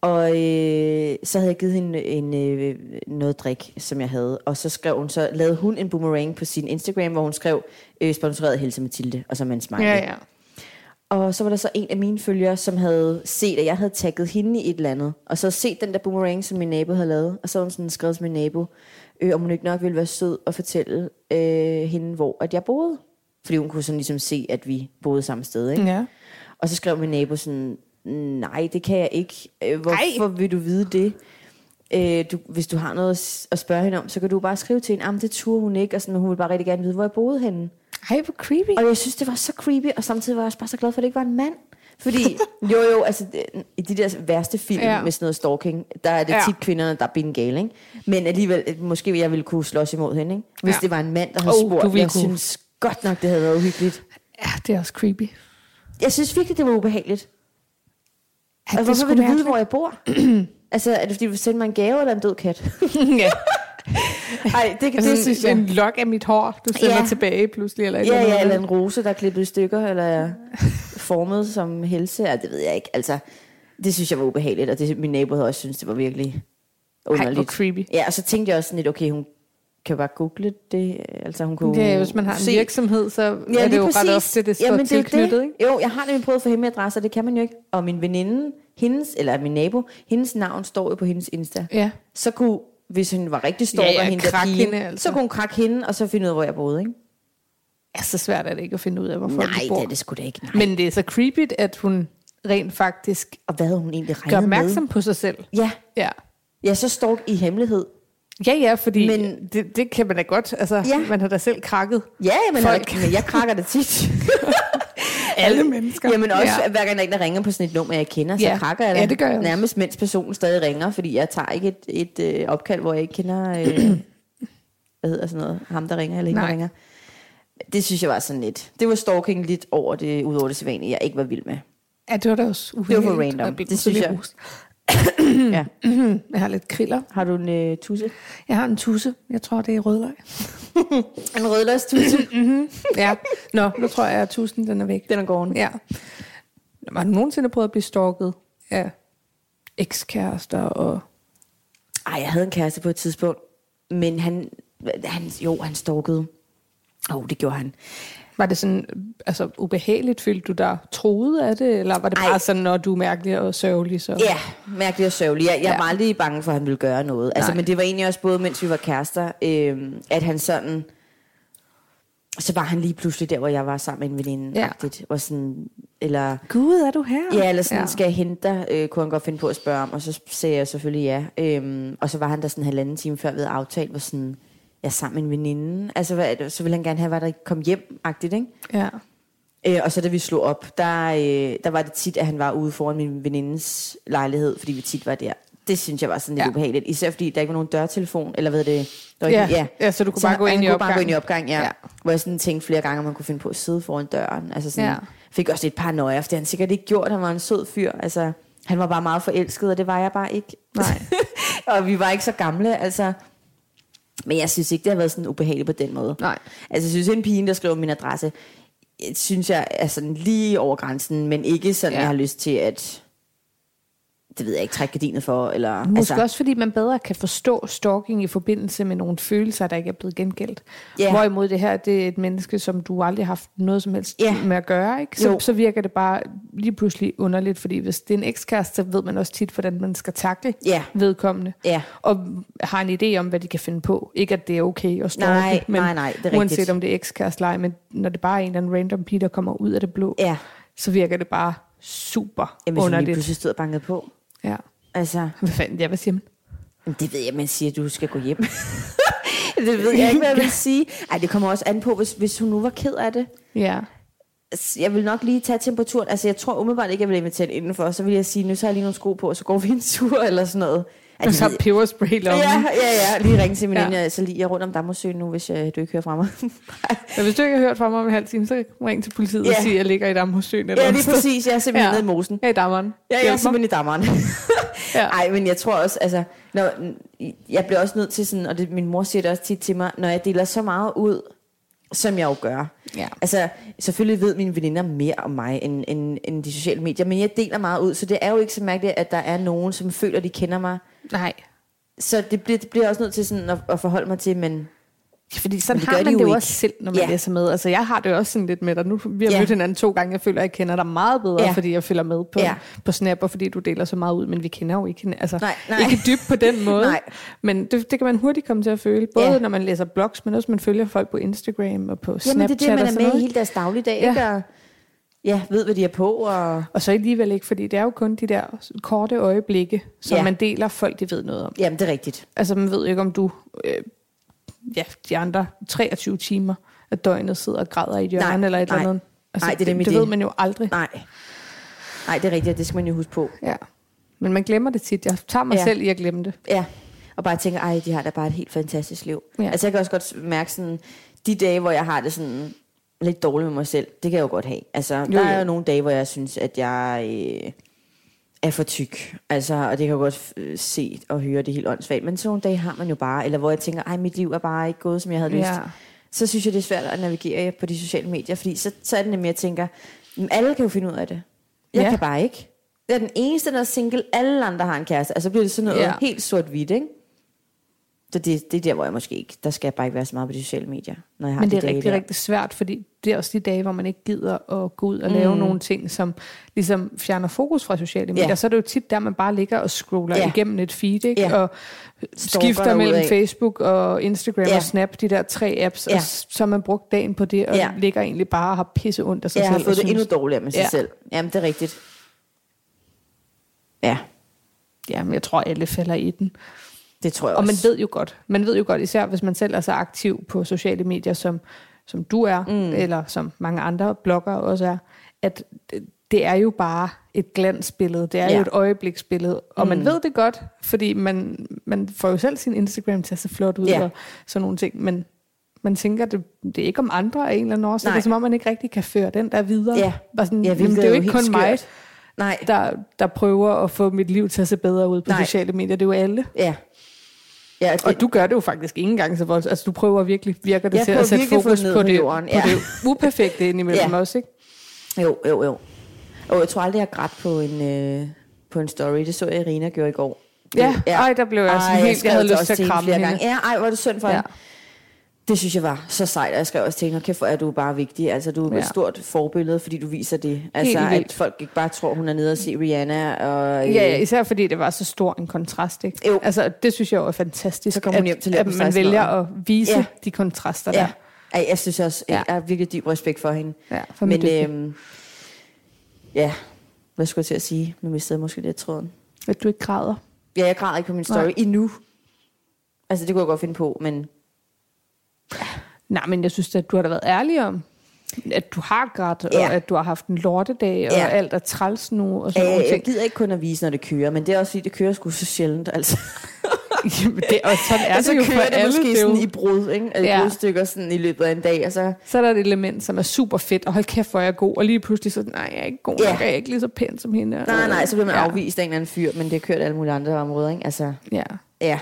S2: Og øh, så havde jeg givet hende en, øh, noget drik, som jeg havde. Og så skrev hun, så lavede hun en boomerang på sin Instagram, hvor hun skrev, øh, sponsoreret Helse Mathilde, og så med en smiley.
S1: ja, ja.
S2: Og så var der så en af mine følgere, som havde set, at jeg havde tagget hende i et eller andet. Og så set den der boomerang, som min nabo havde lavet. Og så havde hun sådan skrevet til min nabo, øh, om hun ikke nok ville være sød og fortælle øh, hende, hvor at jeg boede. Fordi hun kunne sådan ligesom se, at vi boede samme sted. Ikke?
S1: ja.
S2: Og så skrev min nabo sådan, nej, det kan jeg ikke. Øh, Hvorfor Ej. vil du vide det? Øh, du, hvis du har noget at s- at spørge hende om, så kan du bare skrive til hende, at det turde hun ikke, og sådan, hun ville bare rigtig gerne vide, hvor jeg boede henne.
S1: Ej, hvor creepy.
S2: Og jeg synes, det var så creepy, og samtidig var jeg også bare så glad for, at det ikke var en mand. Fordi, jo jo, altså det- i de der værste film
S1: Ja.
S2: ja. med sådan noget stalking, der er det
S1: Ja.
S2: ja. tit kvinderne, der er binde gale, ikke? Men alligevel, øh, måske jeg ville kunne slås imod hende, ikke? Hvis
S1: Ja.
S2: ja. det var en mand, der havde
S1: Oh,
S2: oh,
S1: du
S2: spurgt.
S1: ville
S2: Jeg
S1: kunne.
S2: synes godt nok, det havde været uhyggeligt.
S1: Ja, det er også creepy.
S2: Jeg synes virkelig, det var ubehageligt.
S1: Ja,
S2: altså,
S1: det
S2: hvorfor
S1: skulle
S2: vil du vide,
S1: mærkeligt.
S2: hvor jeg bor? altså, er det fordi, du vil sende mig en gave eller en død kat?
S1: ja,
S2: Nej, det, det,
S1: altså,
S2: det synes jeg.
S1: en lok af mit hår, du sender
S2: Ja.
S1: tilbage pludselig. Eller et
S2: Ja, ja,
S1: andet.
S2: eller en rose, der er klippet i stykker, eller er formet som helse. Ja, det ved jeg ikke. Altså, det synes jeg var ubehageligt, og det, min nabo havde også synes det var virkelig
S1: Ej, hvor
S2: underligt.
S1: creepy.
S2: ja, og så tænkte jeg også sådan lidt, okay, hun kan jo bare google det. Altså, hun kunne
S1: Ja, hvis man har en
S2: se-
S1: virksomhed, så
S2: Ja,
S1: er det
S2: lige
S1: jo
S2: præcis.
S1: ret ofte, det står
S2: Jamen, er jo
S1: tilknyttet,
S2: det.
S1: ikke?
S2: Jo, jeg har nemlig prøvet at få hjemmeadresse, og det kan man jo ikke. Og min veninde, hendes, eller min nabo, hendes navn står jo på hendes Insta.
S1: Ja.
S2: Så kunne, hvis hun var rigtig stor,
S1: Ja, ja,
S2: hende, der
S1: krak
S2: pigen,
S1: hende, altså.
S2: så kunne hun krakke hende, og så finde ud af, hvor jeg boede, ikke?
S1: Ja, så svært er det ikke at finde ud af, hvor folk
S2: Nej,
S1: bor.
S2: det er det sgu da ikke. Nej.
S1: Men det er så creepy, at hun rent faktisk
S2: Og hvad havde hun egentlig regnet
S1: gør
S2: med?
S1: opmærksom på sig selv.
S2: Ja,
S1: Ja,
S2: ja, så står i hemmelighed.
S1: ja, ja fordi Men,
S2: Men-
S1: det, det kan man da godt. Altså, ja.
S2: Ja.
S1: Man har da selv krakket
S2: Ja, men,
S1: Folk.
S2: men jeg krakker det tit.
S1: alle mennesker.
S2: Jamen også,
S1: Ja.
S2: ja. hver gang der er en, der ringer på sådan et nummer, jeg kender, så
S1: Ja.
S2: ja. krakker jeg
S1: Ja, det gør jeg også.
S2: Nærmest mens personen stadig ringer, fordi jeg tager ikke et, et øh, opkald, hvor jeg ikke kender, øh, hvad hedder sådan noget, ham der ringer eller hende, der
S1: Nej.
S2: ringer. Det synes jeg var sådan lidt, det var stalking lidt over det, ud over det sædvanlige, jeg ikke var vild med.
S1: ja, det var da også
S2: for
S1: uheldigt.
S2: random.
S1: at blive
S2: Det synes
S1: pludselig
S2: jeg.
S1: rust.
S2: ja.
S1: Jeg har lidt kriller.
S2: Har du en øh, tusse?
S1: Jeg har en tusse. Jeg tror, det er rødløg.
S2: En rødløs-tusse.
S1: Ja. Nå, nu tror jeg, at tusen den er væk.
S2: Den er gården.
S1: Ja. Nå, Har du nogensinde prøvet at blive stalket af ekskærester og...
S2: Ej, jeg havde en kæreste på et tidspunkt, men han, han jo, han stalkede. Åh, oh, det gjorde han.
S1: Var det sådan altså, ubehageligt? Følte du dig troet af det? Eller var det bare
S2: Ej.
S1: Ej. sådan, når du er mærkelig og sørgelig? Så...
S2: Ja, mærkeligt og sørgelig. Jeg, jeg
S1: Ja.
S2: ja. var aldrig bange for, at han ville gøre noget. Altså,
S1: Nej.
S2: men det var egentlig også både, mens vi var kærester, øh, at han sådan... Så var han lige pludselig der, hvor jeg var sammen med en veninde.
S1: Ja.
S2: Ja. Hvor sådan, eller,
S1: Gud, er du her?
S2: ja, eller sådan, ja. skal jeg hente dig? Øh, kunne han godt finde på at spørge om. Og så sagde jeg selvfølgelig ja. Øhm, og så var han der sådan en halvanden time før ved aftalt, hvor sådan, jeg er sammen med en veninde. Altså, hvad, så ville han gerne have, at der kom hjem-agtigt, ikke?
S1: Ja.
S2: Øh, og så da vi slog op, der, øh, der var det tit, at han var ude foran min venindes lejlighed, fordi vi tit var der. Det synes jeg var sådan lidt
S1: Ja.
S2: ja. ubehageligt. Især fordi der ikke var nogen dørtelefon, eller hvad det... Der var ikke,
S1: Ja. Ja, så du kunne bare
S2: han-
S1: gå ind
S2: han
S1: i
S2: kunne bare gå
S1: opgangen.
S2: ind i opgangen, ja.
S1: Ja.
S2: ja. Hvor jeg sådan tænkte flere gange, om man kunne finde på at sidde foran døren. Altså sådan,
S1: Ja.
S2: ja. Fik også lidt paranoia, for det har han sikkert ikke gjort. Han var en sød fyr. Altså, han var bare meget forelsket, og det var jeg bare ikke.
S1: Nej.
S2: og vi var ikke så gamle, altså... Men jeg synes ikke, det har været sådan ubehageligt på den måde.
S1: Nej.
S2: Altså, jeg synes, en pige, der skriver min adresse, øh, synes jeg er sådan lige over grænsen, men ikke sådan,
S1: Ja.
S2: ja. jeg har lyst til at, det ved jeg ikke, trække gardinet for, eller...
S1: Måske altså, også fordi man bedre kan forstå stalking i forbindelse med nogle følelser, der ikke er blevet gengældt.
S2: Ja.
S1: Yeah. Hvorimod det her, det er et menneske, som du aldrig har haft noget som helst
S2: Ja.
S1: yeah. med at gøre. Ikke? Så,
S2: Jo.
S1: så virker det bare lige pludselig underligt, fordi hvis det er en ekskæreste, så ved man også tit, hvordan man skal takle
S2: Ja.
S1: vedkommende.
S2: Ja.
S1: Og har en idé om, hvad de kan finde på. Ikke at det er okay at stalke,
S2: Nej,
S1: men
S2: nej, nej, det er rigtigt.
S1: uanset om det er ekskæreste eller ej, men når det bare er en eller anden random pige, der kommer ud af det blå,
S2: Ja.
S1: så virker det bare super
S2: Jamen, hvis hun lige
S1: underligt.
S2: pludselig stod og bankede på.
S1: Ja.
S2: Altså,
S1: Hvad fanden, ja, hvad siger man?
S2: Jamen, Det ved jeg, man siger, at du skal gå hjem. det ved jeg ikke, hvad jeg vil sige. Ej, det kommer også an på, hvis, hvis hun nu var ked af det.
S1: Ja.
S2: Altså, Jeg vil nok lige tage temperaturen. Altså, jeg tror umiddelbart ikke, jeg vil invitere hende indenfor. Så vil jeg sige, nu tager jeg lige nogle sko på, og så går vi en tur eller sådan noget. Ej,
S1: Og
S2: det
S1: så
S2: ved jeg-
S1: peberspray i lommen.
S2: Ja, ja, ja. Lige ringe til min
S1: Ja.
S2: ja. så lige jeg er rundt om Damosøen nu, hvis øh, du ikke hører fra mig.
S1: Men hvis du ikke har hørt fra mig om en halv time, så ring til politiet og
S2: Ja.
S1: sig, at jeg ligger i Damhussøen eller
S2: ja,
S1: et
S2: lige
S1: sted.
S2: præcis. Jeg er simpelthen
S1: Ja.
S2: ja. nede i mosen.
S1: Ja, i dammeren.
S2: Ja, jeg er
S1: Hjælp mig.
S2: simpelthen i dammeren.
S1: Ja.
S2: ja. Ej, men jeg tror også, altså, når, jeg bliver også nødt til sådan, og det, min mor siger det også tit til mig, når jeg deler så meget ud, som jeg jo gør.
S1: Ja.
S2: Altså, selvfølgelig ved mine veninder mere om mig, end, end, end de sociale medier, men jeg deler meget ud, så det er jo ikke så mærkeligt, at der er nogen, som føler, de kender mig.
S1: Nej.
S2: Så det bliver, det bliver jeg også nødt til sådan at, at forholde mig til, men
S1: Ja, Fordi sådan
S2: Men det
S1: har
S2: gør
S1: man
S2: de
S1: det
S2: jo
S1: jo
S2: ikke.
S1: også selv, når man
S2: Ja.
S1: læser med. Altså, jeg har det jo også sådan lidt med dig. Nu, vi har
S2: Ja.
S1: mødt hinanden to gange. Jeg føler, at jeg kender dig meget bedre,
S2: Ja.
S1: fordi jeg følger med på,
S2: Ja.
S1: på Snap, og fordi du deler så meget ud. Men vi kender jo ikke hinanden. altså,
S2: Nej, nej.
S1: ikke dybt på den måde.
S2: Nej.
S1: Men det, det, kan man hurtigt komme til at føle. Både
S2: Ja.
S1: når man læser blogs, men også når man følger folk på Instagram og på Snapchat
S2: jamen, det er det, man
S1: og
S2: er
S1: sådan
S2: med i
S1: noget.
S2: hele deres dagligdag,
S1: Ja.
S2: ja. ikke? Og, ja, ved, hvad de er på, og
S1: Og så alligevel ikke, fordi det er jo kun de der korte øjeblikke, som ja.
S2: Ja.
S1: man deler, folk de ved noget om.
S2: jamen, det er rigtigt.
S1: Altså man ved jo ikke, om du øh, ja, de andre 23 timer af døgnet sidder og græder i et hjørne
S2: Nej,
S1: eller et eller
S2: nej.
S1: andet. Altså,
S2: Nej, det er nemlig
S1: det
S2: det.
S1: ved man jo aldrig.
S2: Nej. Nej, det er rigtigt, og det skal man jo huske på.
S1: Ja. Men man glemmer det tit. Jeg tager mig ja.
S2: Ja.
S1: selv i at glemme det.
S2: Ja, og bare tænker, ej, de har da bare et helt fantastisk liv.
S1: Ja.
S2: Ja. Altså, jeg kan også godt mærke sådan, de dage, hvor jeg har det sådan lidt dårligt med mig selv, det kan jeg jo godt have. Altså, jo, der
S1: jo.
S2: er jo nogle dage, hvor jeg synes, at jeg øh, er for tyk. Altså, og det kan jeg godt øh, se og høre, det er helt åndssvagt. Men sådan nogle dage har man jo bare, eller hvor jeg tænker, ej, mit liv er bare ikke gået, som jeg havde lyst.
S1: Ja.
S2: Så synes jeg, det er svært at navigere på de sociale medier, fordi så, så er det nemlig, jeg tænker, "Men alle kan jo finde ud af det. Jeg
S1: Ja.
S2: ja. kan bare ikke. Jeg er den eneste, der er single. Alle andre har en kæreste. Altså så bliver det sådan noget
S1: Ja.
S2: ja. helt sort-hvidt, ikke? Så det, det er der, hvor jeg måske ikke... Der skal jeg bare ikke være så meget på de sociale medier, når jeg har
S1: Men det
S2: de
S1: er
S2: dage
S1: rigtig,
S2: der.
S1: rigtig svært, fordi det er også de dage, hvor man ikke gider at gå ud og lave nogle ting, som ligesom fjerner fokus fra sociale medier.
S2: Mm. Ja.
S1: Så er det jo tit der, man bare ligger og scroller
S2: Ja.
S1: igennem et feed, ikke?
S2: Ja.
S1: og
S2: Stalker
S1: skifter mellem
S2: derudad.
S1: Facebook og Instagram
S2: Ja.
S1: og Snap, de der tre apps,
S2: Ja.
S1: og s- så har man brugt dagen på det, og
S2: Ja.
S1: ligger egentlig bare og har pisse ondt af sig
S2: Jeg
S1: selv.
S2: har fået
S1: og
S2: det endnu
S1: synes-
S2: dårligere med sig
S1: Ja.
S2: ja. selv. Jamen, det er rigtigt. Ja,
S1: Ja, men jeg tror, alle falder i den.
S2: det tror jeg
S1: Og man
S2: også.
S1: ved jo godt, man ved jo godt, især hvis man selv er så aktiv på sociale medier, som, som du er, mm. eller som mange andre bloggere også er, at det- det er jo bare et glansbillede, det er ja. jo
S2: Ja.
S1: et øjebliksbillede, og mm. man ved det godt, fordi man, man får jo selv sin Instagram til at se flot ud, ja.
S2: Ja.
S1: og sådan nogle ting, men man tænker, det, det er ikke om andre af en eller anden årsag, det
S2: Nej.
S1: er som om, man ikke rigtig kan føre den der videre.
S2: Ja.
S1: Bare sådan,
S2: Ja,
S1: jamen,
S2: hvilket
S1: det
S2: er
S1: er jo
S2: jo
S1: ikke
S2: helt
S1: kun mig,
S2: skørt. Nej,
S1: der, der prøver at få mit liv til at se bedre ud på
S2: Nej.
S1: sociale medier, det er jo alle.
S2: ja. ja det,
S1: Og du gør det jo faktisk ikke engang så voldsomt. Altså, du prøver virkelig, virker det
S2: Jeg
S1: til at
S2: prøver
S1: sætte
S2: virkelig at få
S1: fokus
S2: den ned
S1: på
S2: på
S1: det,
S2: jorden,
S1: på
S2: ja.
S1: det uperfekte indimellem ja.
S2: Ja.
S1: også, ikke?
S2: Jo, jo, jo. Og jeg tror aldrig, jeg har grædt på en, øh, på en story. Det så jeg, Irina gjorde i går.
S1: Ja, ej, der blev jeg sådan helt- jeg
S2: skrev
S1: havde
S2: det
S1: lyst
S2: også
S1: til at
S2: hende
S1: kramme
S2: flere
S1: hende.
S2: gange. Ja, ej, hvor er det synd for
S1: Ja.
S2: ja. hende. Det synes jeg var så sejt, og jeg skrev også til hende, "Hold kæft, hvor er du bare vigtig. Altså, du er
S1: Ja.
S2: ja. et stort forbillede, fordi du viser det. Altså,
S1: vildt.
S2: at folk ikke bare tror, hun er nede og se Rihanna. Og, øh,
S1: Ja, ja, især fordi det var så stor en kontrast, ikke?
S2: Jo.
S1: Altså, det synes jeg jo er fantastisk,
S2: Så kommer hun hjem
S1: at,
S2: til
S1: at man
S2: leverpostejsen
S1: vælger at vise ja.
S2: Ja.
S1: de kontraster der.
S2: ja. Ej, jeg synes også,
S1: Ja.
S2: ja. jeg har virkelig dyb respekt for hende.
S1: Ja, for
S2: Men,
S1: mit
S2: øhm, ja, hvad skulle jeg til at sige? Nu mistede jeg måske lidt tråden.
S1: At du ikke græder.
S2: Ja, jeg græder ikke på min story
S1: Nej.
S2: Nej. endnu. Altså, det kunne jeg godt finde på, men
S1: Nej, men jeg synes at du har da været ærlig om, at du har grædt, ja.
S2: Ja.
S1: og at du har haft en lortedag, og ja.
S2: Ja.
S1: alt er træls nu, og sådan øh,
S2: øh,
S1: nogle
S2: jeg
S1: ting.
S2: gider ikke kun at vise, når det kører, men det er også fordi, det kører sgu så sjældent, altså.
S1: Jamen, det, og sådan er
S2: og så
S1: det jo for
S2: kører det
S1: alle.
S2: måske
S1: det er jo-
S2: sådan i brud, ikke? Eller
S1: Ja.
S2: ja. brudstykker sådan i løbet af en dag, og så...
S1: Så er der et element, som er super fedt, og hold kæft, hvor er jeg god, og lige pludselig så, nej, jeg er ikke god nok,
S2: Ja.
S1: og jeg er ikke lige så pæn som hende.
S2: Nej,
S1: Og-
S2: nej, så bliver man ja. afvist af en eller anden fyr, men det har kørt alle mulige andre områder, ikke? Altså,
S1: Ja.
S2: ja.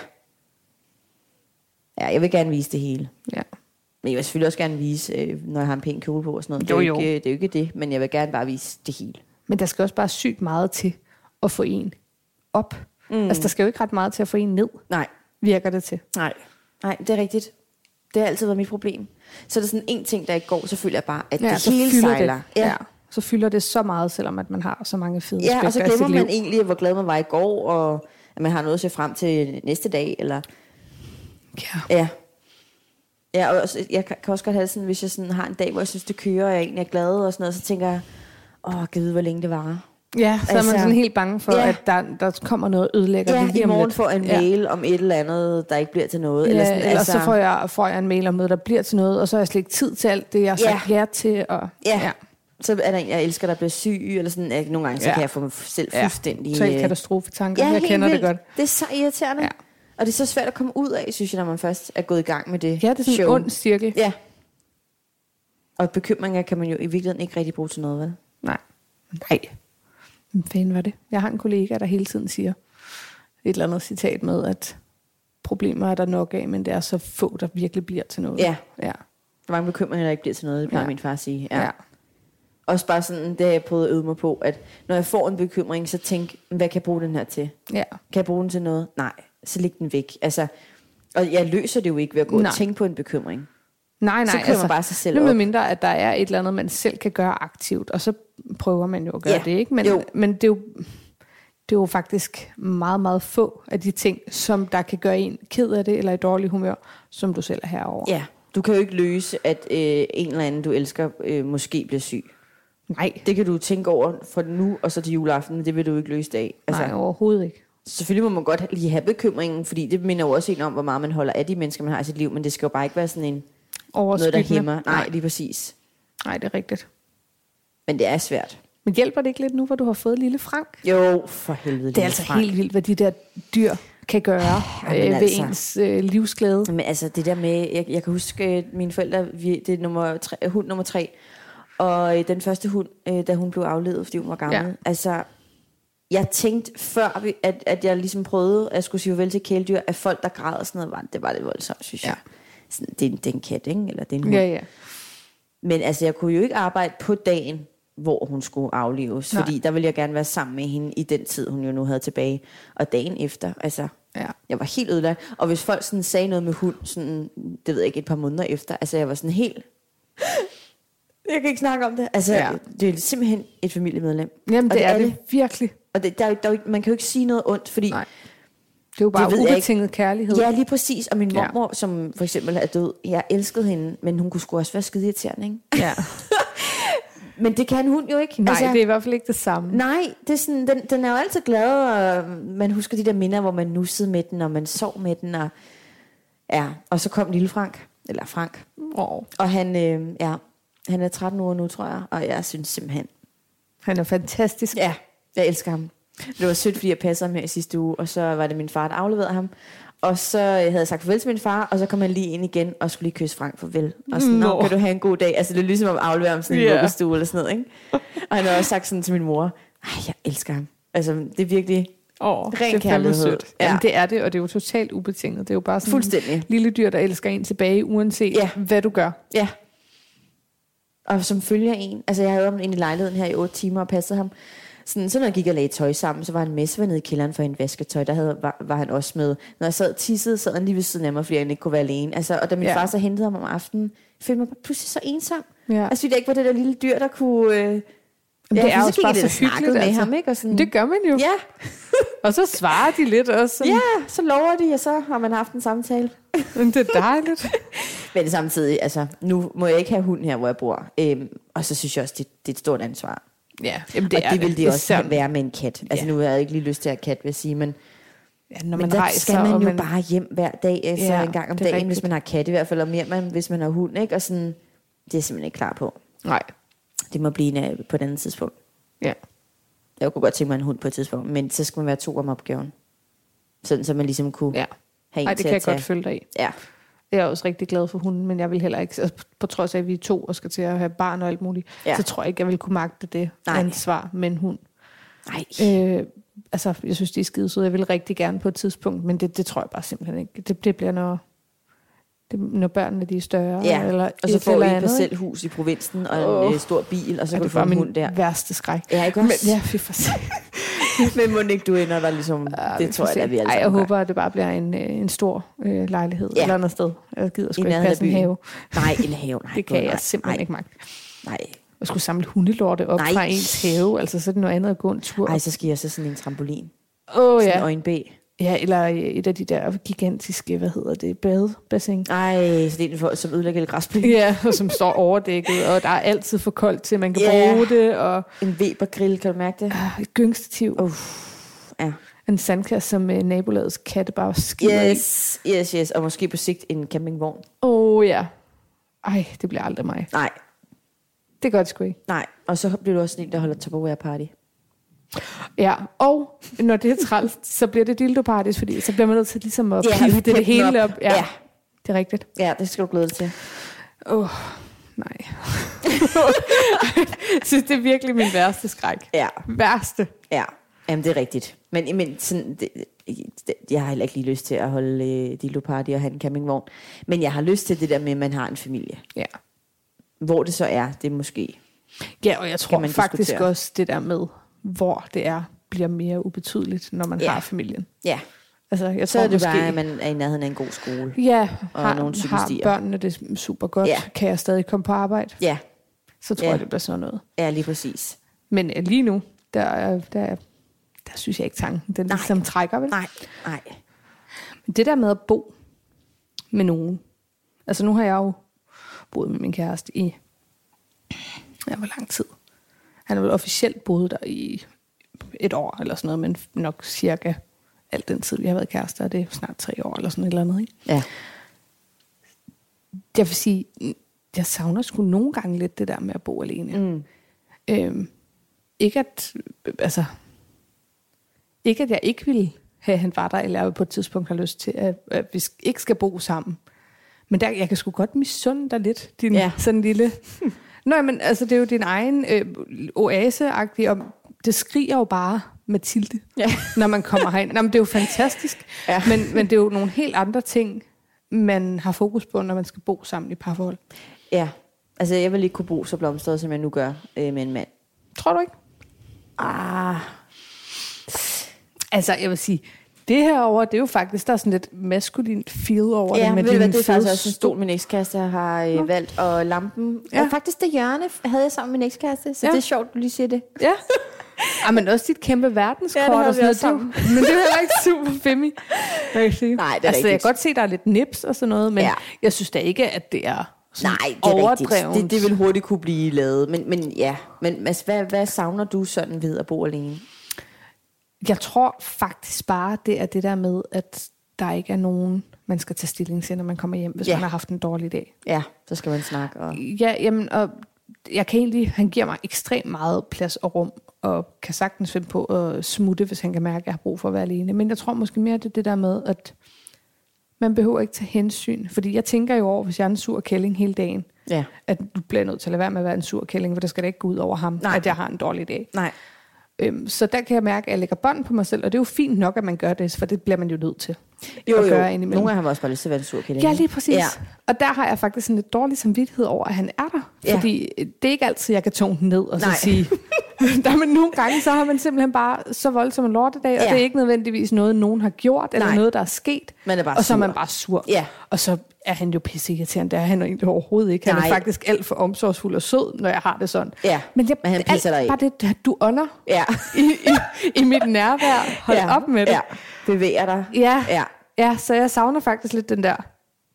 S2: Ja, jeg vil gerne vise det hele.
S1: Ja.
S2: Men jeg vil selvfølgelig også gerne vise, øh, når jeg har en pæn kjole på og sådan noget.
S1: Jo,
S2: det, er
S1: jo.
S2: Ikke, det er jo ikke det, men jeg vil gerne bare vise det hele.
S1: Men der skal også bare sygt meget til at få en op. Mm. Altså, der skal jo ikke ret meget til at få en ned,
S2: Nej,
S1: virker det til.
S2: nej. Nej, det er rigtigt. Det har altid været mit problem. Så er der sådan en ting, der ikke går, så føler jeg bare, at ja, det hele sejler.
S1: det. Ja. Så fylder det så meget, selvom at man har så mange fede
S2: Ja, og så
S1: aspekter af sit
S2: glemmer man
S1: liv.
S2: egentlig, hvor glad man var i går, og at man har noget at se frem til næste dag. Eller,
S1: Ja.
S2: ja. Ja, og også, jeg kan kan også godt have det sådan, hvis jeg sådan har en dag, hvor jeg synes, det kører, og jeg egentlig er glad og sådan noget, så tænker jeg, åh, kan vide, hvor længe det varer.
S1: ja, så er
S2: Altså-
S1: man sådan helt bange for,
S2: Ja.
S1: ja. at der, der kommer noget ødelægger det
S2: Ja,
S1: lige
S2: i
S1: om
S2: morgen
S1: lidt.
S2: får jeg en
S1: Ja.
S2: mail om et eller andet, der ikke bliver til noget.
S1: Ja,
S2: eller sådan,
S1: eller altså, så får jeg, får jeg en mail om noget, der bliver til noget, og så har jeg slet ikke tid til alt det, jeg har sagt ja, ja til. Og,
S2: Ja. ja. Så er der en, jeg elsker, der bliver syg, eller sådan. Jeg, nogle gange, så
S1: Ja.
S2: kan jeg få mig selv
S1: ja.
S2: fuldstændig...
S1: Totalt
S2: øh,
S1: katastrofetanker,
S2: ja,
S1: ja, jeg
S2: helt
S1: kender
S2: vildt.
S1: det godt.
S2: Det er så irriterende. Ja.
S1: Ja.
S2: Og det er så svært at komme ud af, synes jeg, når man først er gået i gang med det
S1: Ja, det er sådan en
S2: show.
S1: ond cirkel.
S2: Ja. Og bekymringer kan man jo i virkeligheden ikke rigtig bruge til noget, vel?
S1: Nej. Nej. Hvem fanden var det? Jeg har en kollega, der hele tiden siger et eller andet citat med, at problemer er der nok af, men det er så få, der virkelig bliver til noget.
S2: Ja.
S1: Ja.
S2: Der er mange bekymringer, der ikke bliver til noget, det plejer ja.
S1: Ja.
S2: min far at sige.
S1: ja. ja.
S2: Også bare sådan, det har jeg prøvet at øve mig på, at når jeg får en bekymring, så tænk, hvad kan jeg bruge den her til?
S1: ja.
S2: Kan jeg bruge den til noget? Nej, så læg den væk. Altså, og jeg løser det jo ikke ved at gå
S1: Nej.
S2: og tænke på en bekymring.
S1: Nej, altså, nej.
S2: Så kører man bare sig selv
S1: nu med
S2: op.
S1: mindre, at der er et eller andet, man selv kan gøre aktivt, og så prøver man jo at gøre
S2: Ja.
S1: det, ikke? Men,
S2: Jo.
S1: men det, er jo, det er jo faktisk meget, meget få af de ting, som der kan gøre en ked af det, eller i dårlig humør, som du selv er herover.
S2: Ja, du kan jo ikke løse, at øh, en eller anden, du elsker, øh, måske bliver syg.
S1: Nej,
S2: Det kan du tænke over fra nu og så til juleaften, men det vil du ikke løse i dag. Altså,
S1: nej, overhovedet ikke.
S2: selvfølgelig må man godt lige have bekymringen, fordi det minder jo også en om, hvor meget man holder af de mennesker, man har i sit liv, men det skal jo bare ikke være sådan en, noget, der
S1: Overskyggende.
S2: hæmmer. Nej, lige præcis.
S1: nej, det er rigtigt.
S2: Men det er svært.
S1: Men hjælper det ikke lidt nu, hvor du har fået lille Frank?
S2: Jo, for helvede.
S1: Det er
S2: lille
S1: altså
S2: Frank.
S1: helt vildt, hvad de der dyr kan gøre øh,
S2: Jamen
S1: ved
S2: altså.
S1: ens øh, livsglæde.
S2: Men altså det der med, jeg, jeg kan huske øh, mine forældre, vi, det er nummer tre, øh, hund nummer tre, og øh, den første hund, øh, da hun blev aflevet, fordi hun var gammel, ja.
S1: Ja.
S2: altså jeg tænkte før, vi- at, at jeg ligesom prøvede, at jeg skulle sige farvel til kæledyr, at folk, der græd og sådan noget, var, det var lidt voldsomt, synes
S1: Ja.
S2: jeg. Sådan, det, er en- det er en kat, ikke? Eller det er en hund.
S1: Ja, ja.
S2: Men altså, jeg kunne jo ikke arbejde på dagen, hvor hun skulle aflives, Nej.
S1: Nej.
S2: fordi der ville jeg gerne være sammen med hende i den tid, hun jo nu havde tilbage. Og dagen efter, altså,
S1: ja.
S2: jeg var helt ødelagt. Og hvis folk sådan sagde noget med hund, sådan, det ved jeg ikke, et par måneder efter, altså, jeg var sådan helt... jeg kan ikke snakke om det. Altså, ja.
S1: Ja.
S2: det er simpelthen et familiemedlem.
S1: Jamen,
S2: og
S1: det, det er det virkelig.
S2: Og det, der, er jo- der, er jo ikke- man kan jo ikke sige noget ondt, fordi...
S1: Nej. Det er jo bare
S2: ved jeg ikke.
S1: ubetinget kærlighed.
S2: Ja, lige præcis. Og min
S1: Ja.
S2: mormor, ja. som for eksempel er død, jeg elskede hende, men hun kunne sgu også være skide irriterende, ikke?
S1: ja.
S2: Men det kan hun jo ikke.
S1: Nej, altså, det er i hvert fald ikke det samme.
S2: Nej, det er sådan, den, den er jo altid glad, og man husker de der minder, hvor man nussede med den, og man sov med den. Og, ja, og så kom lille Frank, eller Frank,
S1: Oh,
S2: og han, øh, ja, han er 13 år nu, tror jeg, og jeg synes simpelthen,
S1: han er fantastisk.
S2: ja, jeg elsker ham. Det var sødt, fordi jeg passede ham her i sidste uge, og så var det min far, der afleverede ham. Og så øh, havde jeg sagt farvel til min far, og så kom han lige ind igen, og skulle lige kysse Frank farvel. Og sådan, Nå.
S1: Nå.
S2: kan du have en god dag? Altså, det er ligesom at aflevere ham sådan i en
S1: Ja.
S2: vuggestue eller sådan noget, ikke? Og han har også sagt sådan til min mor, ej, jeg elsker ham. Altså, det er virkelig,
S1: Oh, det er fandme
S2: kærlighed.
S1: sødt.
S2: Ja.
S1: Ja. Jamen, det er det, og det er jo totalt ubetinget. Det er jo bare sådan
S2: Fuldstændig.
S1: lille dyr, der elsker en tilbage, uanset
S2: Ja.
S1: ja. hvad du gør.
S2: Ja. Og som følger en. Altså, jeg havde ham inde i lejligheden her i 8 timer og passede ham. Sådan, så når jeg gik og lagde tøj sammen, så var han med, så var jeg nede i kælderen for en vasketøj. Der havde, var, var, han også med. Når jeg sad og tissede, sad han lige ved siden af mig, fordi han ikke kunne være alene. Altså, og da min ja.
S1: Ja.
S2: far så hentede ham om aftenen, følte jeg mig bare pludselig så ensom.
S1: Ja.
S2: Altså, fordi der ikke var det der lille dyr, der kunne... Øh, det
S1: det er også bare så hyggeligt,
S2: med
S1: altså.
S2: ham, ikke? Og sådan,
S1: Det gør man jo.
S2: ja,
S1: Og så svarer de lidt også. Sådan,
S2: ja, så lover de, og så har man haft en samtale.
S1: "Men Det er dejligt.
S2: Men samtidig, altså, nu må jeg ikke have hund her, hvor jeg bor. Øhm, og så synes jeg også, det, det er et stort ansvar.
S1: Ja, jamen,
S2: Det og det ville det også
S1: Især-
S2: have være med en kat. Altså
S1: Ja.
S2: nu har jeg ikke lige lyst til at have kat, vil jeg sige, men,
S1: Ja, når
S2: men
S1: man
S2: der
S1: rejser,
S2: skal man jo
S1: og
S2: man... bare hjem hver dag, altså ja,
S1: Ja,
S2: en gang om
S1: det er
S2: dagen, hvis
S1: rigtigt.
S2: man har kat i hvert fald, og mere man, hvis man har hund, ikke? Og sådan, det er jeg simpelthen ikke klar på.
S1: Nej,
S2: Det må blive en, øh, på et andet tidspunkt.
S1: ja.
S2: Jeg kunne godt tænke mig en hund på et tidspunkt, men så skal man være to om opgaven. Sådan, så man ligesom kunne
S1: ja.
S2: have en
S1: Ej, det
S2: til
S1: kan jeg
S2: at tage.
S1: godt følge dig i.
S2: Ja.
S1: Jeg er også rigtig glad for hunden, men jeg vil heller ikke, altså, på trods af, at vi er to og skal til at have barn og alt muligt,
S2: Ja.
S1: ja. så tror jeg ikke, jeg vil kunne magte det
S2: Nej.
S1: Nej. ansvar med en hund.
S2: Nej.
S1: Øh, altså, jeg synes, det er skide sødt. Jeg vil rigtig gerne på et tidspunkt, men det, det tror jeg bare simpelthen ikke. Det, det bliver, når det, når børnene de er større.
S2: Ja,
S1: eller
S2: og så
S1: et
S2: får
S1: eller
S2: I et
S1: andet, ikke?
S2: parcelhus i provinsen og en
S1: Åh.
S2: øh, stor bil, og så
S1: Ja,
S2: kan du
S1: det
S2: få
S1: var
S2: en
S1: min
S2: hund der.
S1: værste skræk.
S2: Ja, ikke
S1: Men,
S2: også?
S1: ja, fy for sig.
S2: Men må ikke du ender der ligesom, det tror jeg, at vi alle
S1: Ej, jeg
S2: sammen gør.
S1: håber, at det bare bliver en, øh, en stor øh, lejlighed ja.
S2: Ja.
S1: et eller andet sted. Jeg gider sgu
S2: I
S1: ikke
S2: nærheden af
S1: passe en
S2: byen.
S1: have.
S2: Nej, en have. Nej,
S1: Det
S2: gud,
S1: kan
S2: nej,
S1: jeg simpelthen
S2: nej,
S1: ikke magte.
S2: Nej,
S1: At skulle samle hundelorte op
S2: Nej.
S1: Nej. fra ens have, altså så er det noget andet at gå en tur.
S2: Ej, så skal jeg så sådan en trampolin.
S1: Åh oh,
S2: Sådan en
S1: ja.
S2: øjenbæ.
S1: ja, eller øh, et af de der gigantiske, hvad hedder det, badebassin.
S2: Ej, så det er for, som ødelægger lidt græsplæne.
S1: Ja, og som står overdækket, og der er altid for koldt til, at man kan
S2: Ja.
S1: yeah. bruge det, og
S2: En Weber-grill, kan du mærke det?
S1: ah, et gyngstativ.
S2: Uff, ja.
S1: En sandkasse, som uh, nabolagets katte bare skider yes. i.
S2: yes, yes. Og måske på sigt en campingvogn.
S1: Åh oh, ja. Ej, det bliver aldrig mig.
S2: Nej,
S1: Det gør det sgu ikke.
S2: nej. Og så bliver du også sådan en, der holder Tupperware-party.
S1: Ja, og når det er træls, så bliver det dildopartis, fordi så bliver man nødt til ligesom at
S2: Ja,
S1: pifte det,
S2: pimpe
S1: det
S2: den
S1: hele
S2: op.
S1: op. Ja,
S2: Ja.
S1: ja, det er rigtigt.
S2: Ja, det skal du glæde dig til.
S1: Åh, oh, nej. jeg synes, det er virkelig min værste skræk.
S2: Ja,
S1: Værste.
S2: ja. Jamen, det er rigtigt. Men, men sådan, det, det, jeg har heller ikke lige lyst til at holde øh, dildo-party og have en campingvogn. Men jeg har lyst til det der med, at man har en familie.
S1: Ja.
S2: Hvor det så er, det er måske.
S1: Ja, og jeg tror
S2: man
S1: man faktisk
S2: diskutere.
S1: også det der med, hvor det er, bliver mere ubetydeligt, når man
S2: Ja.
S1: ja. har familien.
S2: Ja,
S1: Altså, jeg
S2: så
S1: tror
S2: er det
S1: måske,
S2: bare, at man er i nærheden af en god skole.
S1: ja,
S2: og
S1: har,
S2: nogle
S1: har
S2: cykelstier.
S1: børnene det super godt,
S2: Ja.
S1: ja. kan jeg stadig komme på arbejde,
S2: Ja,
S1: så tror
S2: Ja.
S1: ja. jeg, det bliver sådan noget.
S2: ja lige præcis.
S1: Men øh, lige nu, der, er- der, er- der synes jeg ikke tanken, den
S2: Nej.
S1: ligesom trækker vel.
S2: Nej, nej.
S1: Men det der med at bo med nogen. Altså nu har jeg jo boet med min kæreste i, ja, hvor lang tid? Han har vel officielt boet der i et år eller sådan noget, men nok cirka al den tid, vi har været kærester, og det er snart tre år eller sådan et eller andet, ikke?
S2: Ja.
S1: Jeg vil sige, jeg savner sgu nogle gange lidt det der med at bo alene.
S2: Mm.
S1: Øhm, ikke at, øh, altså, ikke at jeg ikke ville have, at han var der, eller jeg på et tidspunkt har lyst til, at, at vi sk- ikke skal bo sammen. Men der, jeg kan sgu godt misunde dig lidt, din
S2: Ja.
S1: ja. sådan lille... Nå, men altså, det er jo din egen øh, oase og det skriger jo bare Mathilde,
S2: Ja.
S1: når man kommer herind. Nå, men det er jo fantastisk,
S2: Ja.
S1: ja. men, men det er jo nogle helt andre ting, man har fokus på, når man skal bo sammen i parforhold.
S2: ja. Altså, jeg vil ikke kunne bo så blomstret, som jeg nu gør øh, med en mand.
S1: Tror du ikke?
S2: Ah.
S1: Altså, jeg vil sige, det her over, det er jo faktisk, der er sådan lidt maskulin feel over
S2: Ja,
S1: det.
S2: men
S1: med
S2: ved du hvad,
S1: din
S2: det er faktisk
S1: fede
S2: også en stol, min ekskæreste har øh, valgt, og lampen. Ja.
S1: Ja.
S2: Og faktisk det hjørne f- havde jeg sammen med min ekskæreste, så ja.
S1: Ja.
S2: det er sjovt, du lige siger det.
S1: Ja. Ej, men også dit kæmpe verdenskort
S2: Ja, det havde
S1: og
S2: vi
S1: sådan noget.
S2: også
S1: Det er jo- Men det er jo heller ikke super femmi. Nej, det er
S2: Nej, det
S1: altså,
S2: er
S1: jeg
S2: rigtigt.
S1: kan godt se, der er lidt nips og sådan noget, men
S2: Ja.
S1: ja. jeg synes da ikke, at det er sådan
S2: Nej, det er rigtigt.
S1: overdrevent.
S2: Det, det vil hurtigt kunne blive lavet. Men, men ja, men altså, hvad, hvad savner du sådan ved at bo alene?
S1: Jeg tror faktisk bare, det er det der med, at der ikke er nogen, man skal tage stilling til, når man kommer hjem, hvis
S2: Ja.
S1: man har haft en dårlig dag.
S2: Ja, så skal man snakke. Og...
S1: Ja, jamen, og jeg kan egentlig, han giver mig ekstremt meget plads og rum, og kan sagtens finde på at smutte, hvis han kan mærke, at jeg har brug for at være alene. Men jeg tror måske mere, det er det der med, at man behøver ikke tage hensyn. Fordi jeg tænker jo over, hvis jeg er en sur kælling hele dagen,
S2: Ja.
S1: at du bliver nødt til at lade være med at være en sur kælling, for det skal da ikke gå ud over ham,
S2: Nej.
S1: Nej. at jeg har en dårlig dag.
S2: Nej.
S1: Øhm, så der kan jeg mærke, at jeg lægger bånd på mig selv, og det er jo fint nok, at man gør det, for det bliver man jo nødt til
S2: Jo,
S1: at
S2: jo.
S1: gøre indimellem.
S2: Nogle gange har man også bare lyst til at være en sur kælling.
S1: Ja, lige præcis.
S2: Ja.
S1: Ja. Og der har jeg faktisk en lidt dårlig samvittighed over, at han er der.
S2: Ja.
S1: Fordi øh, det er ikke altid, jeg kan tone den ned og så
S2: Nej.
S1: Nej. sige... der, men nogle gange, så har man simpelthen bare så voldsom en lortedag, og
S2: Ja.
S1: det er ikke nødvendigvis noget, nogen har gjort, eller
S2: Nej.
S1: Nej. noget, der er sket.
S2: Man er bare
S1: og så er
S2: sur.
S1: man bare sur.
S2: Ja.
S1: Og så er han jo pisseirriterende. Det er han jo egentlig overhovedet ikke. Han
S2: Nej.
S1: er faktisk alt for omsorgsfuld og sød, når jeg har det sådan.
S2: Ja,
S1: Men, jeg,
S2: men han pisser dig
S1: alt,
S2: ikke.
S1: bare det, du ånder
S2: Ja.
S1: i, i, i mit nærvær. Hold
S2: ja.
S1: op med det.
S2: Ja. Bevæger dig.
S1: Ja.
S2: Ja.
S1: ja, så jeg savner faktisk lidt den der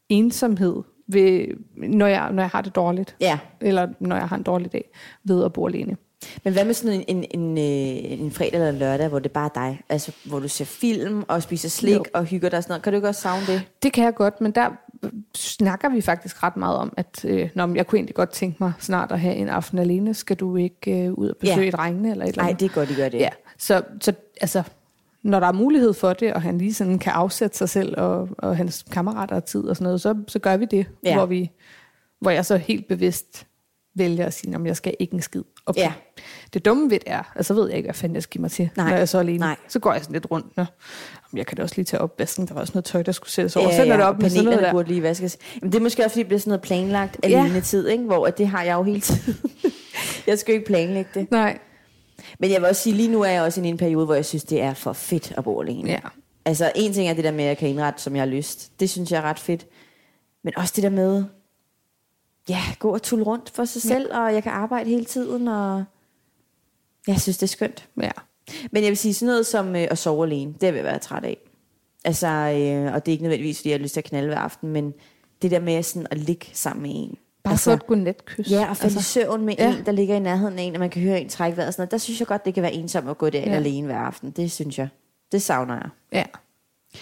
S1: ensomhed, ved, når, jeg, når jeg har det dårligt.
S2: Ja.
S1: Eller når jeg har en dårlig dag, ved at bo alene.
S2: Men hvad med sådan en, en, en, øh, en fredag eller en lørdag, hvor det bare er dig? Altså, hvor du ser film og spiser slik jo.
S1: Jo.
S2: og hygger dig og sådan noget. Kan du ikke også savne det?
S1: Det kan jeg godt, men der øh, snakker vi faktisk ret meget om, at øh, nå, men jeg kunne egentlig godt tænke mig snart at have en aften alene. Skal du ikke øh, ud og besøge
S2: Ja.
S1: ja. drengene eller et eller
S2: Nej,
S1: andet?
S2: det er godt, I gør det.
S1: Ja, så, så altså, når der er mulighed for det, og han lige sådan kan afsætte sig selv og, og hans kammerater og tid og sådan noget, så, så gør vi det,
S2: Ja.
S1: ja. hvor, vi, hvor jeg så helt bevidst vælger at sige, om jeg skal ikke en skid. Okay.
S2: Ja.
S1: Det dumme ved det er, at så ved jeg ikke, hvad fanden jeg skal give mig til,
S2: Nej.
S1: når jeg er så alene.
S2: Nej.
S1: Så går jeg sådan lidt rundt. Nå. Jamen, jeg kan da også lige tage opvasken. Der var også noget tøj, der skulle sættes over.
S2: Ja,
S1: Ja, Sender
S2: ja,
S1: det
S2: og
S1: op med sådan noget
S2: panelerne
S1: der.
S2: burde lige vaskes. Jamen, det er måske også, fordi det bliver sådan noget planlagt
S1: Ja.
S2: alene tid, ikke? hvor at det har jeg jo hele tiden. jeg skal jo ikke planlægge det.
S1: Nej.
S2: Men jeg vil også sige, lige nu er jeg også inde i en periode, hvor jeg synes, det er for fedt at bo alene.
S1: Ja.
S2: Altså, en ting er det der med, at jeg kan indrette, som jeg har lyst. Det synes jeg er ret fedt. Men også det der med, ja, gå og tulle rundt for sig selv, og jeg kan arbejde hele tiden, og jeg synes, det er skønt.
S1: Ja.
S2: Men jeg vil sige, sådan noget som øh, at sove alene, det vil jeg være træt af. Altså, øh, og det er ikke nødvendigvis, fordi jeg har lyst til at knalde hver aften, men det der med sådan at ligge sammen med en.
S1: Bare
S2: altså,
S1: altså, så et godnatkys.
S2: Ja, og falde altså, i søvn med ja.
S1: ja.
S2: en, der ligger i nærheden af en, og man kan høre en trække vejret og sådan noget. Der synes jeg godt, det kan være ensomt at gå derind ja.
S1: Ja.
S2: alene hver aften. Det synes jeg. Det savner jeg.
S1: ja.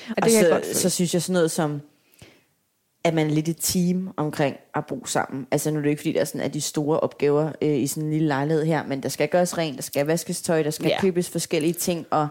S1: Og det
S2: Og
S1: kan jeg
S2: så,
S1: godt føle.
S2: Altså, så synes jeg sådan noget som, at man er lidt et team omkring at bo sammen. Altså nu er det jo ikke, fordi der er sådan, at de store opgaver øh, i sådan en lille lejlighed her, men der skal gøres rent, der skal vaskes tøj, der skal
S1: Ja.
S2: købes forskellige ting, og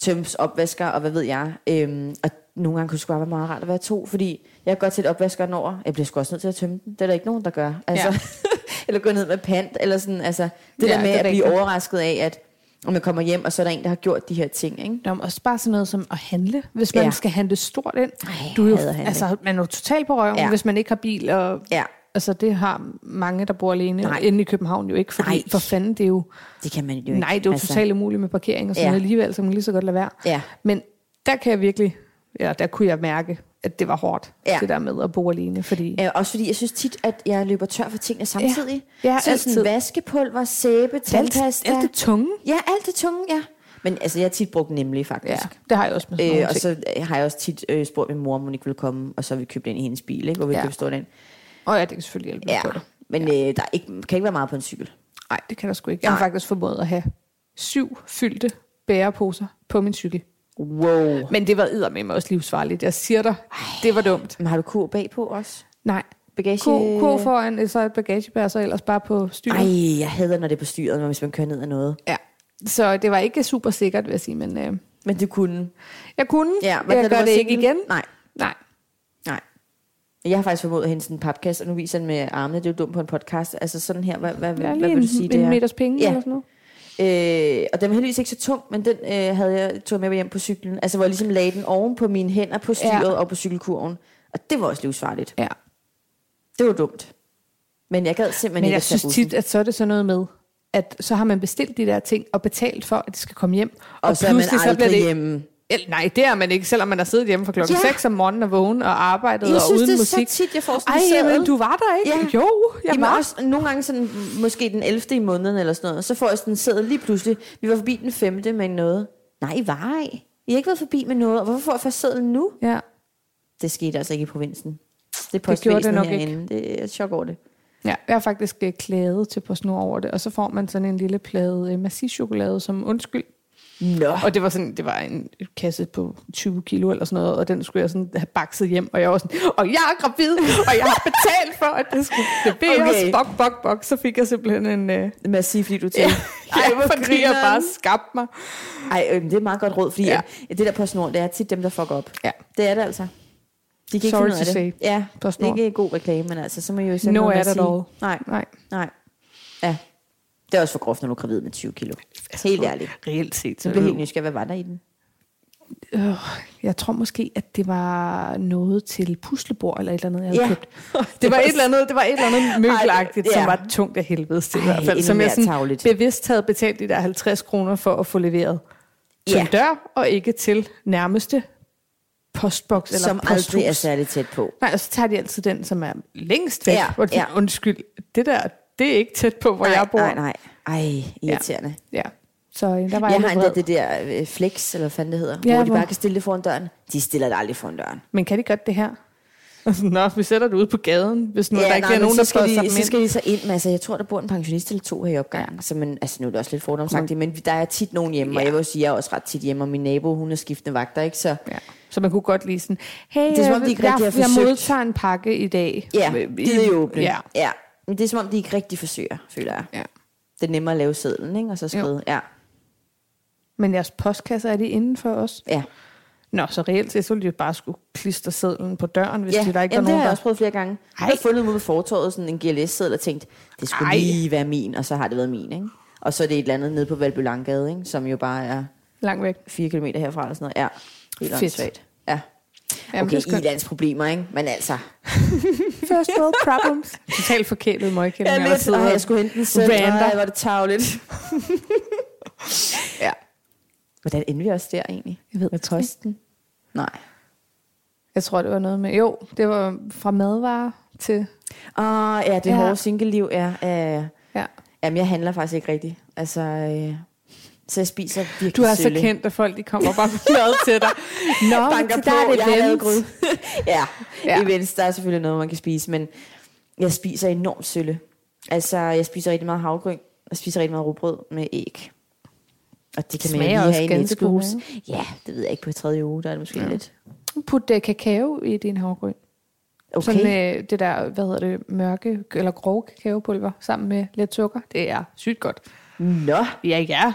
S2: tømmes opvasker, og hvad ved jeg. Øhm, og nogle gange kunne det sgu bare være meget rart at være to, fordi jeg kan godt sætte opvaskeren over. Jeg bliver sgu også nødt til at tømme den. Det er der ikke nogen, der gør. Altså, ja. eller gå ned med pant, eller sådan. Altså, det
S1: Ja,
S2: der med
S1: det er
S2: at blive
S1: rigtigt.
S2: overrasket af, at om jeg kommer hjem, og så er der en, der har gjort de her ting. Ikke?
S1: Nå, men også bare sådan noget som at handle, hvis man
S2: Ja.
S1: ja. skal handle stort ind.
S2: Ej, jeg
S1: du er jo,
S2: hader at handle.
S1: altså, man er jo totalt på røven,
S2: Ja.
S1: ja. hvis man ikke har bil. Og,
S2: Ja.
S1: Altså, det har mange, der bor alene
S2: Nej.
S1: Nej. inde i København jo ikke, fordi
S2: Nej.
S1: Nej. for fanden, det er jo...
S2: Det kan man jo ikke.
S1: Nej, det er jo
S2: Altså,
S1: altså. totalt umuligt med parkering og sådan
S2: Ja.
S1: ja. noget alligevel, så man kan lige så godt lade være.
S2: Ja.
S1: Men der kan jeg virkelig, ja, der kunne jeg mærke, at det var hårdt,
S2: Ja.
S1: ja. det der med at bo alene, fordi... Ja.
S2: Øh, også fordi jeg synes tit, at jeg løber tør for tingene samtidig.
S1: Ja, ja,
S2: så er det sådan
S1: altid.
S2: vaskepulver, sæbe,
S1: Alt,
S2: tandpasta.
S1: alt det tunge.
S2: Ja, alt det tunge, ja. Men altså, jeg har tit brugt nemlig,
S1: Ja,
S2: faktisk.
S1: det har jeg også med sådan
S2: Ja.
S1: nogle
S2: Øh, og
S1: ting.
S2: så har jeg også tit øh, spurgt min mor, om hun ikke ville komme, og så har vi købt ind i hendes bil, ikke? hvor vi ja.
S1: Ja.
S2: købte stort ind.
S1: Og ja, det kan selvfølgelig hjælpe
S2: Ja,
S1: ja. på det.
S2: men øh, der er ikke, kan ikke være meget på en cykel.
S1: Nej, det kan der sgu ikke. Jeg har
S2: Nej.
S1: faktisk formået at have syv fyldte bæreposer på min cykel.
S2: Wow.
S1: Men det var eddermame også livsfarligt. Jeg siger dig, det var dumt.
S2: Men har du kur bagpå også?
S1: Nej.
S2: Bagage?
S1: Ko, ko foran, så et bagagebær, så ellers bare på styret.
S2: Ej, jeg hader, når det er på styret, når- hvis man kører ned ad noget.
S1: Ja. Så det var ikke super sikkert, vil jeg sige, men øh,
S2: Men det kunne.
S1: jeg kunne.
S2: Ja, men
S1: men jeg
S2: da du
S1: gør
S2: var
S1: det ikke
S2: single-
S1: igen.
S2: Nej,
S1: Nej.
S2: Nej. Jeg har faktisk formået at hente sådan en papkasse, og nu viser den med armene, det er jo dumt på en podcast. Altså sådan her, hvad, hvad,
S1: Jeg er
S2: hvad, hvad
S1: lige
S2: vil du
S1: en,
S2: sige,
S1: sige,
S2: det
S1: en
S2: er?
S1: meters penge
S2: Ja.
S1: ja. eller sådan noget.
S2: Øh, og den var heldigvis ikke så tung, men den øh, havde jeg tog med hjem på cyklen. Altså hvor jeg ligesom lagde den oven på mine hænder, på styret ja.
S1: Ja.
S2: og på cykelkurven. Og det var også livsfarligt.
S1: Ja.
S2: Det var dumt. Men jeg gad simpelthen
S1: Men, men
S2: ikke
S1: jeg
S2: at tage
S1: synes
S2: bussen.
S1: tit, at så er det sådan noget med, at så har man bestilt de der ting og betalt for, at de skal komme hjem.
S2: og, og så er man
S1: pludselig
S2: aldrig
S1: det
S2: hjemme.
S1: Eller, nej, det er man ikke, selvom man har siddet hjemme fra klokken
S2: Ja.
S1: ja. 6 om morgenen og vågen og arbejdet
S2: Jeg
S1: og
S2: synes,
S1: uden
S2: det er
S1: musik.
S2: så tit, jeg får sådan en
S1: Ej,
S2: seddel.
S1: men du var der ikke?
S2: Ja.
S1: Jo, jeg
S2: Jamen
S1: var.
S2: også nogle gange sådan, m- måske den 11. i måneden eller sådan noget, så får jeg sådan en sædel lige pludselig. Vi var forbi den 5. med noget. Nej, I var ej. I har ikke været forbi med noget. Og hvorfor får jeg først sædlen nu?
S1: Ja.
S2: Det skete altså ikke i provinsen. Det er
S1: det
S2: postvæsenet det
S1: nok ikke.
S2: herinde. Det er jeg er i chok over det.
S1: ja. Jeg har faktisk øh, klaget til PostNord over det, og så får man sådan en lille plade øh, massivchokolade som undskyld.
S2: Nå.
S1: Og det var sådan, det var en kasse på 20 kilo eller sådan noget, og den skulle jeg sådan have bakset hjem, og jeg var sådan, og jeg er gravid, og jeg har betalt for, at det skulle leveres,
S2: Okay.
S1: okay. bok, bok, bok, så fik jeg simpelthen en... Øh,
S2: Med at sige, fordi du
S1: ja,
S2: tænker.
S1: fordi jeg bare skabte mig.
S2: Ej, øh, det er et meget godt råd, fordi ja.
S1: Ja.
S2: det der på snor, det er tit dem, der fucker op.
S1: Ja.
S2: Det er det altså. De kan
S1: Sorry
S2: ikke
S1: to
S2: finde ud af det.
S1: say.
S2: Ja,
S1: PostNord.
S2: ikke god reklame, men altså, så må I jo sende
S1: No
S2: noget
S1: at
S2: at
S1: at all.
S2: sige. Nej,
S1: Nej.
S2: nej. Ja. Det er også for groft, når du er gravid med 20 kilo.
S1: Altså,
S2: Helt ærligt.
S1: Reelt set.
S2: Så
S1: Så
S2: bliver
S1: blev
S2: helt nysgerrig, hvad var der i den?
S1: øh, jeg tror måske, at det var noget til puslebord eller et eller andet, jeg havde
S2: Ja.
S1: ja. købt. Det var et eller andet, det var et eller andet møbelagtigt,
S2: Ej,
S1: som
S2: ja.
S1: var tungt af helvede til i
S2: Ej,
S1: hvert fald.
S2: endnu
S1: Som
S2: mere
S1: jeg sådan
S2: tarveligt.
S1: bevidst havde betalt de der 50 kroner for at få leveret til
S2: Ja.
S1: ja. dør, og ikke til nærmeste postboks eller
S2: Som
S1: posthus.
S2: aldrig er særlig tæt på.
S1: Nej, og så tager de altid den, som er længst væk.
S2: Ja,
S1: Ja, hvor de,
S2: ja.
S1: ja. Undskyld, det der, det er ikke tæt på, hvor
S2: nej,
S1: jeg bor.
S2: Nej, nej. Ej, irriterende. Ja.
S1: Ja. Så øh, der var
S2: Jeg
S1: jeg,
S2: har
S1: jeg
S2: endda
S1: lidt vred.
S2: det der øh, flex, eller hvad fanden det hedder, ja,
S1: Ja,
S2: hvor de
S1: hvor-
S2: bare kan stille det foran døren. De stiller det aldrig foran døren.
S1: Men kan de godt det her? Nå, vi sætter det ude på gaden, hvis nu ja, der ikke
S2: men
S1: er nogen,
S2: så
S1: der
S2: skal,
S1: prøver sig
S2: de,
S1: dem
S2: så
S1: ind.
S2: skal de så ind. Men altså, jeg tror, der bor en pensionist eller to her i opgangen. Ja. Så man, altså, nu er det også lidt fordomsagtigt, men der er tit nogen hjemme, ja. og
S1: Mm. Ja.
S2: jeg vil jo sige, jeg er også ret tit hjemme, og min nabo, hun er skiftende vagter, ikke? Så
S1: Ja. Så man kunne godt lige sådan, hey,
S2: Det er som om,
S1: øh,
S2: de ikke rigtig
S1: jeg,
S2: har
S1: jeg
S2: forsøgt.
S1: modtager en pakke i dag.
S2: ja,
S1: Øh,
S2: det er jo åbent.
S1: Ja.
S2: ja. Men det er som om, de ikke rigtig forsøger, føler jeg.
S1: ja.
S2: Det er nemmere at lave sædlen, ikke? Og så skrive, ja.
S1: Men jeres postkasser, er de indenfor os?
S2: ja.
S1: Nå, så reelt set, så ville de jo bare skulle klistre sedlen på døren, hvis
S2: ja,
S1: de der ikke var
S2: jamen, det
S1: nogen,
S2: har jeg
S1: der...
S2: også prøvet flere gange. Jeg
S1: Ej.
S2: har fundet ud på fortorvet sådan en GLS-seddel og tænkt, det skulle
S1: Ej.
S2: Ej. lige være min, og så har det været min, ikke? Og så er det et eller andet nede på Valbylangade, ikke? Som jo bare er
S1: Langt væk.
S2: 4 km herfra eller sådan noget. Ja, helt
S1: Fedt.
S2: åndssvagt. Ja.
S1: Jamen,
S2: Okay,
S1: det er skønt.
S2: Irlands problemer, ikke? Men altså...
S1: First world problems. Totalt forkælet møgkælling.
S2: Ja, lidt. Ej, jeg skulle hente den selv.
S1: Rander.
S2: Ej, var det tavligt. ja. Hvordan endte vi også der egentlig?
S1: Jeg ved
S2: Med
S1: det ikke.
S2: trøsten? Nej.
S1: Jeg tror, det var noget med... Jo, det var fra madvarer til...
S2: Åh, Ah, ja, det
S1: Ja.
S2: ja. hårde single-liv, ja. ja.
S1: Ja.
S2: Jamen, jeg handler faktisk ikke rigtigt. Altså, øh, så jeg spiser virkelig
S1: Du har så
S2: sølle.
S1: kendt, at folk de kommer bare med mad til dig. Nå, men
S2: Banker
S1: til
S2: på,
S1: dig er det
S2: jeg har lavet
S1: events.
S2: gryde. ja,
S1: Ja.
S2: ja, events, der er selvfølgelig noget, man kan spise, men jeg spiser enormt sølle. Altså, jeg spiser rigtig meget havgryn, og spiser rigtig meget rugbrød med æg. Og det kan man jo
S1: Smager
S2: lige
S1: også
S2: have i en
S1: ganske
S2: æggebluse.
S1: godt,
S2: Ja, det ved jeg ikke på tredje uge, der er det måske ja. lidt.
S1: Put uh, kakao i din havregryn.
S2: Okay.
S1: Sådan øh, det der, hvad hedder det, mørke eller grove kakaopulver sammen med lidt sukker. Det er sygt godt.
S2: Nå,
S1: Ja, ja.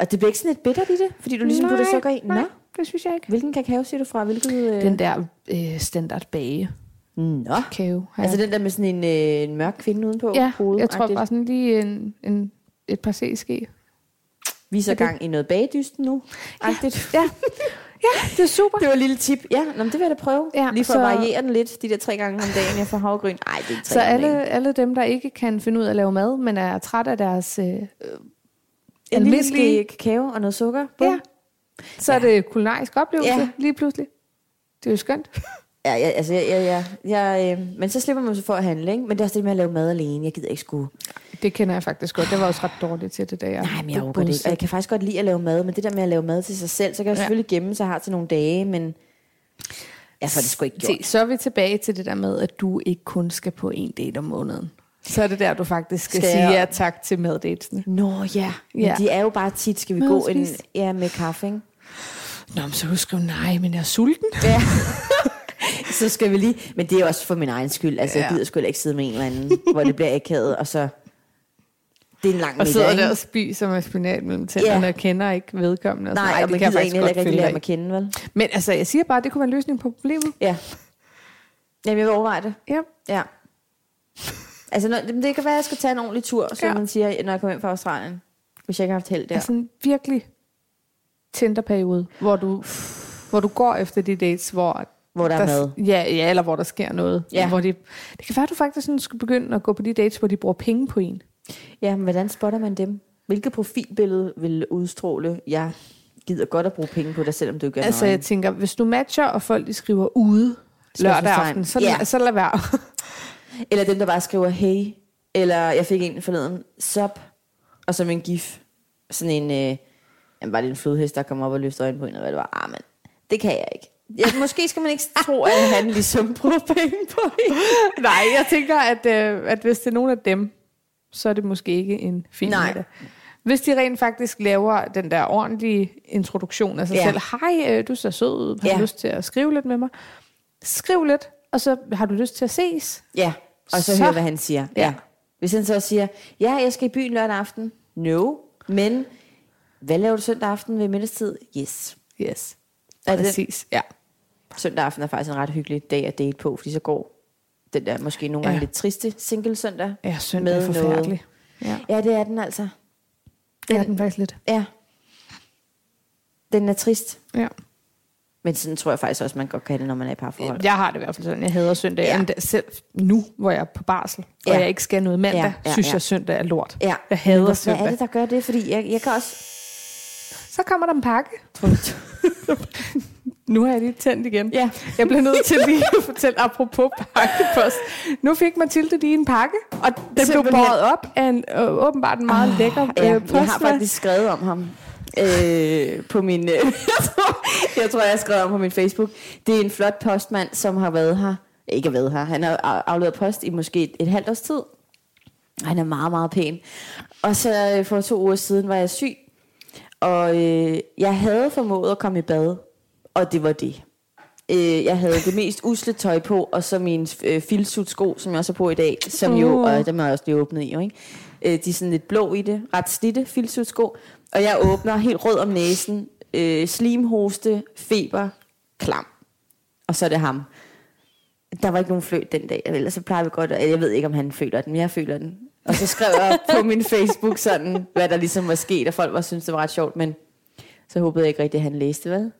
S2: og det bliver ikke sådan lidt bittert i det, fordi du ligesom putter sukker i.
S1: Nej,
S2: Nå,
S1: det synes jeg ikke.
S2: hvilken kakao siger du fra? Hvilket, øh...
S1: Den der øh, standard bage
S2: Nå.
S1: kakao. har
S2: Altså
S1: jeg-
S2: den der med sådan en, øh, en mørk kvinde udenpå?
S1: ja, jeg tror
S2: hovedagtigt.
S1: bare sådan lige en, en, et par CSG.
S2: Vi er så
S1: Er det-
S2: gang i noget bagdyst nu. Agtigt.
S1: Ja. ja, det er super.
S2: Det var et lille tip. Ja, nå, men det vil jeg da prøve.
S1: Ja,
S2: Ja, Lige
S1: så-
S2: for så... at variere den lidt, de der tre gange om dagen, jeg får havregryn. Nej, det er ikke tre
S1: Så
S2: gange om
S1: alle,
S2: dagen.
S1: alle dem, der ikke kan finde ud af at lave mad, men er træt af deres... Øh,
S2: En lille
S1: almindelige-
S2: ske kakao og noget sukker. Bum.
S1: ja, så er det kulinarisk oplevelse
S2: Ja.
S1: lige pludselig. Det er jo skønt.
S2: Ja, ja, altså, ja, ja, ja. Jeg, øh, men så slipper man så for at handle, ikke? Men det er også det med at lave mad alene. Jeg gider ikke skulle...
S1: Det kender jeg faktisk godt. Det var også ret dårligt til det der.
S2: Nej, men jeg overgår det ikke. Og jeg kan faktisk godt lide at lave mad, men det der med at lave mad til sig selv, så kan jeg
S1: Ja.
S2: ja. selvfølgelig gemme, så jeg har til nogle dage, men... Jeg får det sgu ikke gjort.
S1: Se, så er vi tilbage til det der med, at du ikke kun skal på en date om måneden. Så er det der, du faktisk skal,
S2: Skal
S1: sige
S2: jeg-
S1: ja tak til maddatesene.
S2: Nå ja, men
S1: Ja.
S2: de er jo bare tit, skal vi
S1: Mad
S2: gå
S1: og
S2: en,
S1: spis.
S2: ja, med kaffe, ikke?
S1: Nå, men så husk jo, nej, men jeg er sulten.
S2: Ja. så skal vi lige... Men det er også for min egen skyld. Altså, ja.
S1: Ja.
S2: jeg gider sgu heller ikke sidde med en eller anden, hvor det bliver akavet, og så... Det er en lang
S1: Og
S2: middag,
S1: sidder
S2: ikke?
S1: der og spiser med spinat mellem tænderne
S2: Ja.
S1: og kender ikke vedkommende. Og sådan,
S2: Nej, og
S1: det kan jeg
S2: man gider
S1: faktisk
S2: egentlig heller
S1: godt
S2: ikke rigtig
S1: følge
S2: lære
S1: dig
S2: mig at kende, vel?
S1: i. Men altså, jeg siger bare, at det kunne være en løsning på problemet.
S2: Ja. Jamen, jeg vil overveje det.
S1: Ja.
S2: Ja. Altså, når, det kan være, at jeg skal tage en ordentlig tur, som
S1: Ja.
S2: ja. man siger, når jeg kommer hjem fra Australien. Hvis jeg ikke har haft held
S1: ja.
S2: der.
S1: Altså en virkelig Tinder-periode, hvor du, hvor du går efter de dates, hvor
S2: hvor der er mad.
S1: Ja, ja, eller hvor der sker noget.
S2: Ja.
S1: Hvor de, det kan være, at du faktisk sådan skal begynde at gå på de dates, hvor de bruger penge på en.
S2: Ja, men hvordan spotter man dem? Hvilket profilbillede vil udstråle, jeg gider godt at bruge penge på dig, selvom du ikke er
S1: Altså,
S2: nøgen?
S1: jeg tænker, hvis du matcher, og folk de skriver ude lørdag
S2: Spørgsmålstegn.
S1: aften, så,
S2: Ja.
S1: yeah. så lad være.
S2: Eller dem, der bare skriver, hey, eller jeg fik en forleden, sup, og som en gif. Sådan en, øh, jamen, var det en flodhest, der kom op og løftede øjnene på en, eller hvad det var? Ah, men det kan jeg ikke. Ja, måske skal man ikke tro, at han ligesom bruger penge på en.
S1: Nej, jeg tænker, at, øh, at hvis det er nogen af dem, så er det måske ikke en fin
S2: Nej.
S1: middag. Hvis de rent faktisk laver den der ordentlige introduktion af sig
S2: Ja.
S1: selv. Hej, øh, du ser sød ud. Har du
S2: Ja.
S1: lyst til at skrive lidt med mig? Skriv lidt, og så har du lyst til at ses.
S2: Ja, og så,
S1: Så.
S2: så. høre, hvad han siger.
S1: Ja.
S2: Ja. Hvis han så siger, ja, jeg skal i byen lørdag aften. No, men hvad laver du søndag aften ved middagstid? Yes.
S1: Yes,
S2: Er det den?
S1: præcis. Ja.
S2: Søndag aften er faktisk en ret hyggelig dag at date på, fordi så går den der måske nogle
S1: Ja.
S2: gange lidt triste single søndag.
S1: Ja, søndag er
S2: med noget.
S1: forfærdelig. Ja.
S2: Ja, det er den altså.
S1: Det er den faktisk lidt.
S2: Ja. Den er trist.
S1: Ja.
S2: Men sådan tror jeg faktisk også, man godt kan have det, når man er i parforhold.
S1: Jeg har det i hvert fald sådan, jeg hader søndag.
S2: Ja.
S1: Ja. Selv nu, hvor jeg er på barsel, ja.
S2: Ja.
S1: og jeg ikke skal noget mandag, ja. Ja.
S2: ja,
S1: synes
S2: ja.
S1: jeg, søndag er lort.
S2: Ja.
S1: Jeg hader
S2: Men Hvad
S1: søndag.
S2: er det, der gør det? Fordi jeg, jeg kan også...
S1: Så kommer der en pakke. nu har jeg lige tændt igen.
S2: Ja.
S1: Jeg bliver nødt til lige at fortælle apropos pakkepost. Nu fik Mathilde lige en pakke, og den blev
S2: Simpelthen.
S1: båret op af en, øh, åbenbart en meget oh, lækker
S2: Ah, Ja,
S1: øh,
S2: jeg har
S1: postmand.
S2: faktisk skrevet om ham. Øh, på min... Øh, jeg, tror, jeg tror, jeg har skrevet om på min Facebook. Det er en flot postmand, som har været her. Ikke har været her. Han har af- afleveret post i måske et, et halvt års tid. Og han er meget, meget pæn. Og så øh, for to uger siden var jeg syg. Og øh, jeg havde formået at komme i bad. Og det var det. Øh, jeg havde det mest usle tøj på, og så mine øh, filsutsko, som jeg også har på i dag, som jo,
S1: Uh.
S2: og dem er også lige åbnet i, jo, ikke? Øh, de er sådan lidt blå i det, ret slitte filsutsko, og jeg åbner helt rød om næsen, øh, slimhoste, feber, klam. Og så er det ham. Der var ikke nogen fløjt den dag, ellers så plejer vi godt, at, jeg ved ikke, om han føler den, men jeg føler den. Og så skrev jeg på min Facebook sådan, hvad der ligesom var sket, og folk var synes det var ret sjovt, men så håbede jeg ikke rigtigt, at han læste, hvad?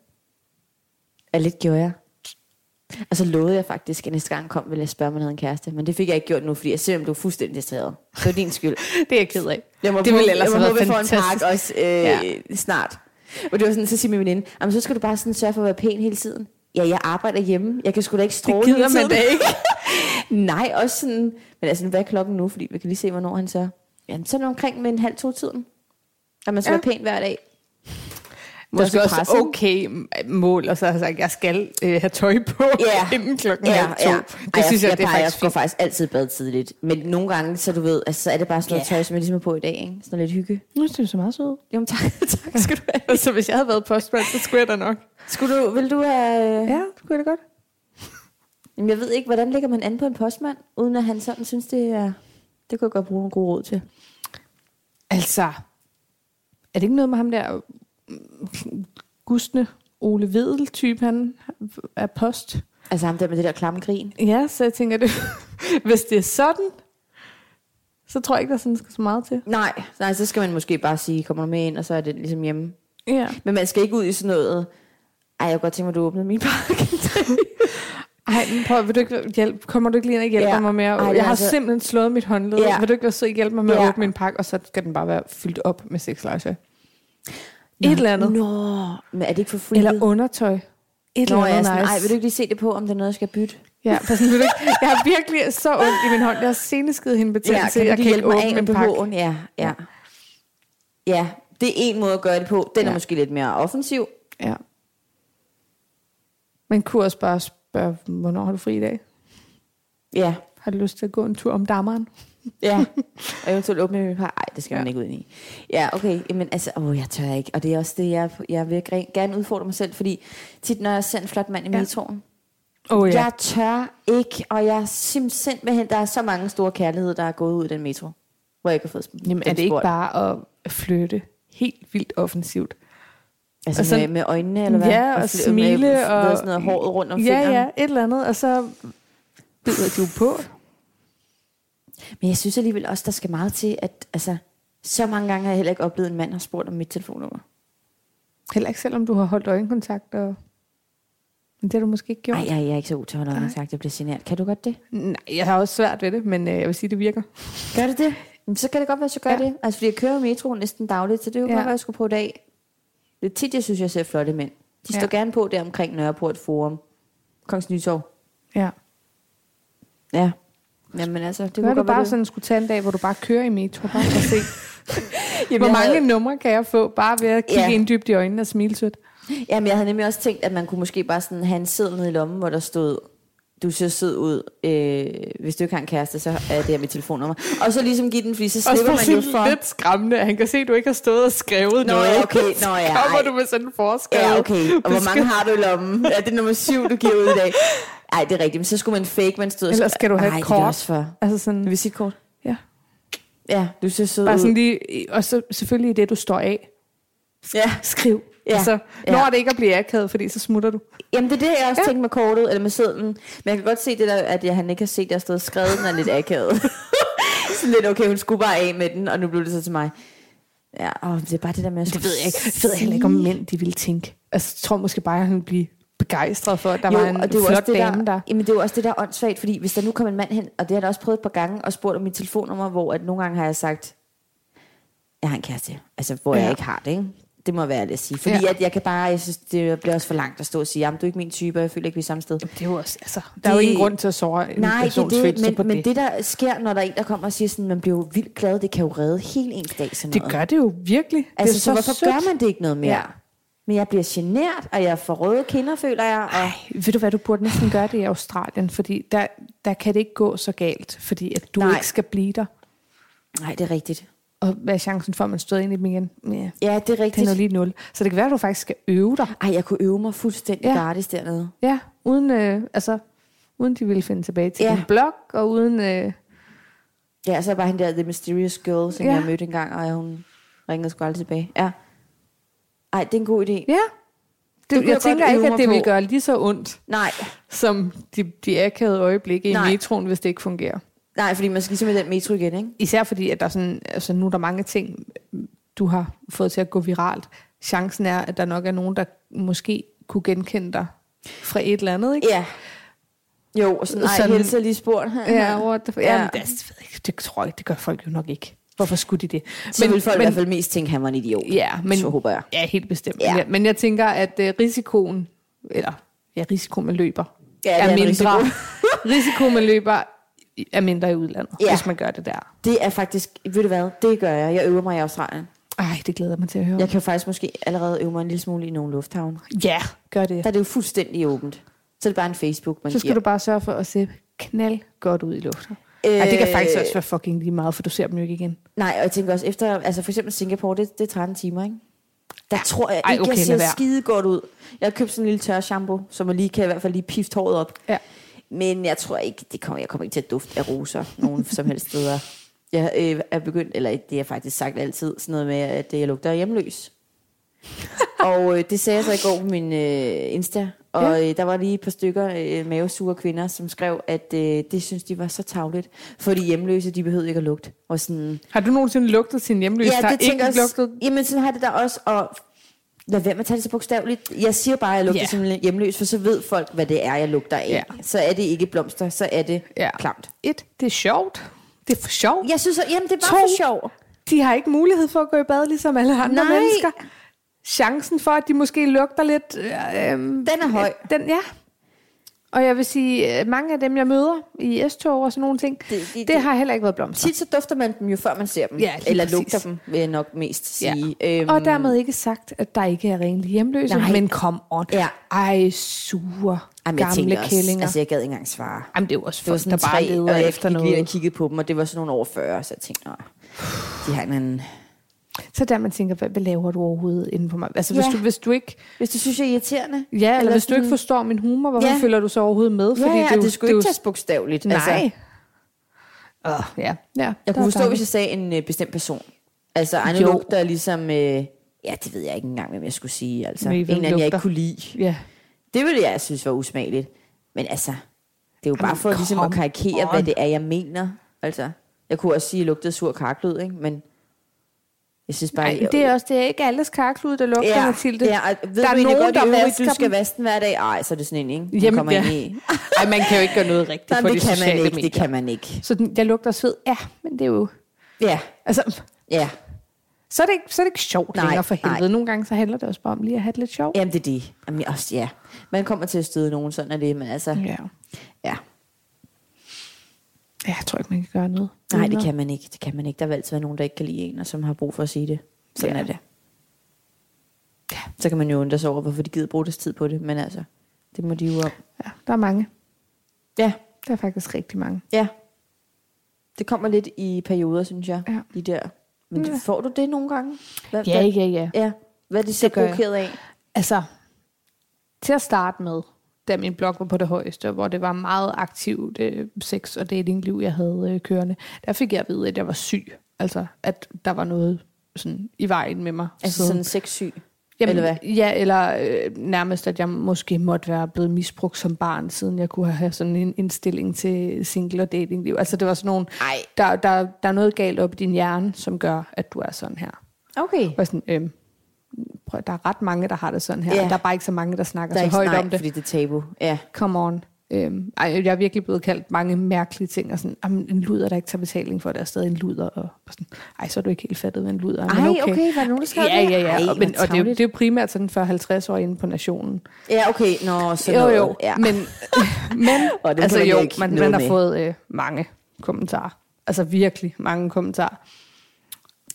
S2: Ja, lidt gjorde jeg. Og så lovede jeg faktisk, at næste gang kom, ville jeg spørge, om han havde en kæreste. Men det fik jeg ikke gjort nu, fordi jeg simpelthen blev fuldstændig distraheret. Det var din skyld.
S1: Det er jeg ked af.
S2: Jeg må
S1: Det ville ellers
S2: jeg må
S1: have været
S2: håbe, jeg får en
S1: fantastisk.
S2: pakke også øh, ja. snart. Og det var sådan, så siger min veninde, "Jamen, så skal du bare sådan sørge for at være pæn hele tiden. Ja, jeg arbejder hjemme. Jeg kan sgu da ikke stråle
S1: gider
S2: hele
S1: man
S2: tiden."
S1: da
S2: Nej, også sådan, men altså, hvad er klokken nu? Fordi vi kan lige se, hvornår han så... Jamen, så er det omkring med en halv to tiden. Og man skal
S1: Ja.
S2: ja. være pæn hver dag.
S1: Måske også
S2: også pressen.
S1: okay mm, mål, og så har jeg sagt, at jeg skal øh, have tøj på
S2: Ja.
S1: inden klokken halv to. Det synes jeg,
S2: jeg
S1: det er
S2: plejer-
S1: faktisk
S2: Jeg
S1: fint.
S2: går faktisk altid i bad tidligt. Men nogle gange, så du ved, altså, så er det bare sådan noget
S1: Ja.
S2: tøj, som jeg ligesom er på i dag. Ikke? Sådan noget lidt hygge.
S1: Nu synes så meget sød.
S2: Jamen tak, tak skal du have.
S1: Så Altså, hvis jeg havde været postbred, så skulle jeg da nok.
S2: Skulle du, vil du have...
S1: Ja, det kunne jeg da godt.
S2: Jamen, jeg ved ikke, hvordan ligger man an på en postmand, uden at han sådan synes, det er... Det kunne jeg godt bruge nogle gode råd til.
S1: Altså, er det ikke noget med ham der gustne Ole Vedel type, han er post?
S2: Altså ham der med det der klamme grin.
S1: Ja, så jeg tænker, det, hvis det er sådan, så tror jeg ikke, der sådan skal så meget til.
S2: Nej, nej, så skal man måske bare sige, kommer du med ind, og så er det ligesom hjemme.
S1: Ja.
S2: Men man skal ikke ud i sådan noget, ej, jeg kunne godt tænke mig, at du åbnede min pakke.
S1: Ej, men prøv, vil du ikke hjælp, kommer du ikke lige ind og hjælper ja.
S2: Ja.
S1: mig med? At,
S2: Ej, det er
S1: jeg har altså...
S2: altså-
S1: simpelthen slået mit håndled. Ja.
S2: Ja.
S1: Vil du ikke være sød og hjælpe mig med at
S2: Ja.
S1: åbne min pakke? Og så skal den bare være fyldt op med sexlegetøj. Et eller andet.
S2: Nå, men er det ikke for free?
S1: Eller undertøj. Et eller
S2: Nå, jeg er
S1: andet
S2: sådan,
S1: nice.
S2: ej, vil du ikke lige se det på, om der er noget, jeg skal bytte?
S1: Ja, for sådan, vil du ikke? Jeg har virkelig så ondt i min hånd. Jeg har seneskede hende betændelse. jeg kan ikke åbne min pakke.
S2: BH'en? Ja, ja. Ja, det er en måde at gøre det på. Den ja.
S1: Ja.
S2: er måske lidt mere offensiv.
S1: Ja. Man kunne også bare spørge, hvornår har du fri i dag?
S2: Ja,
S1: Har du lyst til at gå en tur om dammeren?
S2: Ja, og eventuelt åbne min par. Ej, det skal ja.
S1: Ja.
S2: man ikke ud i. Ja, okay. Jamen, altså, åh, jeg tør ikke. Og det er også det, jeg, jeg vil gre- gerne udfordre mig selv, fordi tit, når jeg ser en flot mand i
S1: Ja.
S2: ja. metroen,
S1: Åh oh,
S2: ja.
S1: ja.
S2: jeg tør ikke, og jeg er sim- simpelthen, der er så mange store kærligheder, der er gået ud i den metro, hvor jeg ikke har fået sp-
S1: Jamen, er
S2: den
S1: det ikke
S2: spurgt.
S1: bare at flytte helt vildt offensivt?
S2: altså,
S1: og sådan-
S2: med, med øjnene, eller hvad?
S1: Ja, og
S2: fl-
S1: smile,
S2: med,
S1: og-
S2: Med sådan noget håret rundt om
S1: Ja,
S2: fingeren.
S1: ja, et eller andet, og så bider du på.
S2: Men jeg synes alligevel også, der skal meget til, at altså, så mange gange har jeg heller ikke oplevet, at en mand har spurgt om mit telefonnummer.
S1: Heller ikke selvom du har holdt øjenkontakt. Og... Men det har du måske ikke gjort.
S2: Nej, jeg, jeg er ikke så god til at holde øjenkontakt. Jeg bliver generet. Kan du godt det?
S1: Nej, jeg har også svært ved det, men øh, jeg vil sige, det virker.
S2: Gør det det? Jamen, så kan det godt være, at jeg gør
S1: Ja.
S2: ja. det. Altså, fordi jeg kører jo metro næsten dagligt, så det er jo
S1: Ja.
S2: ja. godt, være, at jeg skulle på i dag. Det er tit, jeg synes, jeg ser flotte mænd. De
S1: Ja.
S2: står gerne på der omkring Nørreport Forum. Kongens Nytorv.
S1: Ja.
S2: Ja. Jamen altså, det
S1: Det
S2: kunne
S1: kunne du
S2: godt
S1: bare
S2: være
S1: sådan skulle tage en dag, hvor du bare kører i metro, bare for at se,
S2: Jamen,
S1: hvor
S2: jeg
S1: mange
S2: havde-
S1: numre kan jeg få, bare ved at kigge ja.
S2: Ja.
S1: ind dybt i øjnene og smile sødt.
S2: Jamen, jeg havde nemlig også tænkt, at man kunne måske bare sådan have en seddel nede i lommen, hvor der stod, du ser sød ud, øh, hvis du ikke har en kæreste, så er det her mit telefonnummer. Og så ligesom give den, fordi
S1: Også
S2: så slipper
S1: for
S2: man jo
S1: sådan
S2: for...
S1: lidt skræmmende, at han kan se, at du ikke har stået og skrevet
S2: Nå,
S1: noget.
S2: ja, okay. Nå, ja,
S1: Så kommer
S2: ej.
S1: du med sådan en forskrevet.
S2: Ja, okay. Og hvor mange
S1: besked.
S2: har du i lommen? Ja, det er nummer syv, du giver ud i dag. Ej, det er rigtigt. Men så skulle man fake, man stod og
S1: Ellers
S2: sk-
S1: skal du have
S2: Ej,
S1: et
S2: det er
S1: kort.
S2: også for.
S1: Altså sådan,
S2: Visitkort.
S1: ja.
S2: Ja, du ser sød
S1: Bare
S2: ud.
S1: sådan lige, og så selvfølgelig i det, du står af.
S2: Ja.
S1: Skriv.
S2: Ja,
S1: Ja. Altså,
S2: ja.
S1: når det ikke at blive akavet, fordi så smutter du.
S2: Jamen, det er det, jeg
S1: Ja.
S2: også ja. tænkte med kortet, eller med sedlen. Men jeg kan godt se det der, at jeg, han ikke har set, at jeg har stået og skrevet den er lidt akavet. sådan lidt, okay, hun skulle bare af med den, og nu blev det så til mig. Ja, og det er bare det der med at
S1: Det ved jeg ikke. Jeg ved heller ikke, om mænd de ville tænke. Altså, jeg tror måske bare, at han ville blive begejstret for, at der jo, var en
S2: og det er jo
S1: flot
S2: også det
S1: dame
S2: der,
S1: der.
S2: Jamen, det er jo også det, der er åndssvagt, fordi hvis der nu kom en mand hen, og det har jeg da også prøvet et par gange, og spurgt om mit telefonnummer, hvor at nogle gange har jeg sagt, jeg har en kæreste, altså hvor ja.
S1: Ja.
S2: jeg ikke har det, ikke? Det må være det at sige. Fordi
S1: Ja.
S2: ja. at jeg kan bare, jeg synes, det bliver også for langt at stå og sige, jamen du er ikke min type, og jeg føler ikke, vi er samme sted.
S1: Det er jo også, altså, der er jo ingen grund til at såre en
S2: Nej, det er
S1: persons
S2: det,
S1: følelser
S2: men,
S1: på
S2: men
S1: det.
S2: det. der sker, når der er en, der kommer og siger sådan, man bliver jo vildt glad, det kan jo redde hele ens dag, sådan
S1: Det
S2: noget.
S1: gør det jo virkelig.
S2: Altså,
S1: det er
S2: så, så hvorfor
S1: sødt.
S2: gør man det ikke noget mere?
S1: Ja.
S2: Ja. Men jeg bliver genert, og jeg får røde kinder, føler jeg, og...
S1: Ej, ved du hvad, du burde næsten gøre det i Australien, fordi der, der kan det ikke gå så galt, fordi at du Nej.
S2: Nej.
S1: ikke skal blive der.
S2: Nej, det er rigtigt.
S1: Og hvad er chancen for, at man støder ind i dem igen? Ja,
S2: Ja, det er
S1: det er
S2: rigtigt.
S1: jo lige nul. Så det kan være, at du faktisk skal øve dig.
S2: Ej, jeg kunne øve mig fuldstændig
S1: Ja.
S2: ja. gratis dernede.
S1: Ja, uden, øh, altså, uden de ville finde tilbage til
S2: Ja.
S1: din blog, og uden... Øh,
S2: Ja, så var han der The Mysterious Girl, som
S1: Ja.
S2: ja. jeg mødte engang, og hun ringede sgu aldrig tilbage. Ja. Ej, det er en god idé.
S1: ja, Det, det
S2: kunne
S1: jeg
S2: jeg
S1: tænker
S2: godt øve
S1: ikke, at
S2: mig
S1: det vil
S2: på.
S1: gøre lige så ondt,
S2: Nej,
S1: som de, de akavede øjeblikke i
S2: Nej.
S1: metroen, hvis det ikke fungerer.
S2: nej, fordi man skal ligesom i den metro igen, ikke?
S1: Især fordi, at der er sådan, altså nu er der mange ting, du har fået til at gå viralt. Chancen er, at der nok er nogen, der måske kunne genkende dig fra et eller andet, ikke?
S2: Ja. Jo, og sådan, nej,
S1: Sådan-
S2: sådan, helst er lige spurgt.
S1: Ja, what the ja.
S2: Ja.
S1: Jamen, det, det, ved jeg ikke. det tror jeg ikke, det gør folk jo nok ikke. Hvorfor skulle de det?
S2: Så vil folk men, i
S1: men,
S2: hvert fald mest tænke, at han var en idiot.
S1: Ja, men,
S2: så håber jeg.
S1: Ja, helt bestemt. Ja.
S2: Ja.
S1: Ja, men jeg tænker, at øh, risikoen, eller ja, risikoen man løber,
S2: Ja, det
S1: er,
S2: er en
S1: mindre.
S2: risiko.
S1: risikoen man løber i- er mindre i udlandet, ja.
S2: Ja.
S1: hvis man gør det der.
S2: Det er faktisk, ved du hvad, det gør jeg. Jeg øver mig i Australien.
S1: Ej, det glæder jeg mig til at høre.
S2: Jeg
S1: Ja,
S2: kan jo faktisk måske allerede øve mig en lille smule i nogle lufthavne.
S1: ja gør det.
S2: Der er det jo fuldstændig åbent. Så er det bare en Facebook, man
S1: Så skal
S2: giver.
S1: du bare sørge for at se knald godt ud i luften. Øh,
S2: Øh,
S1: Ej, det kan faktisk også være fucking lige meget, for du ser dem jo ikke igen.
S2: Nej, og jeg tænker også efter, altså for eksempel Singapore, det, det er 13 timer, ikke? Der tror jeg
S1: Ej,
S2: ikke,
S1: okay, lad
S2: jeg ser
S1: være.
S2: skide godt ud. Jeg har købt sådan en lille tør shampoo, som jeg lige kan i hvert fald lige pifte håret op.
S1: Ja.
S2: Men jeg tror ikke, det kommer, jeg kommer ikke til at dufte af roser nogen som helst steder. Jeg øh, er begyndt, eller det har jeg faktisk sagt altid, sådan noget med, at jeg lugter af hjemløs. og øh, det sagde jeg så i går på min øh, Insta, og
S1: Ja.
S2: ja. øh, der var lige et par stykker øh, mavesure kvinder, som skrev, at øh, det synes de var så tavligt, fordi hjemløse, de behøvede ikke at lugte. Og sådan,
S1: Har du nogensinde lugtet sin hjemløs, der ikke
S2: jeg også.
S1: lugtet?
S2: Jamen, sådan har det der også, og lad være med at tage det så bogstaveligt. Jeg siger bare, at jeg lugter
S1: Ja.
S2: yeah. som hjemløs, for så ved folk, hvad det er, jeg lugter af.
S1: Ja.
S2: Så er det ikke blomster, så er det
S1: Ja.
S2: klamt.
S1: Et, det er sjovt. Det er for sjovt.
S2: Jeg synes, at, jamen, det var
S1: To.
S2: for sjov.
S1: De har ikke mulighed for at gå i bad, ligesom alle andre
S2: Nej.
S1: mennesker. Chancen for, at de måske lugter lidt... Øh, øhm,
S2: Den er høj.
S1: Den, ja. Og jeg vil sige, øh, mange af dem, jeg møder i S-tog og sådan nogle ting, det,
S2: Det-
S1: det, det,
S2: det-
S1: det har heller ikke været blomster.
S2: Tit så dufter man dem jo, før man ser dem.
S1: Ja, lige
S2: Eller
S1: præcis.
S2: lugter dem, vil jeg nok mest sige.
S1: Ja. Øhm. Og dermed ikke sagt, at der ikke er rent hjemløse,
S2: Nej.
S1: men kom on.
S2: Ja.
S1: Ej, sure
S2: Jamen, jeg
S1: gamle
S2: tænkte også,
S1: kællinger.
S2: Altså, jeg gad ikke engang svare.
S1: Jamen, det er jo også
S2: Det var
S1: folk, der
S2: sådan
S1: bare
S2: tre,
S1: leder
S2: og jeg
S1: efter
S2: gik lige og
S1: noget.
S2: kiggede på dem, og det var sådan nogle over 40, så jeg tænkte, nej, de har en anden...
S1: Så der man tænker, hvad, hvad laver du overhovedet inde på mig? Altså, hvis,
S2: Ja.
S1: du, hvis du ikke,
S2: Hvis du synes, jeg er irriterende...
S1: ja, eller hvis du
S2: sådan-
S1: ikke forstår min humor, hvorfor ja.
S2: Ja.
S1: følger du så overhovedet med?
S2: Ja, ja,
S1: er jo-
S2: det, det skulle
S1: er
S2: ikke
S1: jo-
S2: tages bogstaveligt.
S1: Nej. Altså, uh, ja. ja.
S2: Jeg kunne forstå, hvis jeg sagde en øh, bestemt person. Altså, Arne
S1: Jo.
S2: lugter ligesom... Øh, ja, det ved jeg ikke engang, hvem jeg skulle sige. Altså,
S1: Men I
S2: en
S1: ved,
S2: eller anden,
S1: lugter.
S2: jeg ikke kunne lide.
S1: Ja.
S2: Det ville jeg synes var usmageligt. Men altså, det er jo bare
S1: Jamen,
S2: for ligesom at
S1: come
S2: karikere,
S1: on.
S2: hvad det er, jeg mener. Altså, jeg kunne også sige, at jeg lugtede sur karklød, ikke? Men jeg synes bare...
S1: Ej, det er også det er ikke alles karklud, der lugter, ja.
S2: Ja,
S1: Mathilde.
S2: ja,
S1: Ja.
S2: og ved der er nogen, godt, der vasker du skal
S1: dem.
S2: vaske den hver dag? Ej, så er det sådan en, ikke? Den
S1: Jamen,
S2: kommer
S1: ja.
S2: ind i.
S1: Ej, man kan jo ikke gøre noget rigtigt
S2: Nej,
S1: på
S2: men
S1: de
S2: det kan man
S1: sociale
S2: ikke,
S1: medier.
S2: det kan man ikke.
S1: Så den, jeg lugter sved, ja, men det er jo...
S2: Ja,
S1: Altså,
S2: ja.
S1: så er det ikke, så er det ikke sjovt nej,
S2: Nej,
S1: længere for
S2: nej.
S1: helvede. Nogle gange så handler det også bare om lige at have det lidt sjovt.
S2: Jamen, det er det. Jamen, jeg også, ja. Man kommer til at støde nogen, sådan er det, men altså, ja.
S1: Ja.
S2: ja.
S1: ja. jeg tror ikke, man kan gøre noget.
S2: Nej, det kan man ikke. Det kan man ikke. Der vil altid være nogen, der ikke kan lide en, og som har brug for at sige det. Sådan
S1: Ja.
S2: ja. er det. Ja. Så kan man jo undre sig over, hvorfor de gider bruge deres tid på det, men altså, det må de jo om.
S1: Ja, der er mange.
S2: Ja,
S1: Der er faktisk rigtig mange.
S2: ja. Det kommer lidt i perioder, synes jeg.
S1: Ja.
S2: De der. Men
S1: Ja.
S2: ja. får du det nogle gange? Hvad,
S1: Ja,
S2: hvad,
S1: ja, ja.
S2: ja. Hvad er de så
S1: Det gør jeg.
S2: provokeret af?
S1: Altså, til at starte med, da min blog var på det højeste, hvor det var meget aktivt øh, sex- og datingliv, jeg havde øh, kørende, der fik jeg at vide, at jeg var syg. Altså, at der var noget sådan, i vejen med mig.
S2: Altså
S1: siden.
S2: sådan sexsyg? eller hvad?
S1: Ja, eller øh, nærmest, at jeg måske måtte være blevet misbrugt som barn, siden jeg kunne have sådan en indstilling til single- og datingliv. Altså, det var sådan nogle...
S2: Ej.
S1: Der, der, der er noget galt op i din hjerne, som gør, at du er sådan her.
S2: Okay.
S1: Og sådan, øhm, prøv, der er ret mange, der har det sådan her.
S2: Ja.
S1: Ja. Der er bare ikke så mange, der snakker
S2: Der er
S1: så
S2: ikke
S1: højt
S2: nej,
S1: om det.
S2: fordi det er tabu. Ja.
S1: Come on. Øhm, ej, jeg er virkelig blevet kaldt mange mærkelige ting, og sådan, "Jamen, en luder, der ikke tager betaling for det, er stadig en luder. Og og sådan, ej, så er du ikke helt fattet, hvad en luder er. men
S2: Ej, okay, var der nogen, der skrev
S1: Ja,
S2: det?
S1: ja, ja.
S2: Ej,
S1: og, men, og det,
S2: hvor
S1: er jo,
S2: tarveligt.
S1: det er jo primært sådan for 50 år inde på nationen.
S2: Ja, okay. Nå, sådan
S1: Jo,
S2: noget.
S1: jo.
S2: Ja.
S1: Men, men
S2: Og dem
S1: altså
S2: kan man
S1: jo,
S2: ikke
S1: man,
S2: noget
S1: man har
S2: med.
S1: fået øh, mange kommentarer. Altså virkelig mange kommentarer.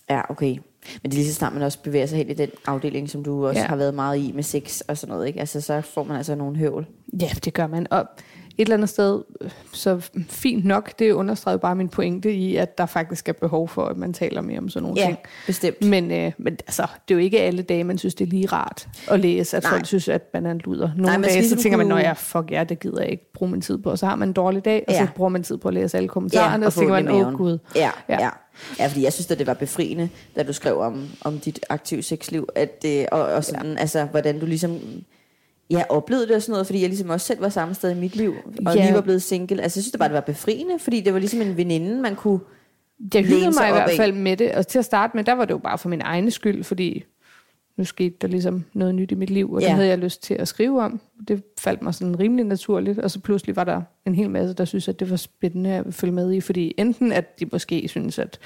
S2: Ja, okay. Men det er lige så snart, man også bevæger sig hen i den afdeling, som du også
S1: Ja.
S2: ja. har været meget i med sex og sådan noget, ikke? Altså, så får man altså nogle høvl.
S1: Ja, det gør man. Og et eller andet sted, øh, så fint nok, det understreger jo bare min pointe i, at der faktisk er behov for, at man taler mere om sådan nogle ting.
S2: bestemt.
S1: Men, øh, men altså, det er jo ikke alle dage, man synes, det er lige rart at læse, at Nej.
S2: Nej.
S1: folk synes, at man er en luder. Nogle
S2: Nej, man
S1: Nej,
S2: skal
S1: dage, så
S2: ligesom
S1: tænker man,
S2: kunne-
S1: når jeg fuck ja, det gider jeg ikke bruge min tid på. Og så har man en dårlig dag, og ja.
S2: Ja.
S1: så bruger man tid på at læse alle kommentarerne, ja, og så
S2: få
S1: tænker
S2: ondt i
S1: man, åh oh,
S2: maven.
S1: gud.
S2: Ja,
S1: Ja.
S2: ja. ja. Ja, fordi jeg synes, at det var befriende, da du skrev om, om dit aktive sexliv, at det, og, og sådan, ja. altså, hvordan du ligesom jeg oplevede det og sådan noget, fordi jeg ligesom også selv var samme sted i mit liv, og
S1: Ja.
S2: lige var blevet single. Altså, jeg synes det bare, det var befriende, fordi det var ligesom en veninde, man kunne...
S1: Jeg
S2: Læne
S1: hyggede
S2: sig
S1: mig i
S2: op
S1: hvert
S2: ad.
S1: fald med det, og til at starte med, der var det jo bare for min egen skyld, fordi nu skete der ligesom noget nyt i mit liv, og ja.
S2: Ja.
S1: det havde jeg lyst til at skrive om. Det faldt mig sådan rimelig naturligt, og så pludselig var der en hel masse, der synes at det var spændende at følge med i, fordi enten at de måske synes at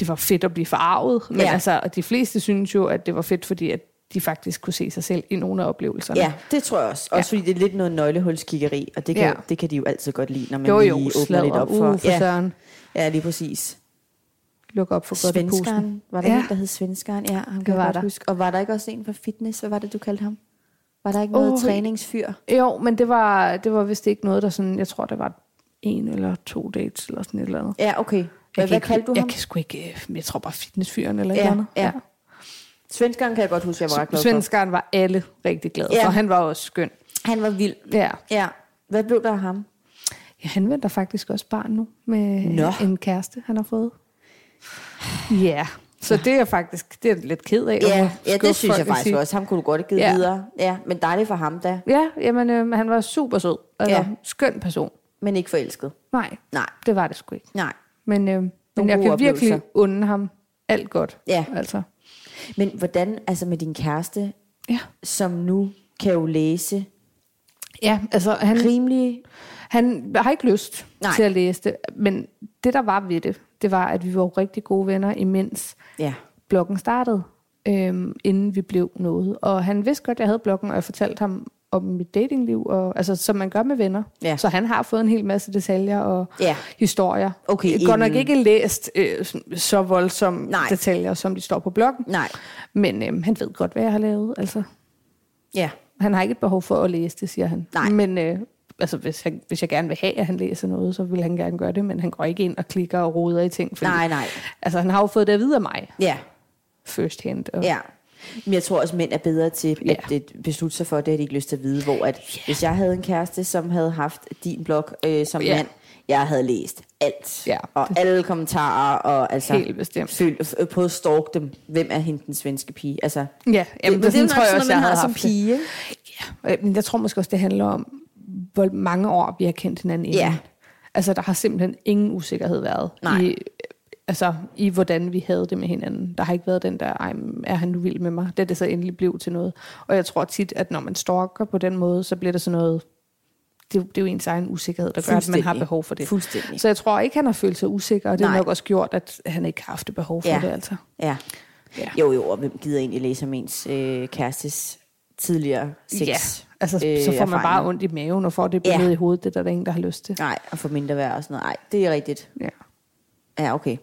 S1: det var fedt at blive forarvet, men ja.
S2: Ja.
S1: altså de fleste synes jo, at det var fedt, fordi at de faktisk kunne se sig selv i nogle af oplevelserne.
S2: Ja, det tror jeg også. Også fordi det er lidt noget nøglehulskiggeri, og det kan,
S1: Ja.
S2: ja. det kan de jo altid godt lide, når man
S1: Jo
S2: lige
S1: jo,
S2: åbner lidt
S1: sladder,
S2: op for.
S1: uh, for
S2: ja,
S1: søren.
S2: ja, lige præcis.
S1: Luk op for godt i posen.
S2: Svenskeren. Var der
S1: Ja.
S2: ja. en, der hed Svenskeren? Ja, han
S1: Det
S2: kan
S1: var
S2: jeg godt
S1: der.
S2: huske. Og var der ikke også en fra fitness? Hvad var det, du kaldte ham? Var der ikke
S1: Åh,
S2: noget
S1: ja.
S2: træningsfyr?
S1: Jo, men det var, det var vist ikke noget, der sådan... Jeg tror, det var en eller to dates eller sådan et eller andet.
S2: Ja, okay.
S1: Jeg
S2: Hvad,
S1: kan
S2: hvad
S1: ikke-
S2: kaldte du
S1: jeg
S2: ham?
S1: Kan sgu ikke, øh, jeg tror bare fitnessfyren eller et
S2: Ja,
S1: eller andet.
S2: ja. Svenskeren kan jeg godt huske, jeg var ret glad for.
S1: Svenskeren var alle rigtig glade
S2: Ja.
S1: for. Han var også skøn.
S2: Han var vild.
S1: Ja.
S2: Ja. Hvad blev der af ham?
S1: ja han venter faktisk også barn nu med
S2: Nå.
S1: en kæreste, han har fået. Ja, så det er jeg faktisk det er jeg lidt ked af. og
S2: Ja,
S1: hvor
S2: ja det
S1: skuffet
S2: synes jeg
S1: folk vil
S2: faktisk
S1: sige.
S2: også. Ham kunne du godt have givet
S1: Ja.
S2: videre. Ja, men dejligt for ham da.
S1: Ja, jamen, øh, han var super sød. Altså, ja.
S2: Ja.
S1: Skøn person.
S2: Men ikke forelsket.
S1: Nej,
S2: Nej,
S1: det var det sgu ikke.
S2: nej.
S1: Men, øh, men jeg
S2: gode
S1: kan virkelig
S2: oplevelser.
S1: unde ham alt godt.
S2: Ja.
S1: Altså.
S2: Men hvordan, altså med din kæreste,
S1: Ja.
S2: som nu kan jo læse
S1: Ja, altså han,
S2: rimelig...
S1: han har ikke lyst Nej.
S2: Nej.
S1: til at læse det, men det der var ved det, det var, at vi var jo rigtig gode venner, imens
S2: Ja.
S1: bloggen startede, øhm, inden vi blev noget. Og han vidste godt, at jeg havde bloggen, og jeg fortalte ham om mit datingliv, og, altså, som man gør med venner.
S2: Ja.
S1: Så han har fået en hel masse detaljer og
S2: Ja.
S1: historier.
S2: Okay,
S1: Godt nok
S2: inden-
S1: ikke læst øh, sådan- så voldsomme
S2: Nej.
S1: detaljer, som de står på bloggen,
S2: Nej.
S1: men øhm, han ved godt, hvad jeg har lavet. Altså,
S2: Ja.
S1: Han har ikke et behov for at læse det, siger han.
S2: Nej.
S1: Men øh, altså, hvis, han, hvis jeg gerne vil have, at han læser noget, så vil han gerne gøre det, men han går ikke ind og klikker og roder i ting. Fordi,
S2: Nej, nej.
S1: Altså, han har jo fået det at vide af mig,
S2: Ja.
S1: first hand. Og,
S2: Ja. Men jeg tror også, mænd er bedre til
S1: Ja.
S2: at øh, beslutte sig for, det har de ikke lyst til at vide, hvor at hvis jeg havde en kæreste, som havde haft din blog øh, som
S1: Ja.
S2: mand, jeg havde læst alt,
S1: Ja.
S2: og alle kommentarer, og altså
S1: Helt bestemt.
S2: Føl, f- øh, prøv at stalk dem. Hvem er hende den svenske pige? Altså,
S1: ja jamen,
S2: men
S1: det,
S2: det er
S1: sådan
S2: jo nok
S1: tror jeg
S2: sådan
S1: også,
S2: noget,
S1: jeg
S2: man har
S1: havde
S2: som
S1: haft
S2: pige,
S1: det. Ja, øh, men jeg tror måske også, det handler om, hvor mange år vi har kendt hinanden inden.
S2: Ja.
S1: Altså, der har simpelthen ingen usikkerhed været
S2: Nej.
S1: i, altså, i, hvordan vi havde det med hinanden. Der har ikke været den der, ej, men er han nu vild med mig? Da det så endelig blev til noget. Og jeg tror tit, at når man stalker på den måde, så bliver det sådan noget, det, er jo- det er jo ens egen usikkerhed, der gør, at man har
S2: Fuldstændig.
S1: behov for det.
S2: Fuldstændig.
S1: Så jeg tror ikke, han har følt sig usikker, og det har
S2: Nej.
S1: nok også gjort, at han ikke har haft det behov for
S2: Ja.
S1: det, altså.
S2: Ja.
S1: Ja.
S2: ja. Jo, jo, og hvem gider egentlig læse om ens øh, kærestes tidligere sex?
S1: Ja, altså, øh, så får man bare ondt i maven, og får det
S2: Ja.
S1: billede ja. i hovedet, det er der er ingen, der har lyst til.
S2: Nej, og få mindre værd og sådan noget. Nej, det er rigtigt.
S1: Ja.
S2: Ja, okay.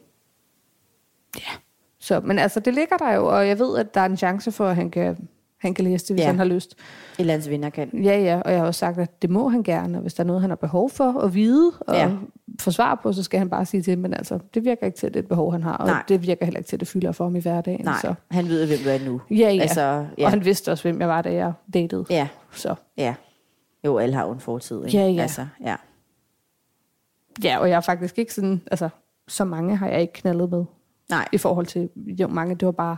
S1: Så, men altså, det ligger der jo, og jeg ved, at der er en chance for, at han kan, han kan læse det, hvis ja.
S2: Ja.
S1: han har lyst.
S2: Et lands vinder kan.
S1: Ja, ja, og jeg har også sagt, at det må han gerne, og hvis der er noget, han har behov for at vide og ja.
S2: Ja.
S1: få svar på, så skal han bare sige til, men altså, det virker ikke til, at det er et behov, han har, og Nej.
S2: Nej.
S1: det virker heller ikke til, at det fylder for ham i hverdagen.
S2: Nej,
S1: Så.
S2: han ved, hvem du er nu.
S1: Ja, ja.
S2: Altså,
S1: Og
S2: ja.
S1: han vidste også, hvem jeg var, da jeg datede.
S2: ja,
S1: Så.
S2: ja. Jo, alle har jo en fortid, ikke?
S1: Ja, ja.
S2: Altså, ja.
S1: Ja, og jeg er faktisk ikke sådan, altså, så mange har jeg ikke knaldet med.
S2: Nej,
S1: i forhold til, jo mange, det var bare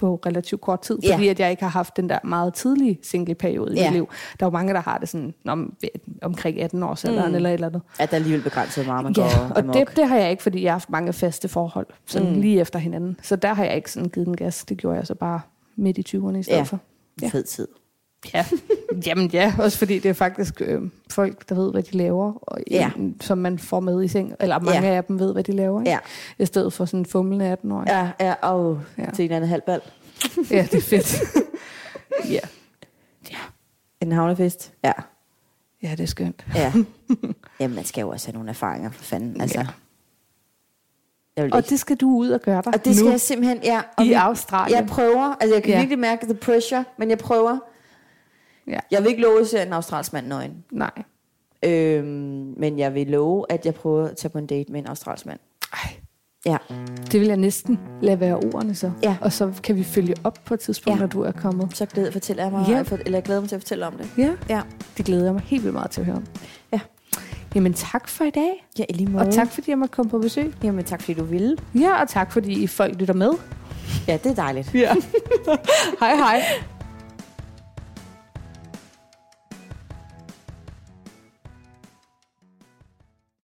S1: på relativt kort tid,
S2: Ja.
S1: fordi at jeg ikke har haft den der meget tidlige single-periode i
S2: Ja.
S1: mit liv. Der er jo mange, der har det sådan nå, men ved- omkring 18 år mm. eller et eller andet.
S2: at der alligevel begrænset meget, man
S1: Ja,
S2: går
S1: og
S2: amok.
S1: det, det har jeg ikke, fordi jeg har haft mange faste forhold, sådan mm. lige efter hinanden. Så der har jeg ikke sådan givet den gas. Det gjorde jeg så bare midt i 20'erne i stedet
S2: ja.
S1: for. Ja.
S2: ja. fed tid.
S1: Ja, jamen ja, også fordi det er faktisk øh, folk, der ved, hvad de laver, og, ja.
S2: Ja.
S1: som man får med i seng, eller mange
S2: Ja.
S1: af dem ved, hvad de laver, ikke?
S2: Ja.
S1: i stedet for sådan en fumlende 18-årig.
S2: Ja, ja, og
S1: Ja.
S2: ja. til en anden halvbal.
S1: Ja, det er fedt. ja.
S2: En havnefest. Ja,
S1: ja, det er skønt.
S2: ja. Jamen, man skal jo også have nogle erfaringer, for fanden. Altså.
S1: Ja.
S2: Ja. Jeg vil
S1: Og det skal du ud og gøre dig
S2: Og det skal
S1: nu
S2: jeg simpelthen, ja.
S1: i
S2: Og vi-
S1: Australien.
S2: Jeg prøver, altså jeg kan
S1: Ja.
S2: ja. virkelig mærke the pressure, men jeg prøver.
S1: Ja.
S2: Jeg vil ikke love, at jeg ser en australsk mand nøgen.
S1: Nej.
S2: Øhm, men jeg vil love, at jeg prøver at tage på en date med en australsk mand.
S1: Ej,
S2: Ja.
S1: det vil jeg næsten lade være ordene så.
S2: Ja.
S1: Og så kan vi følge op på et tidspunkt, ja.
S2: Ja.
S1: når du er kommet.
S2: Så glæder fortæller jeg mig,
S1: Ja.
S2: ja. eller jeg glæder mig til at fortælle om det.
S1: Ja,
S2: Ja.
S1: det glæder jeg mig helt vildt meget til at høre om.
S2: Ja.
S1: Jamen tak for i dag,
S2: Ja, i lige måde.
S1: og tak fordi jeg måtte komme på besøg.
S2: Jamen, tak fordi du ville.
S1: Ja, og tak fordi I folk lytter med.
S2: Ja, det er dejligt.
S1: Ja. hej hej.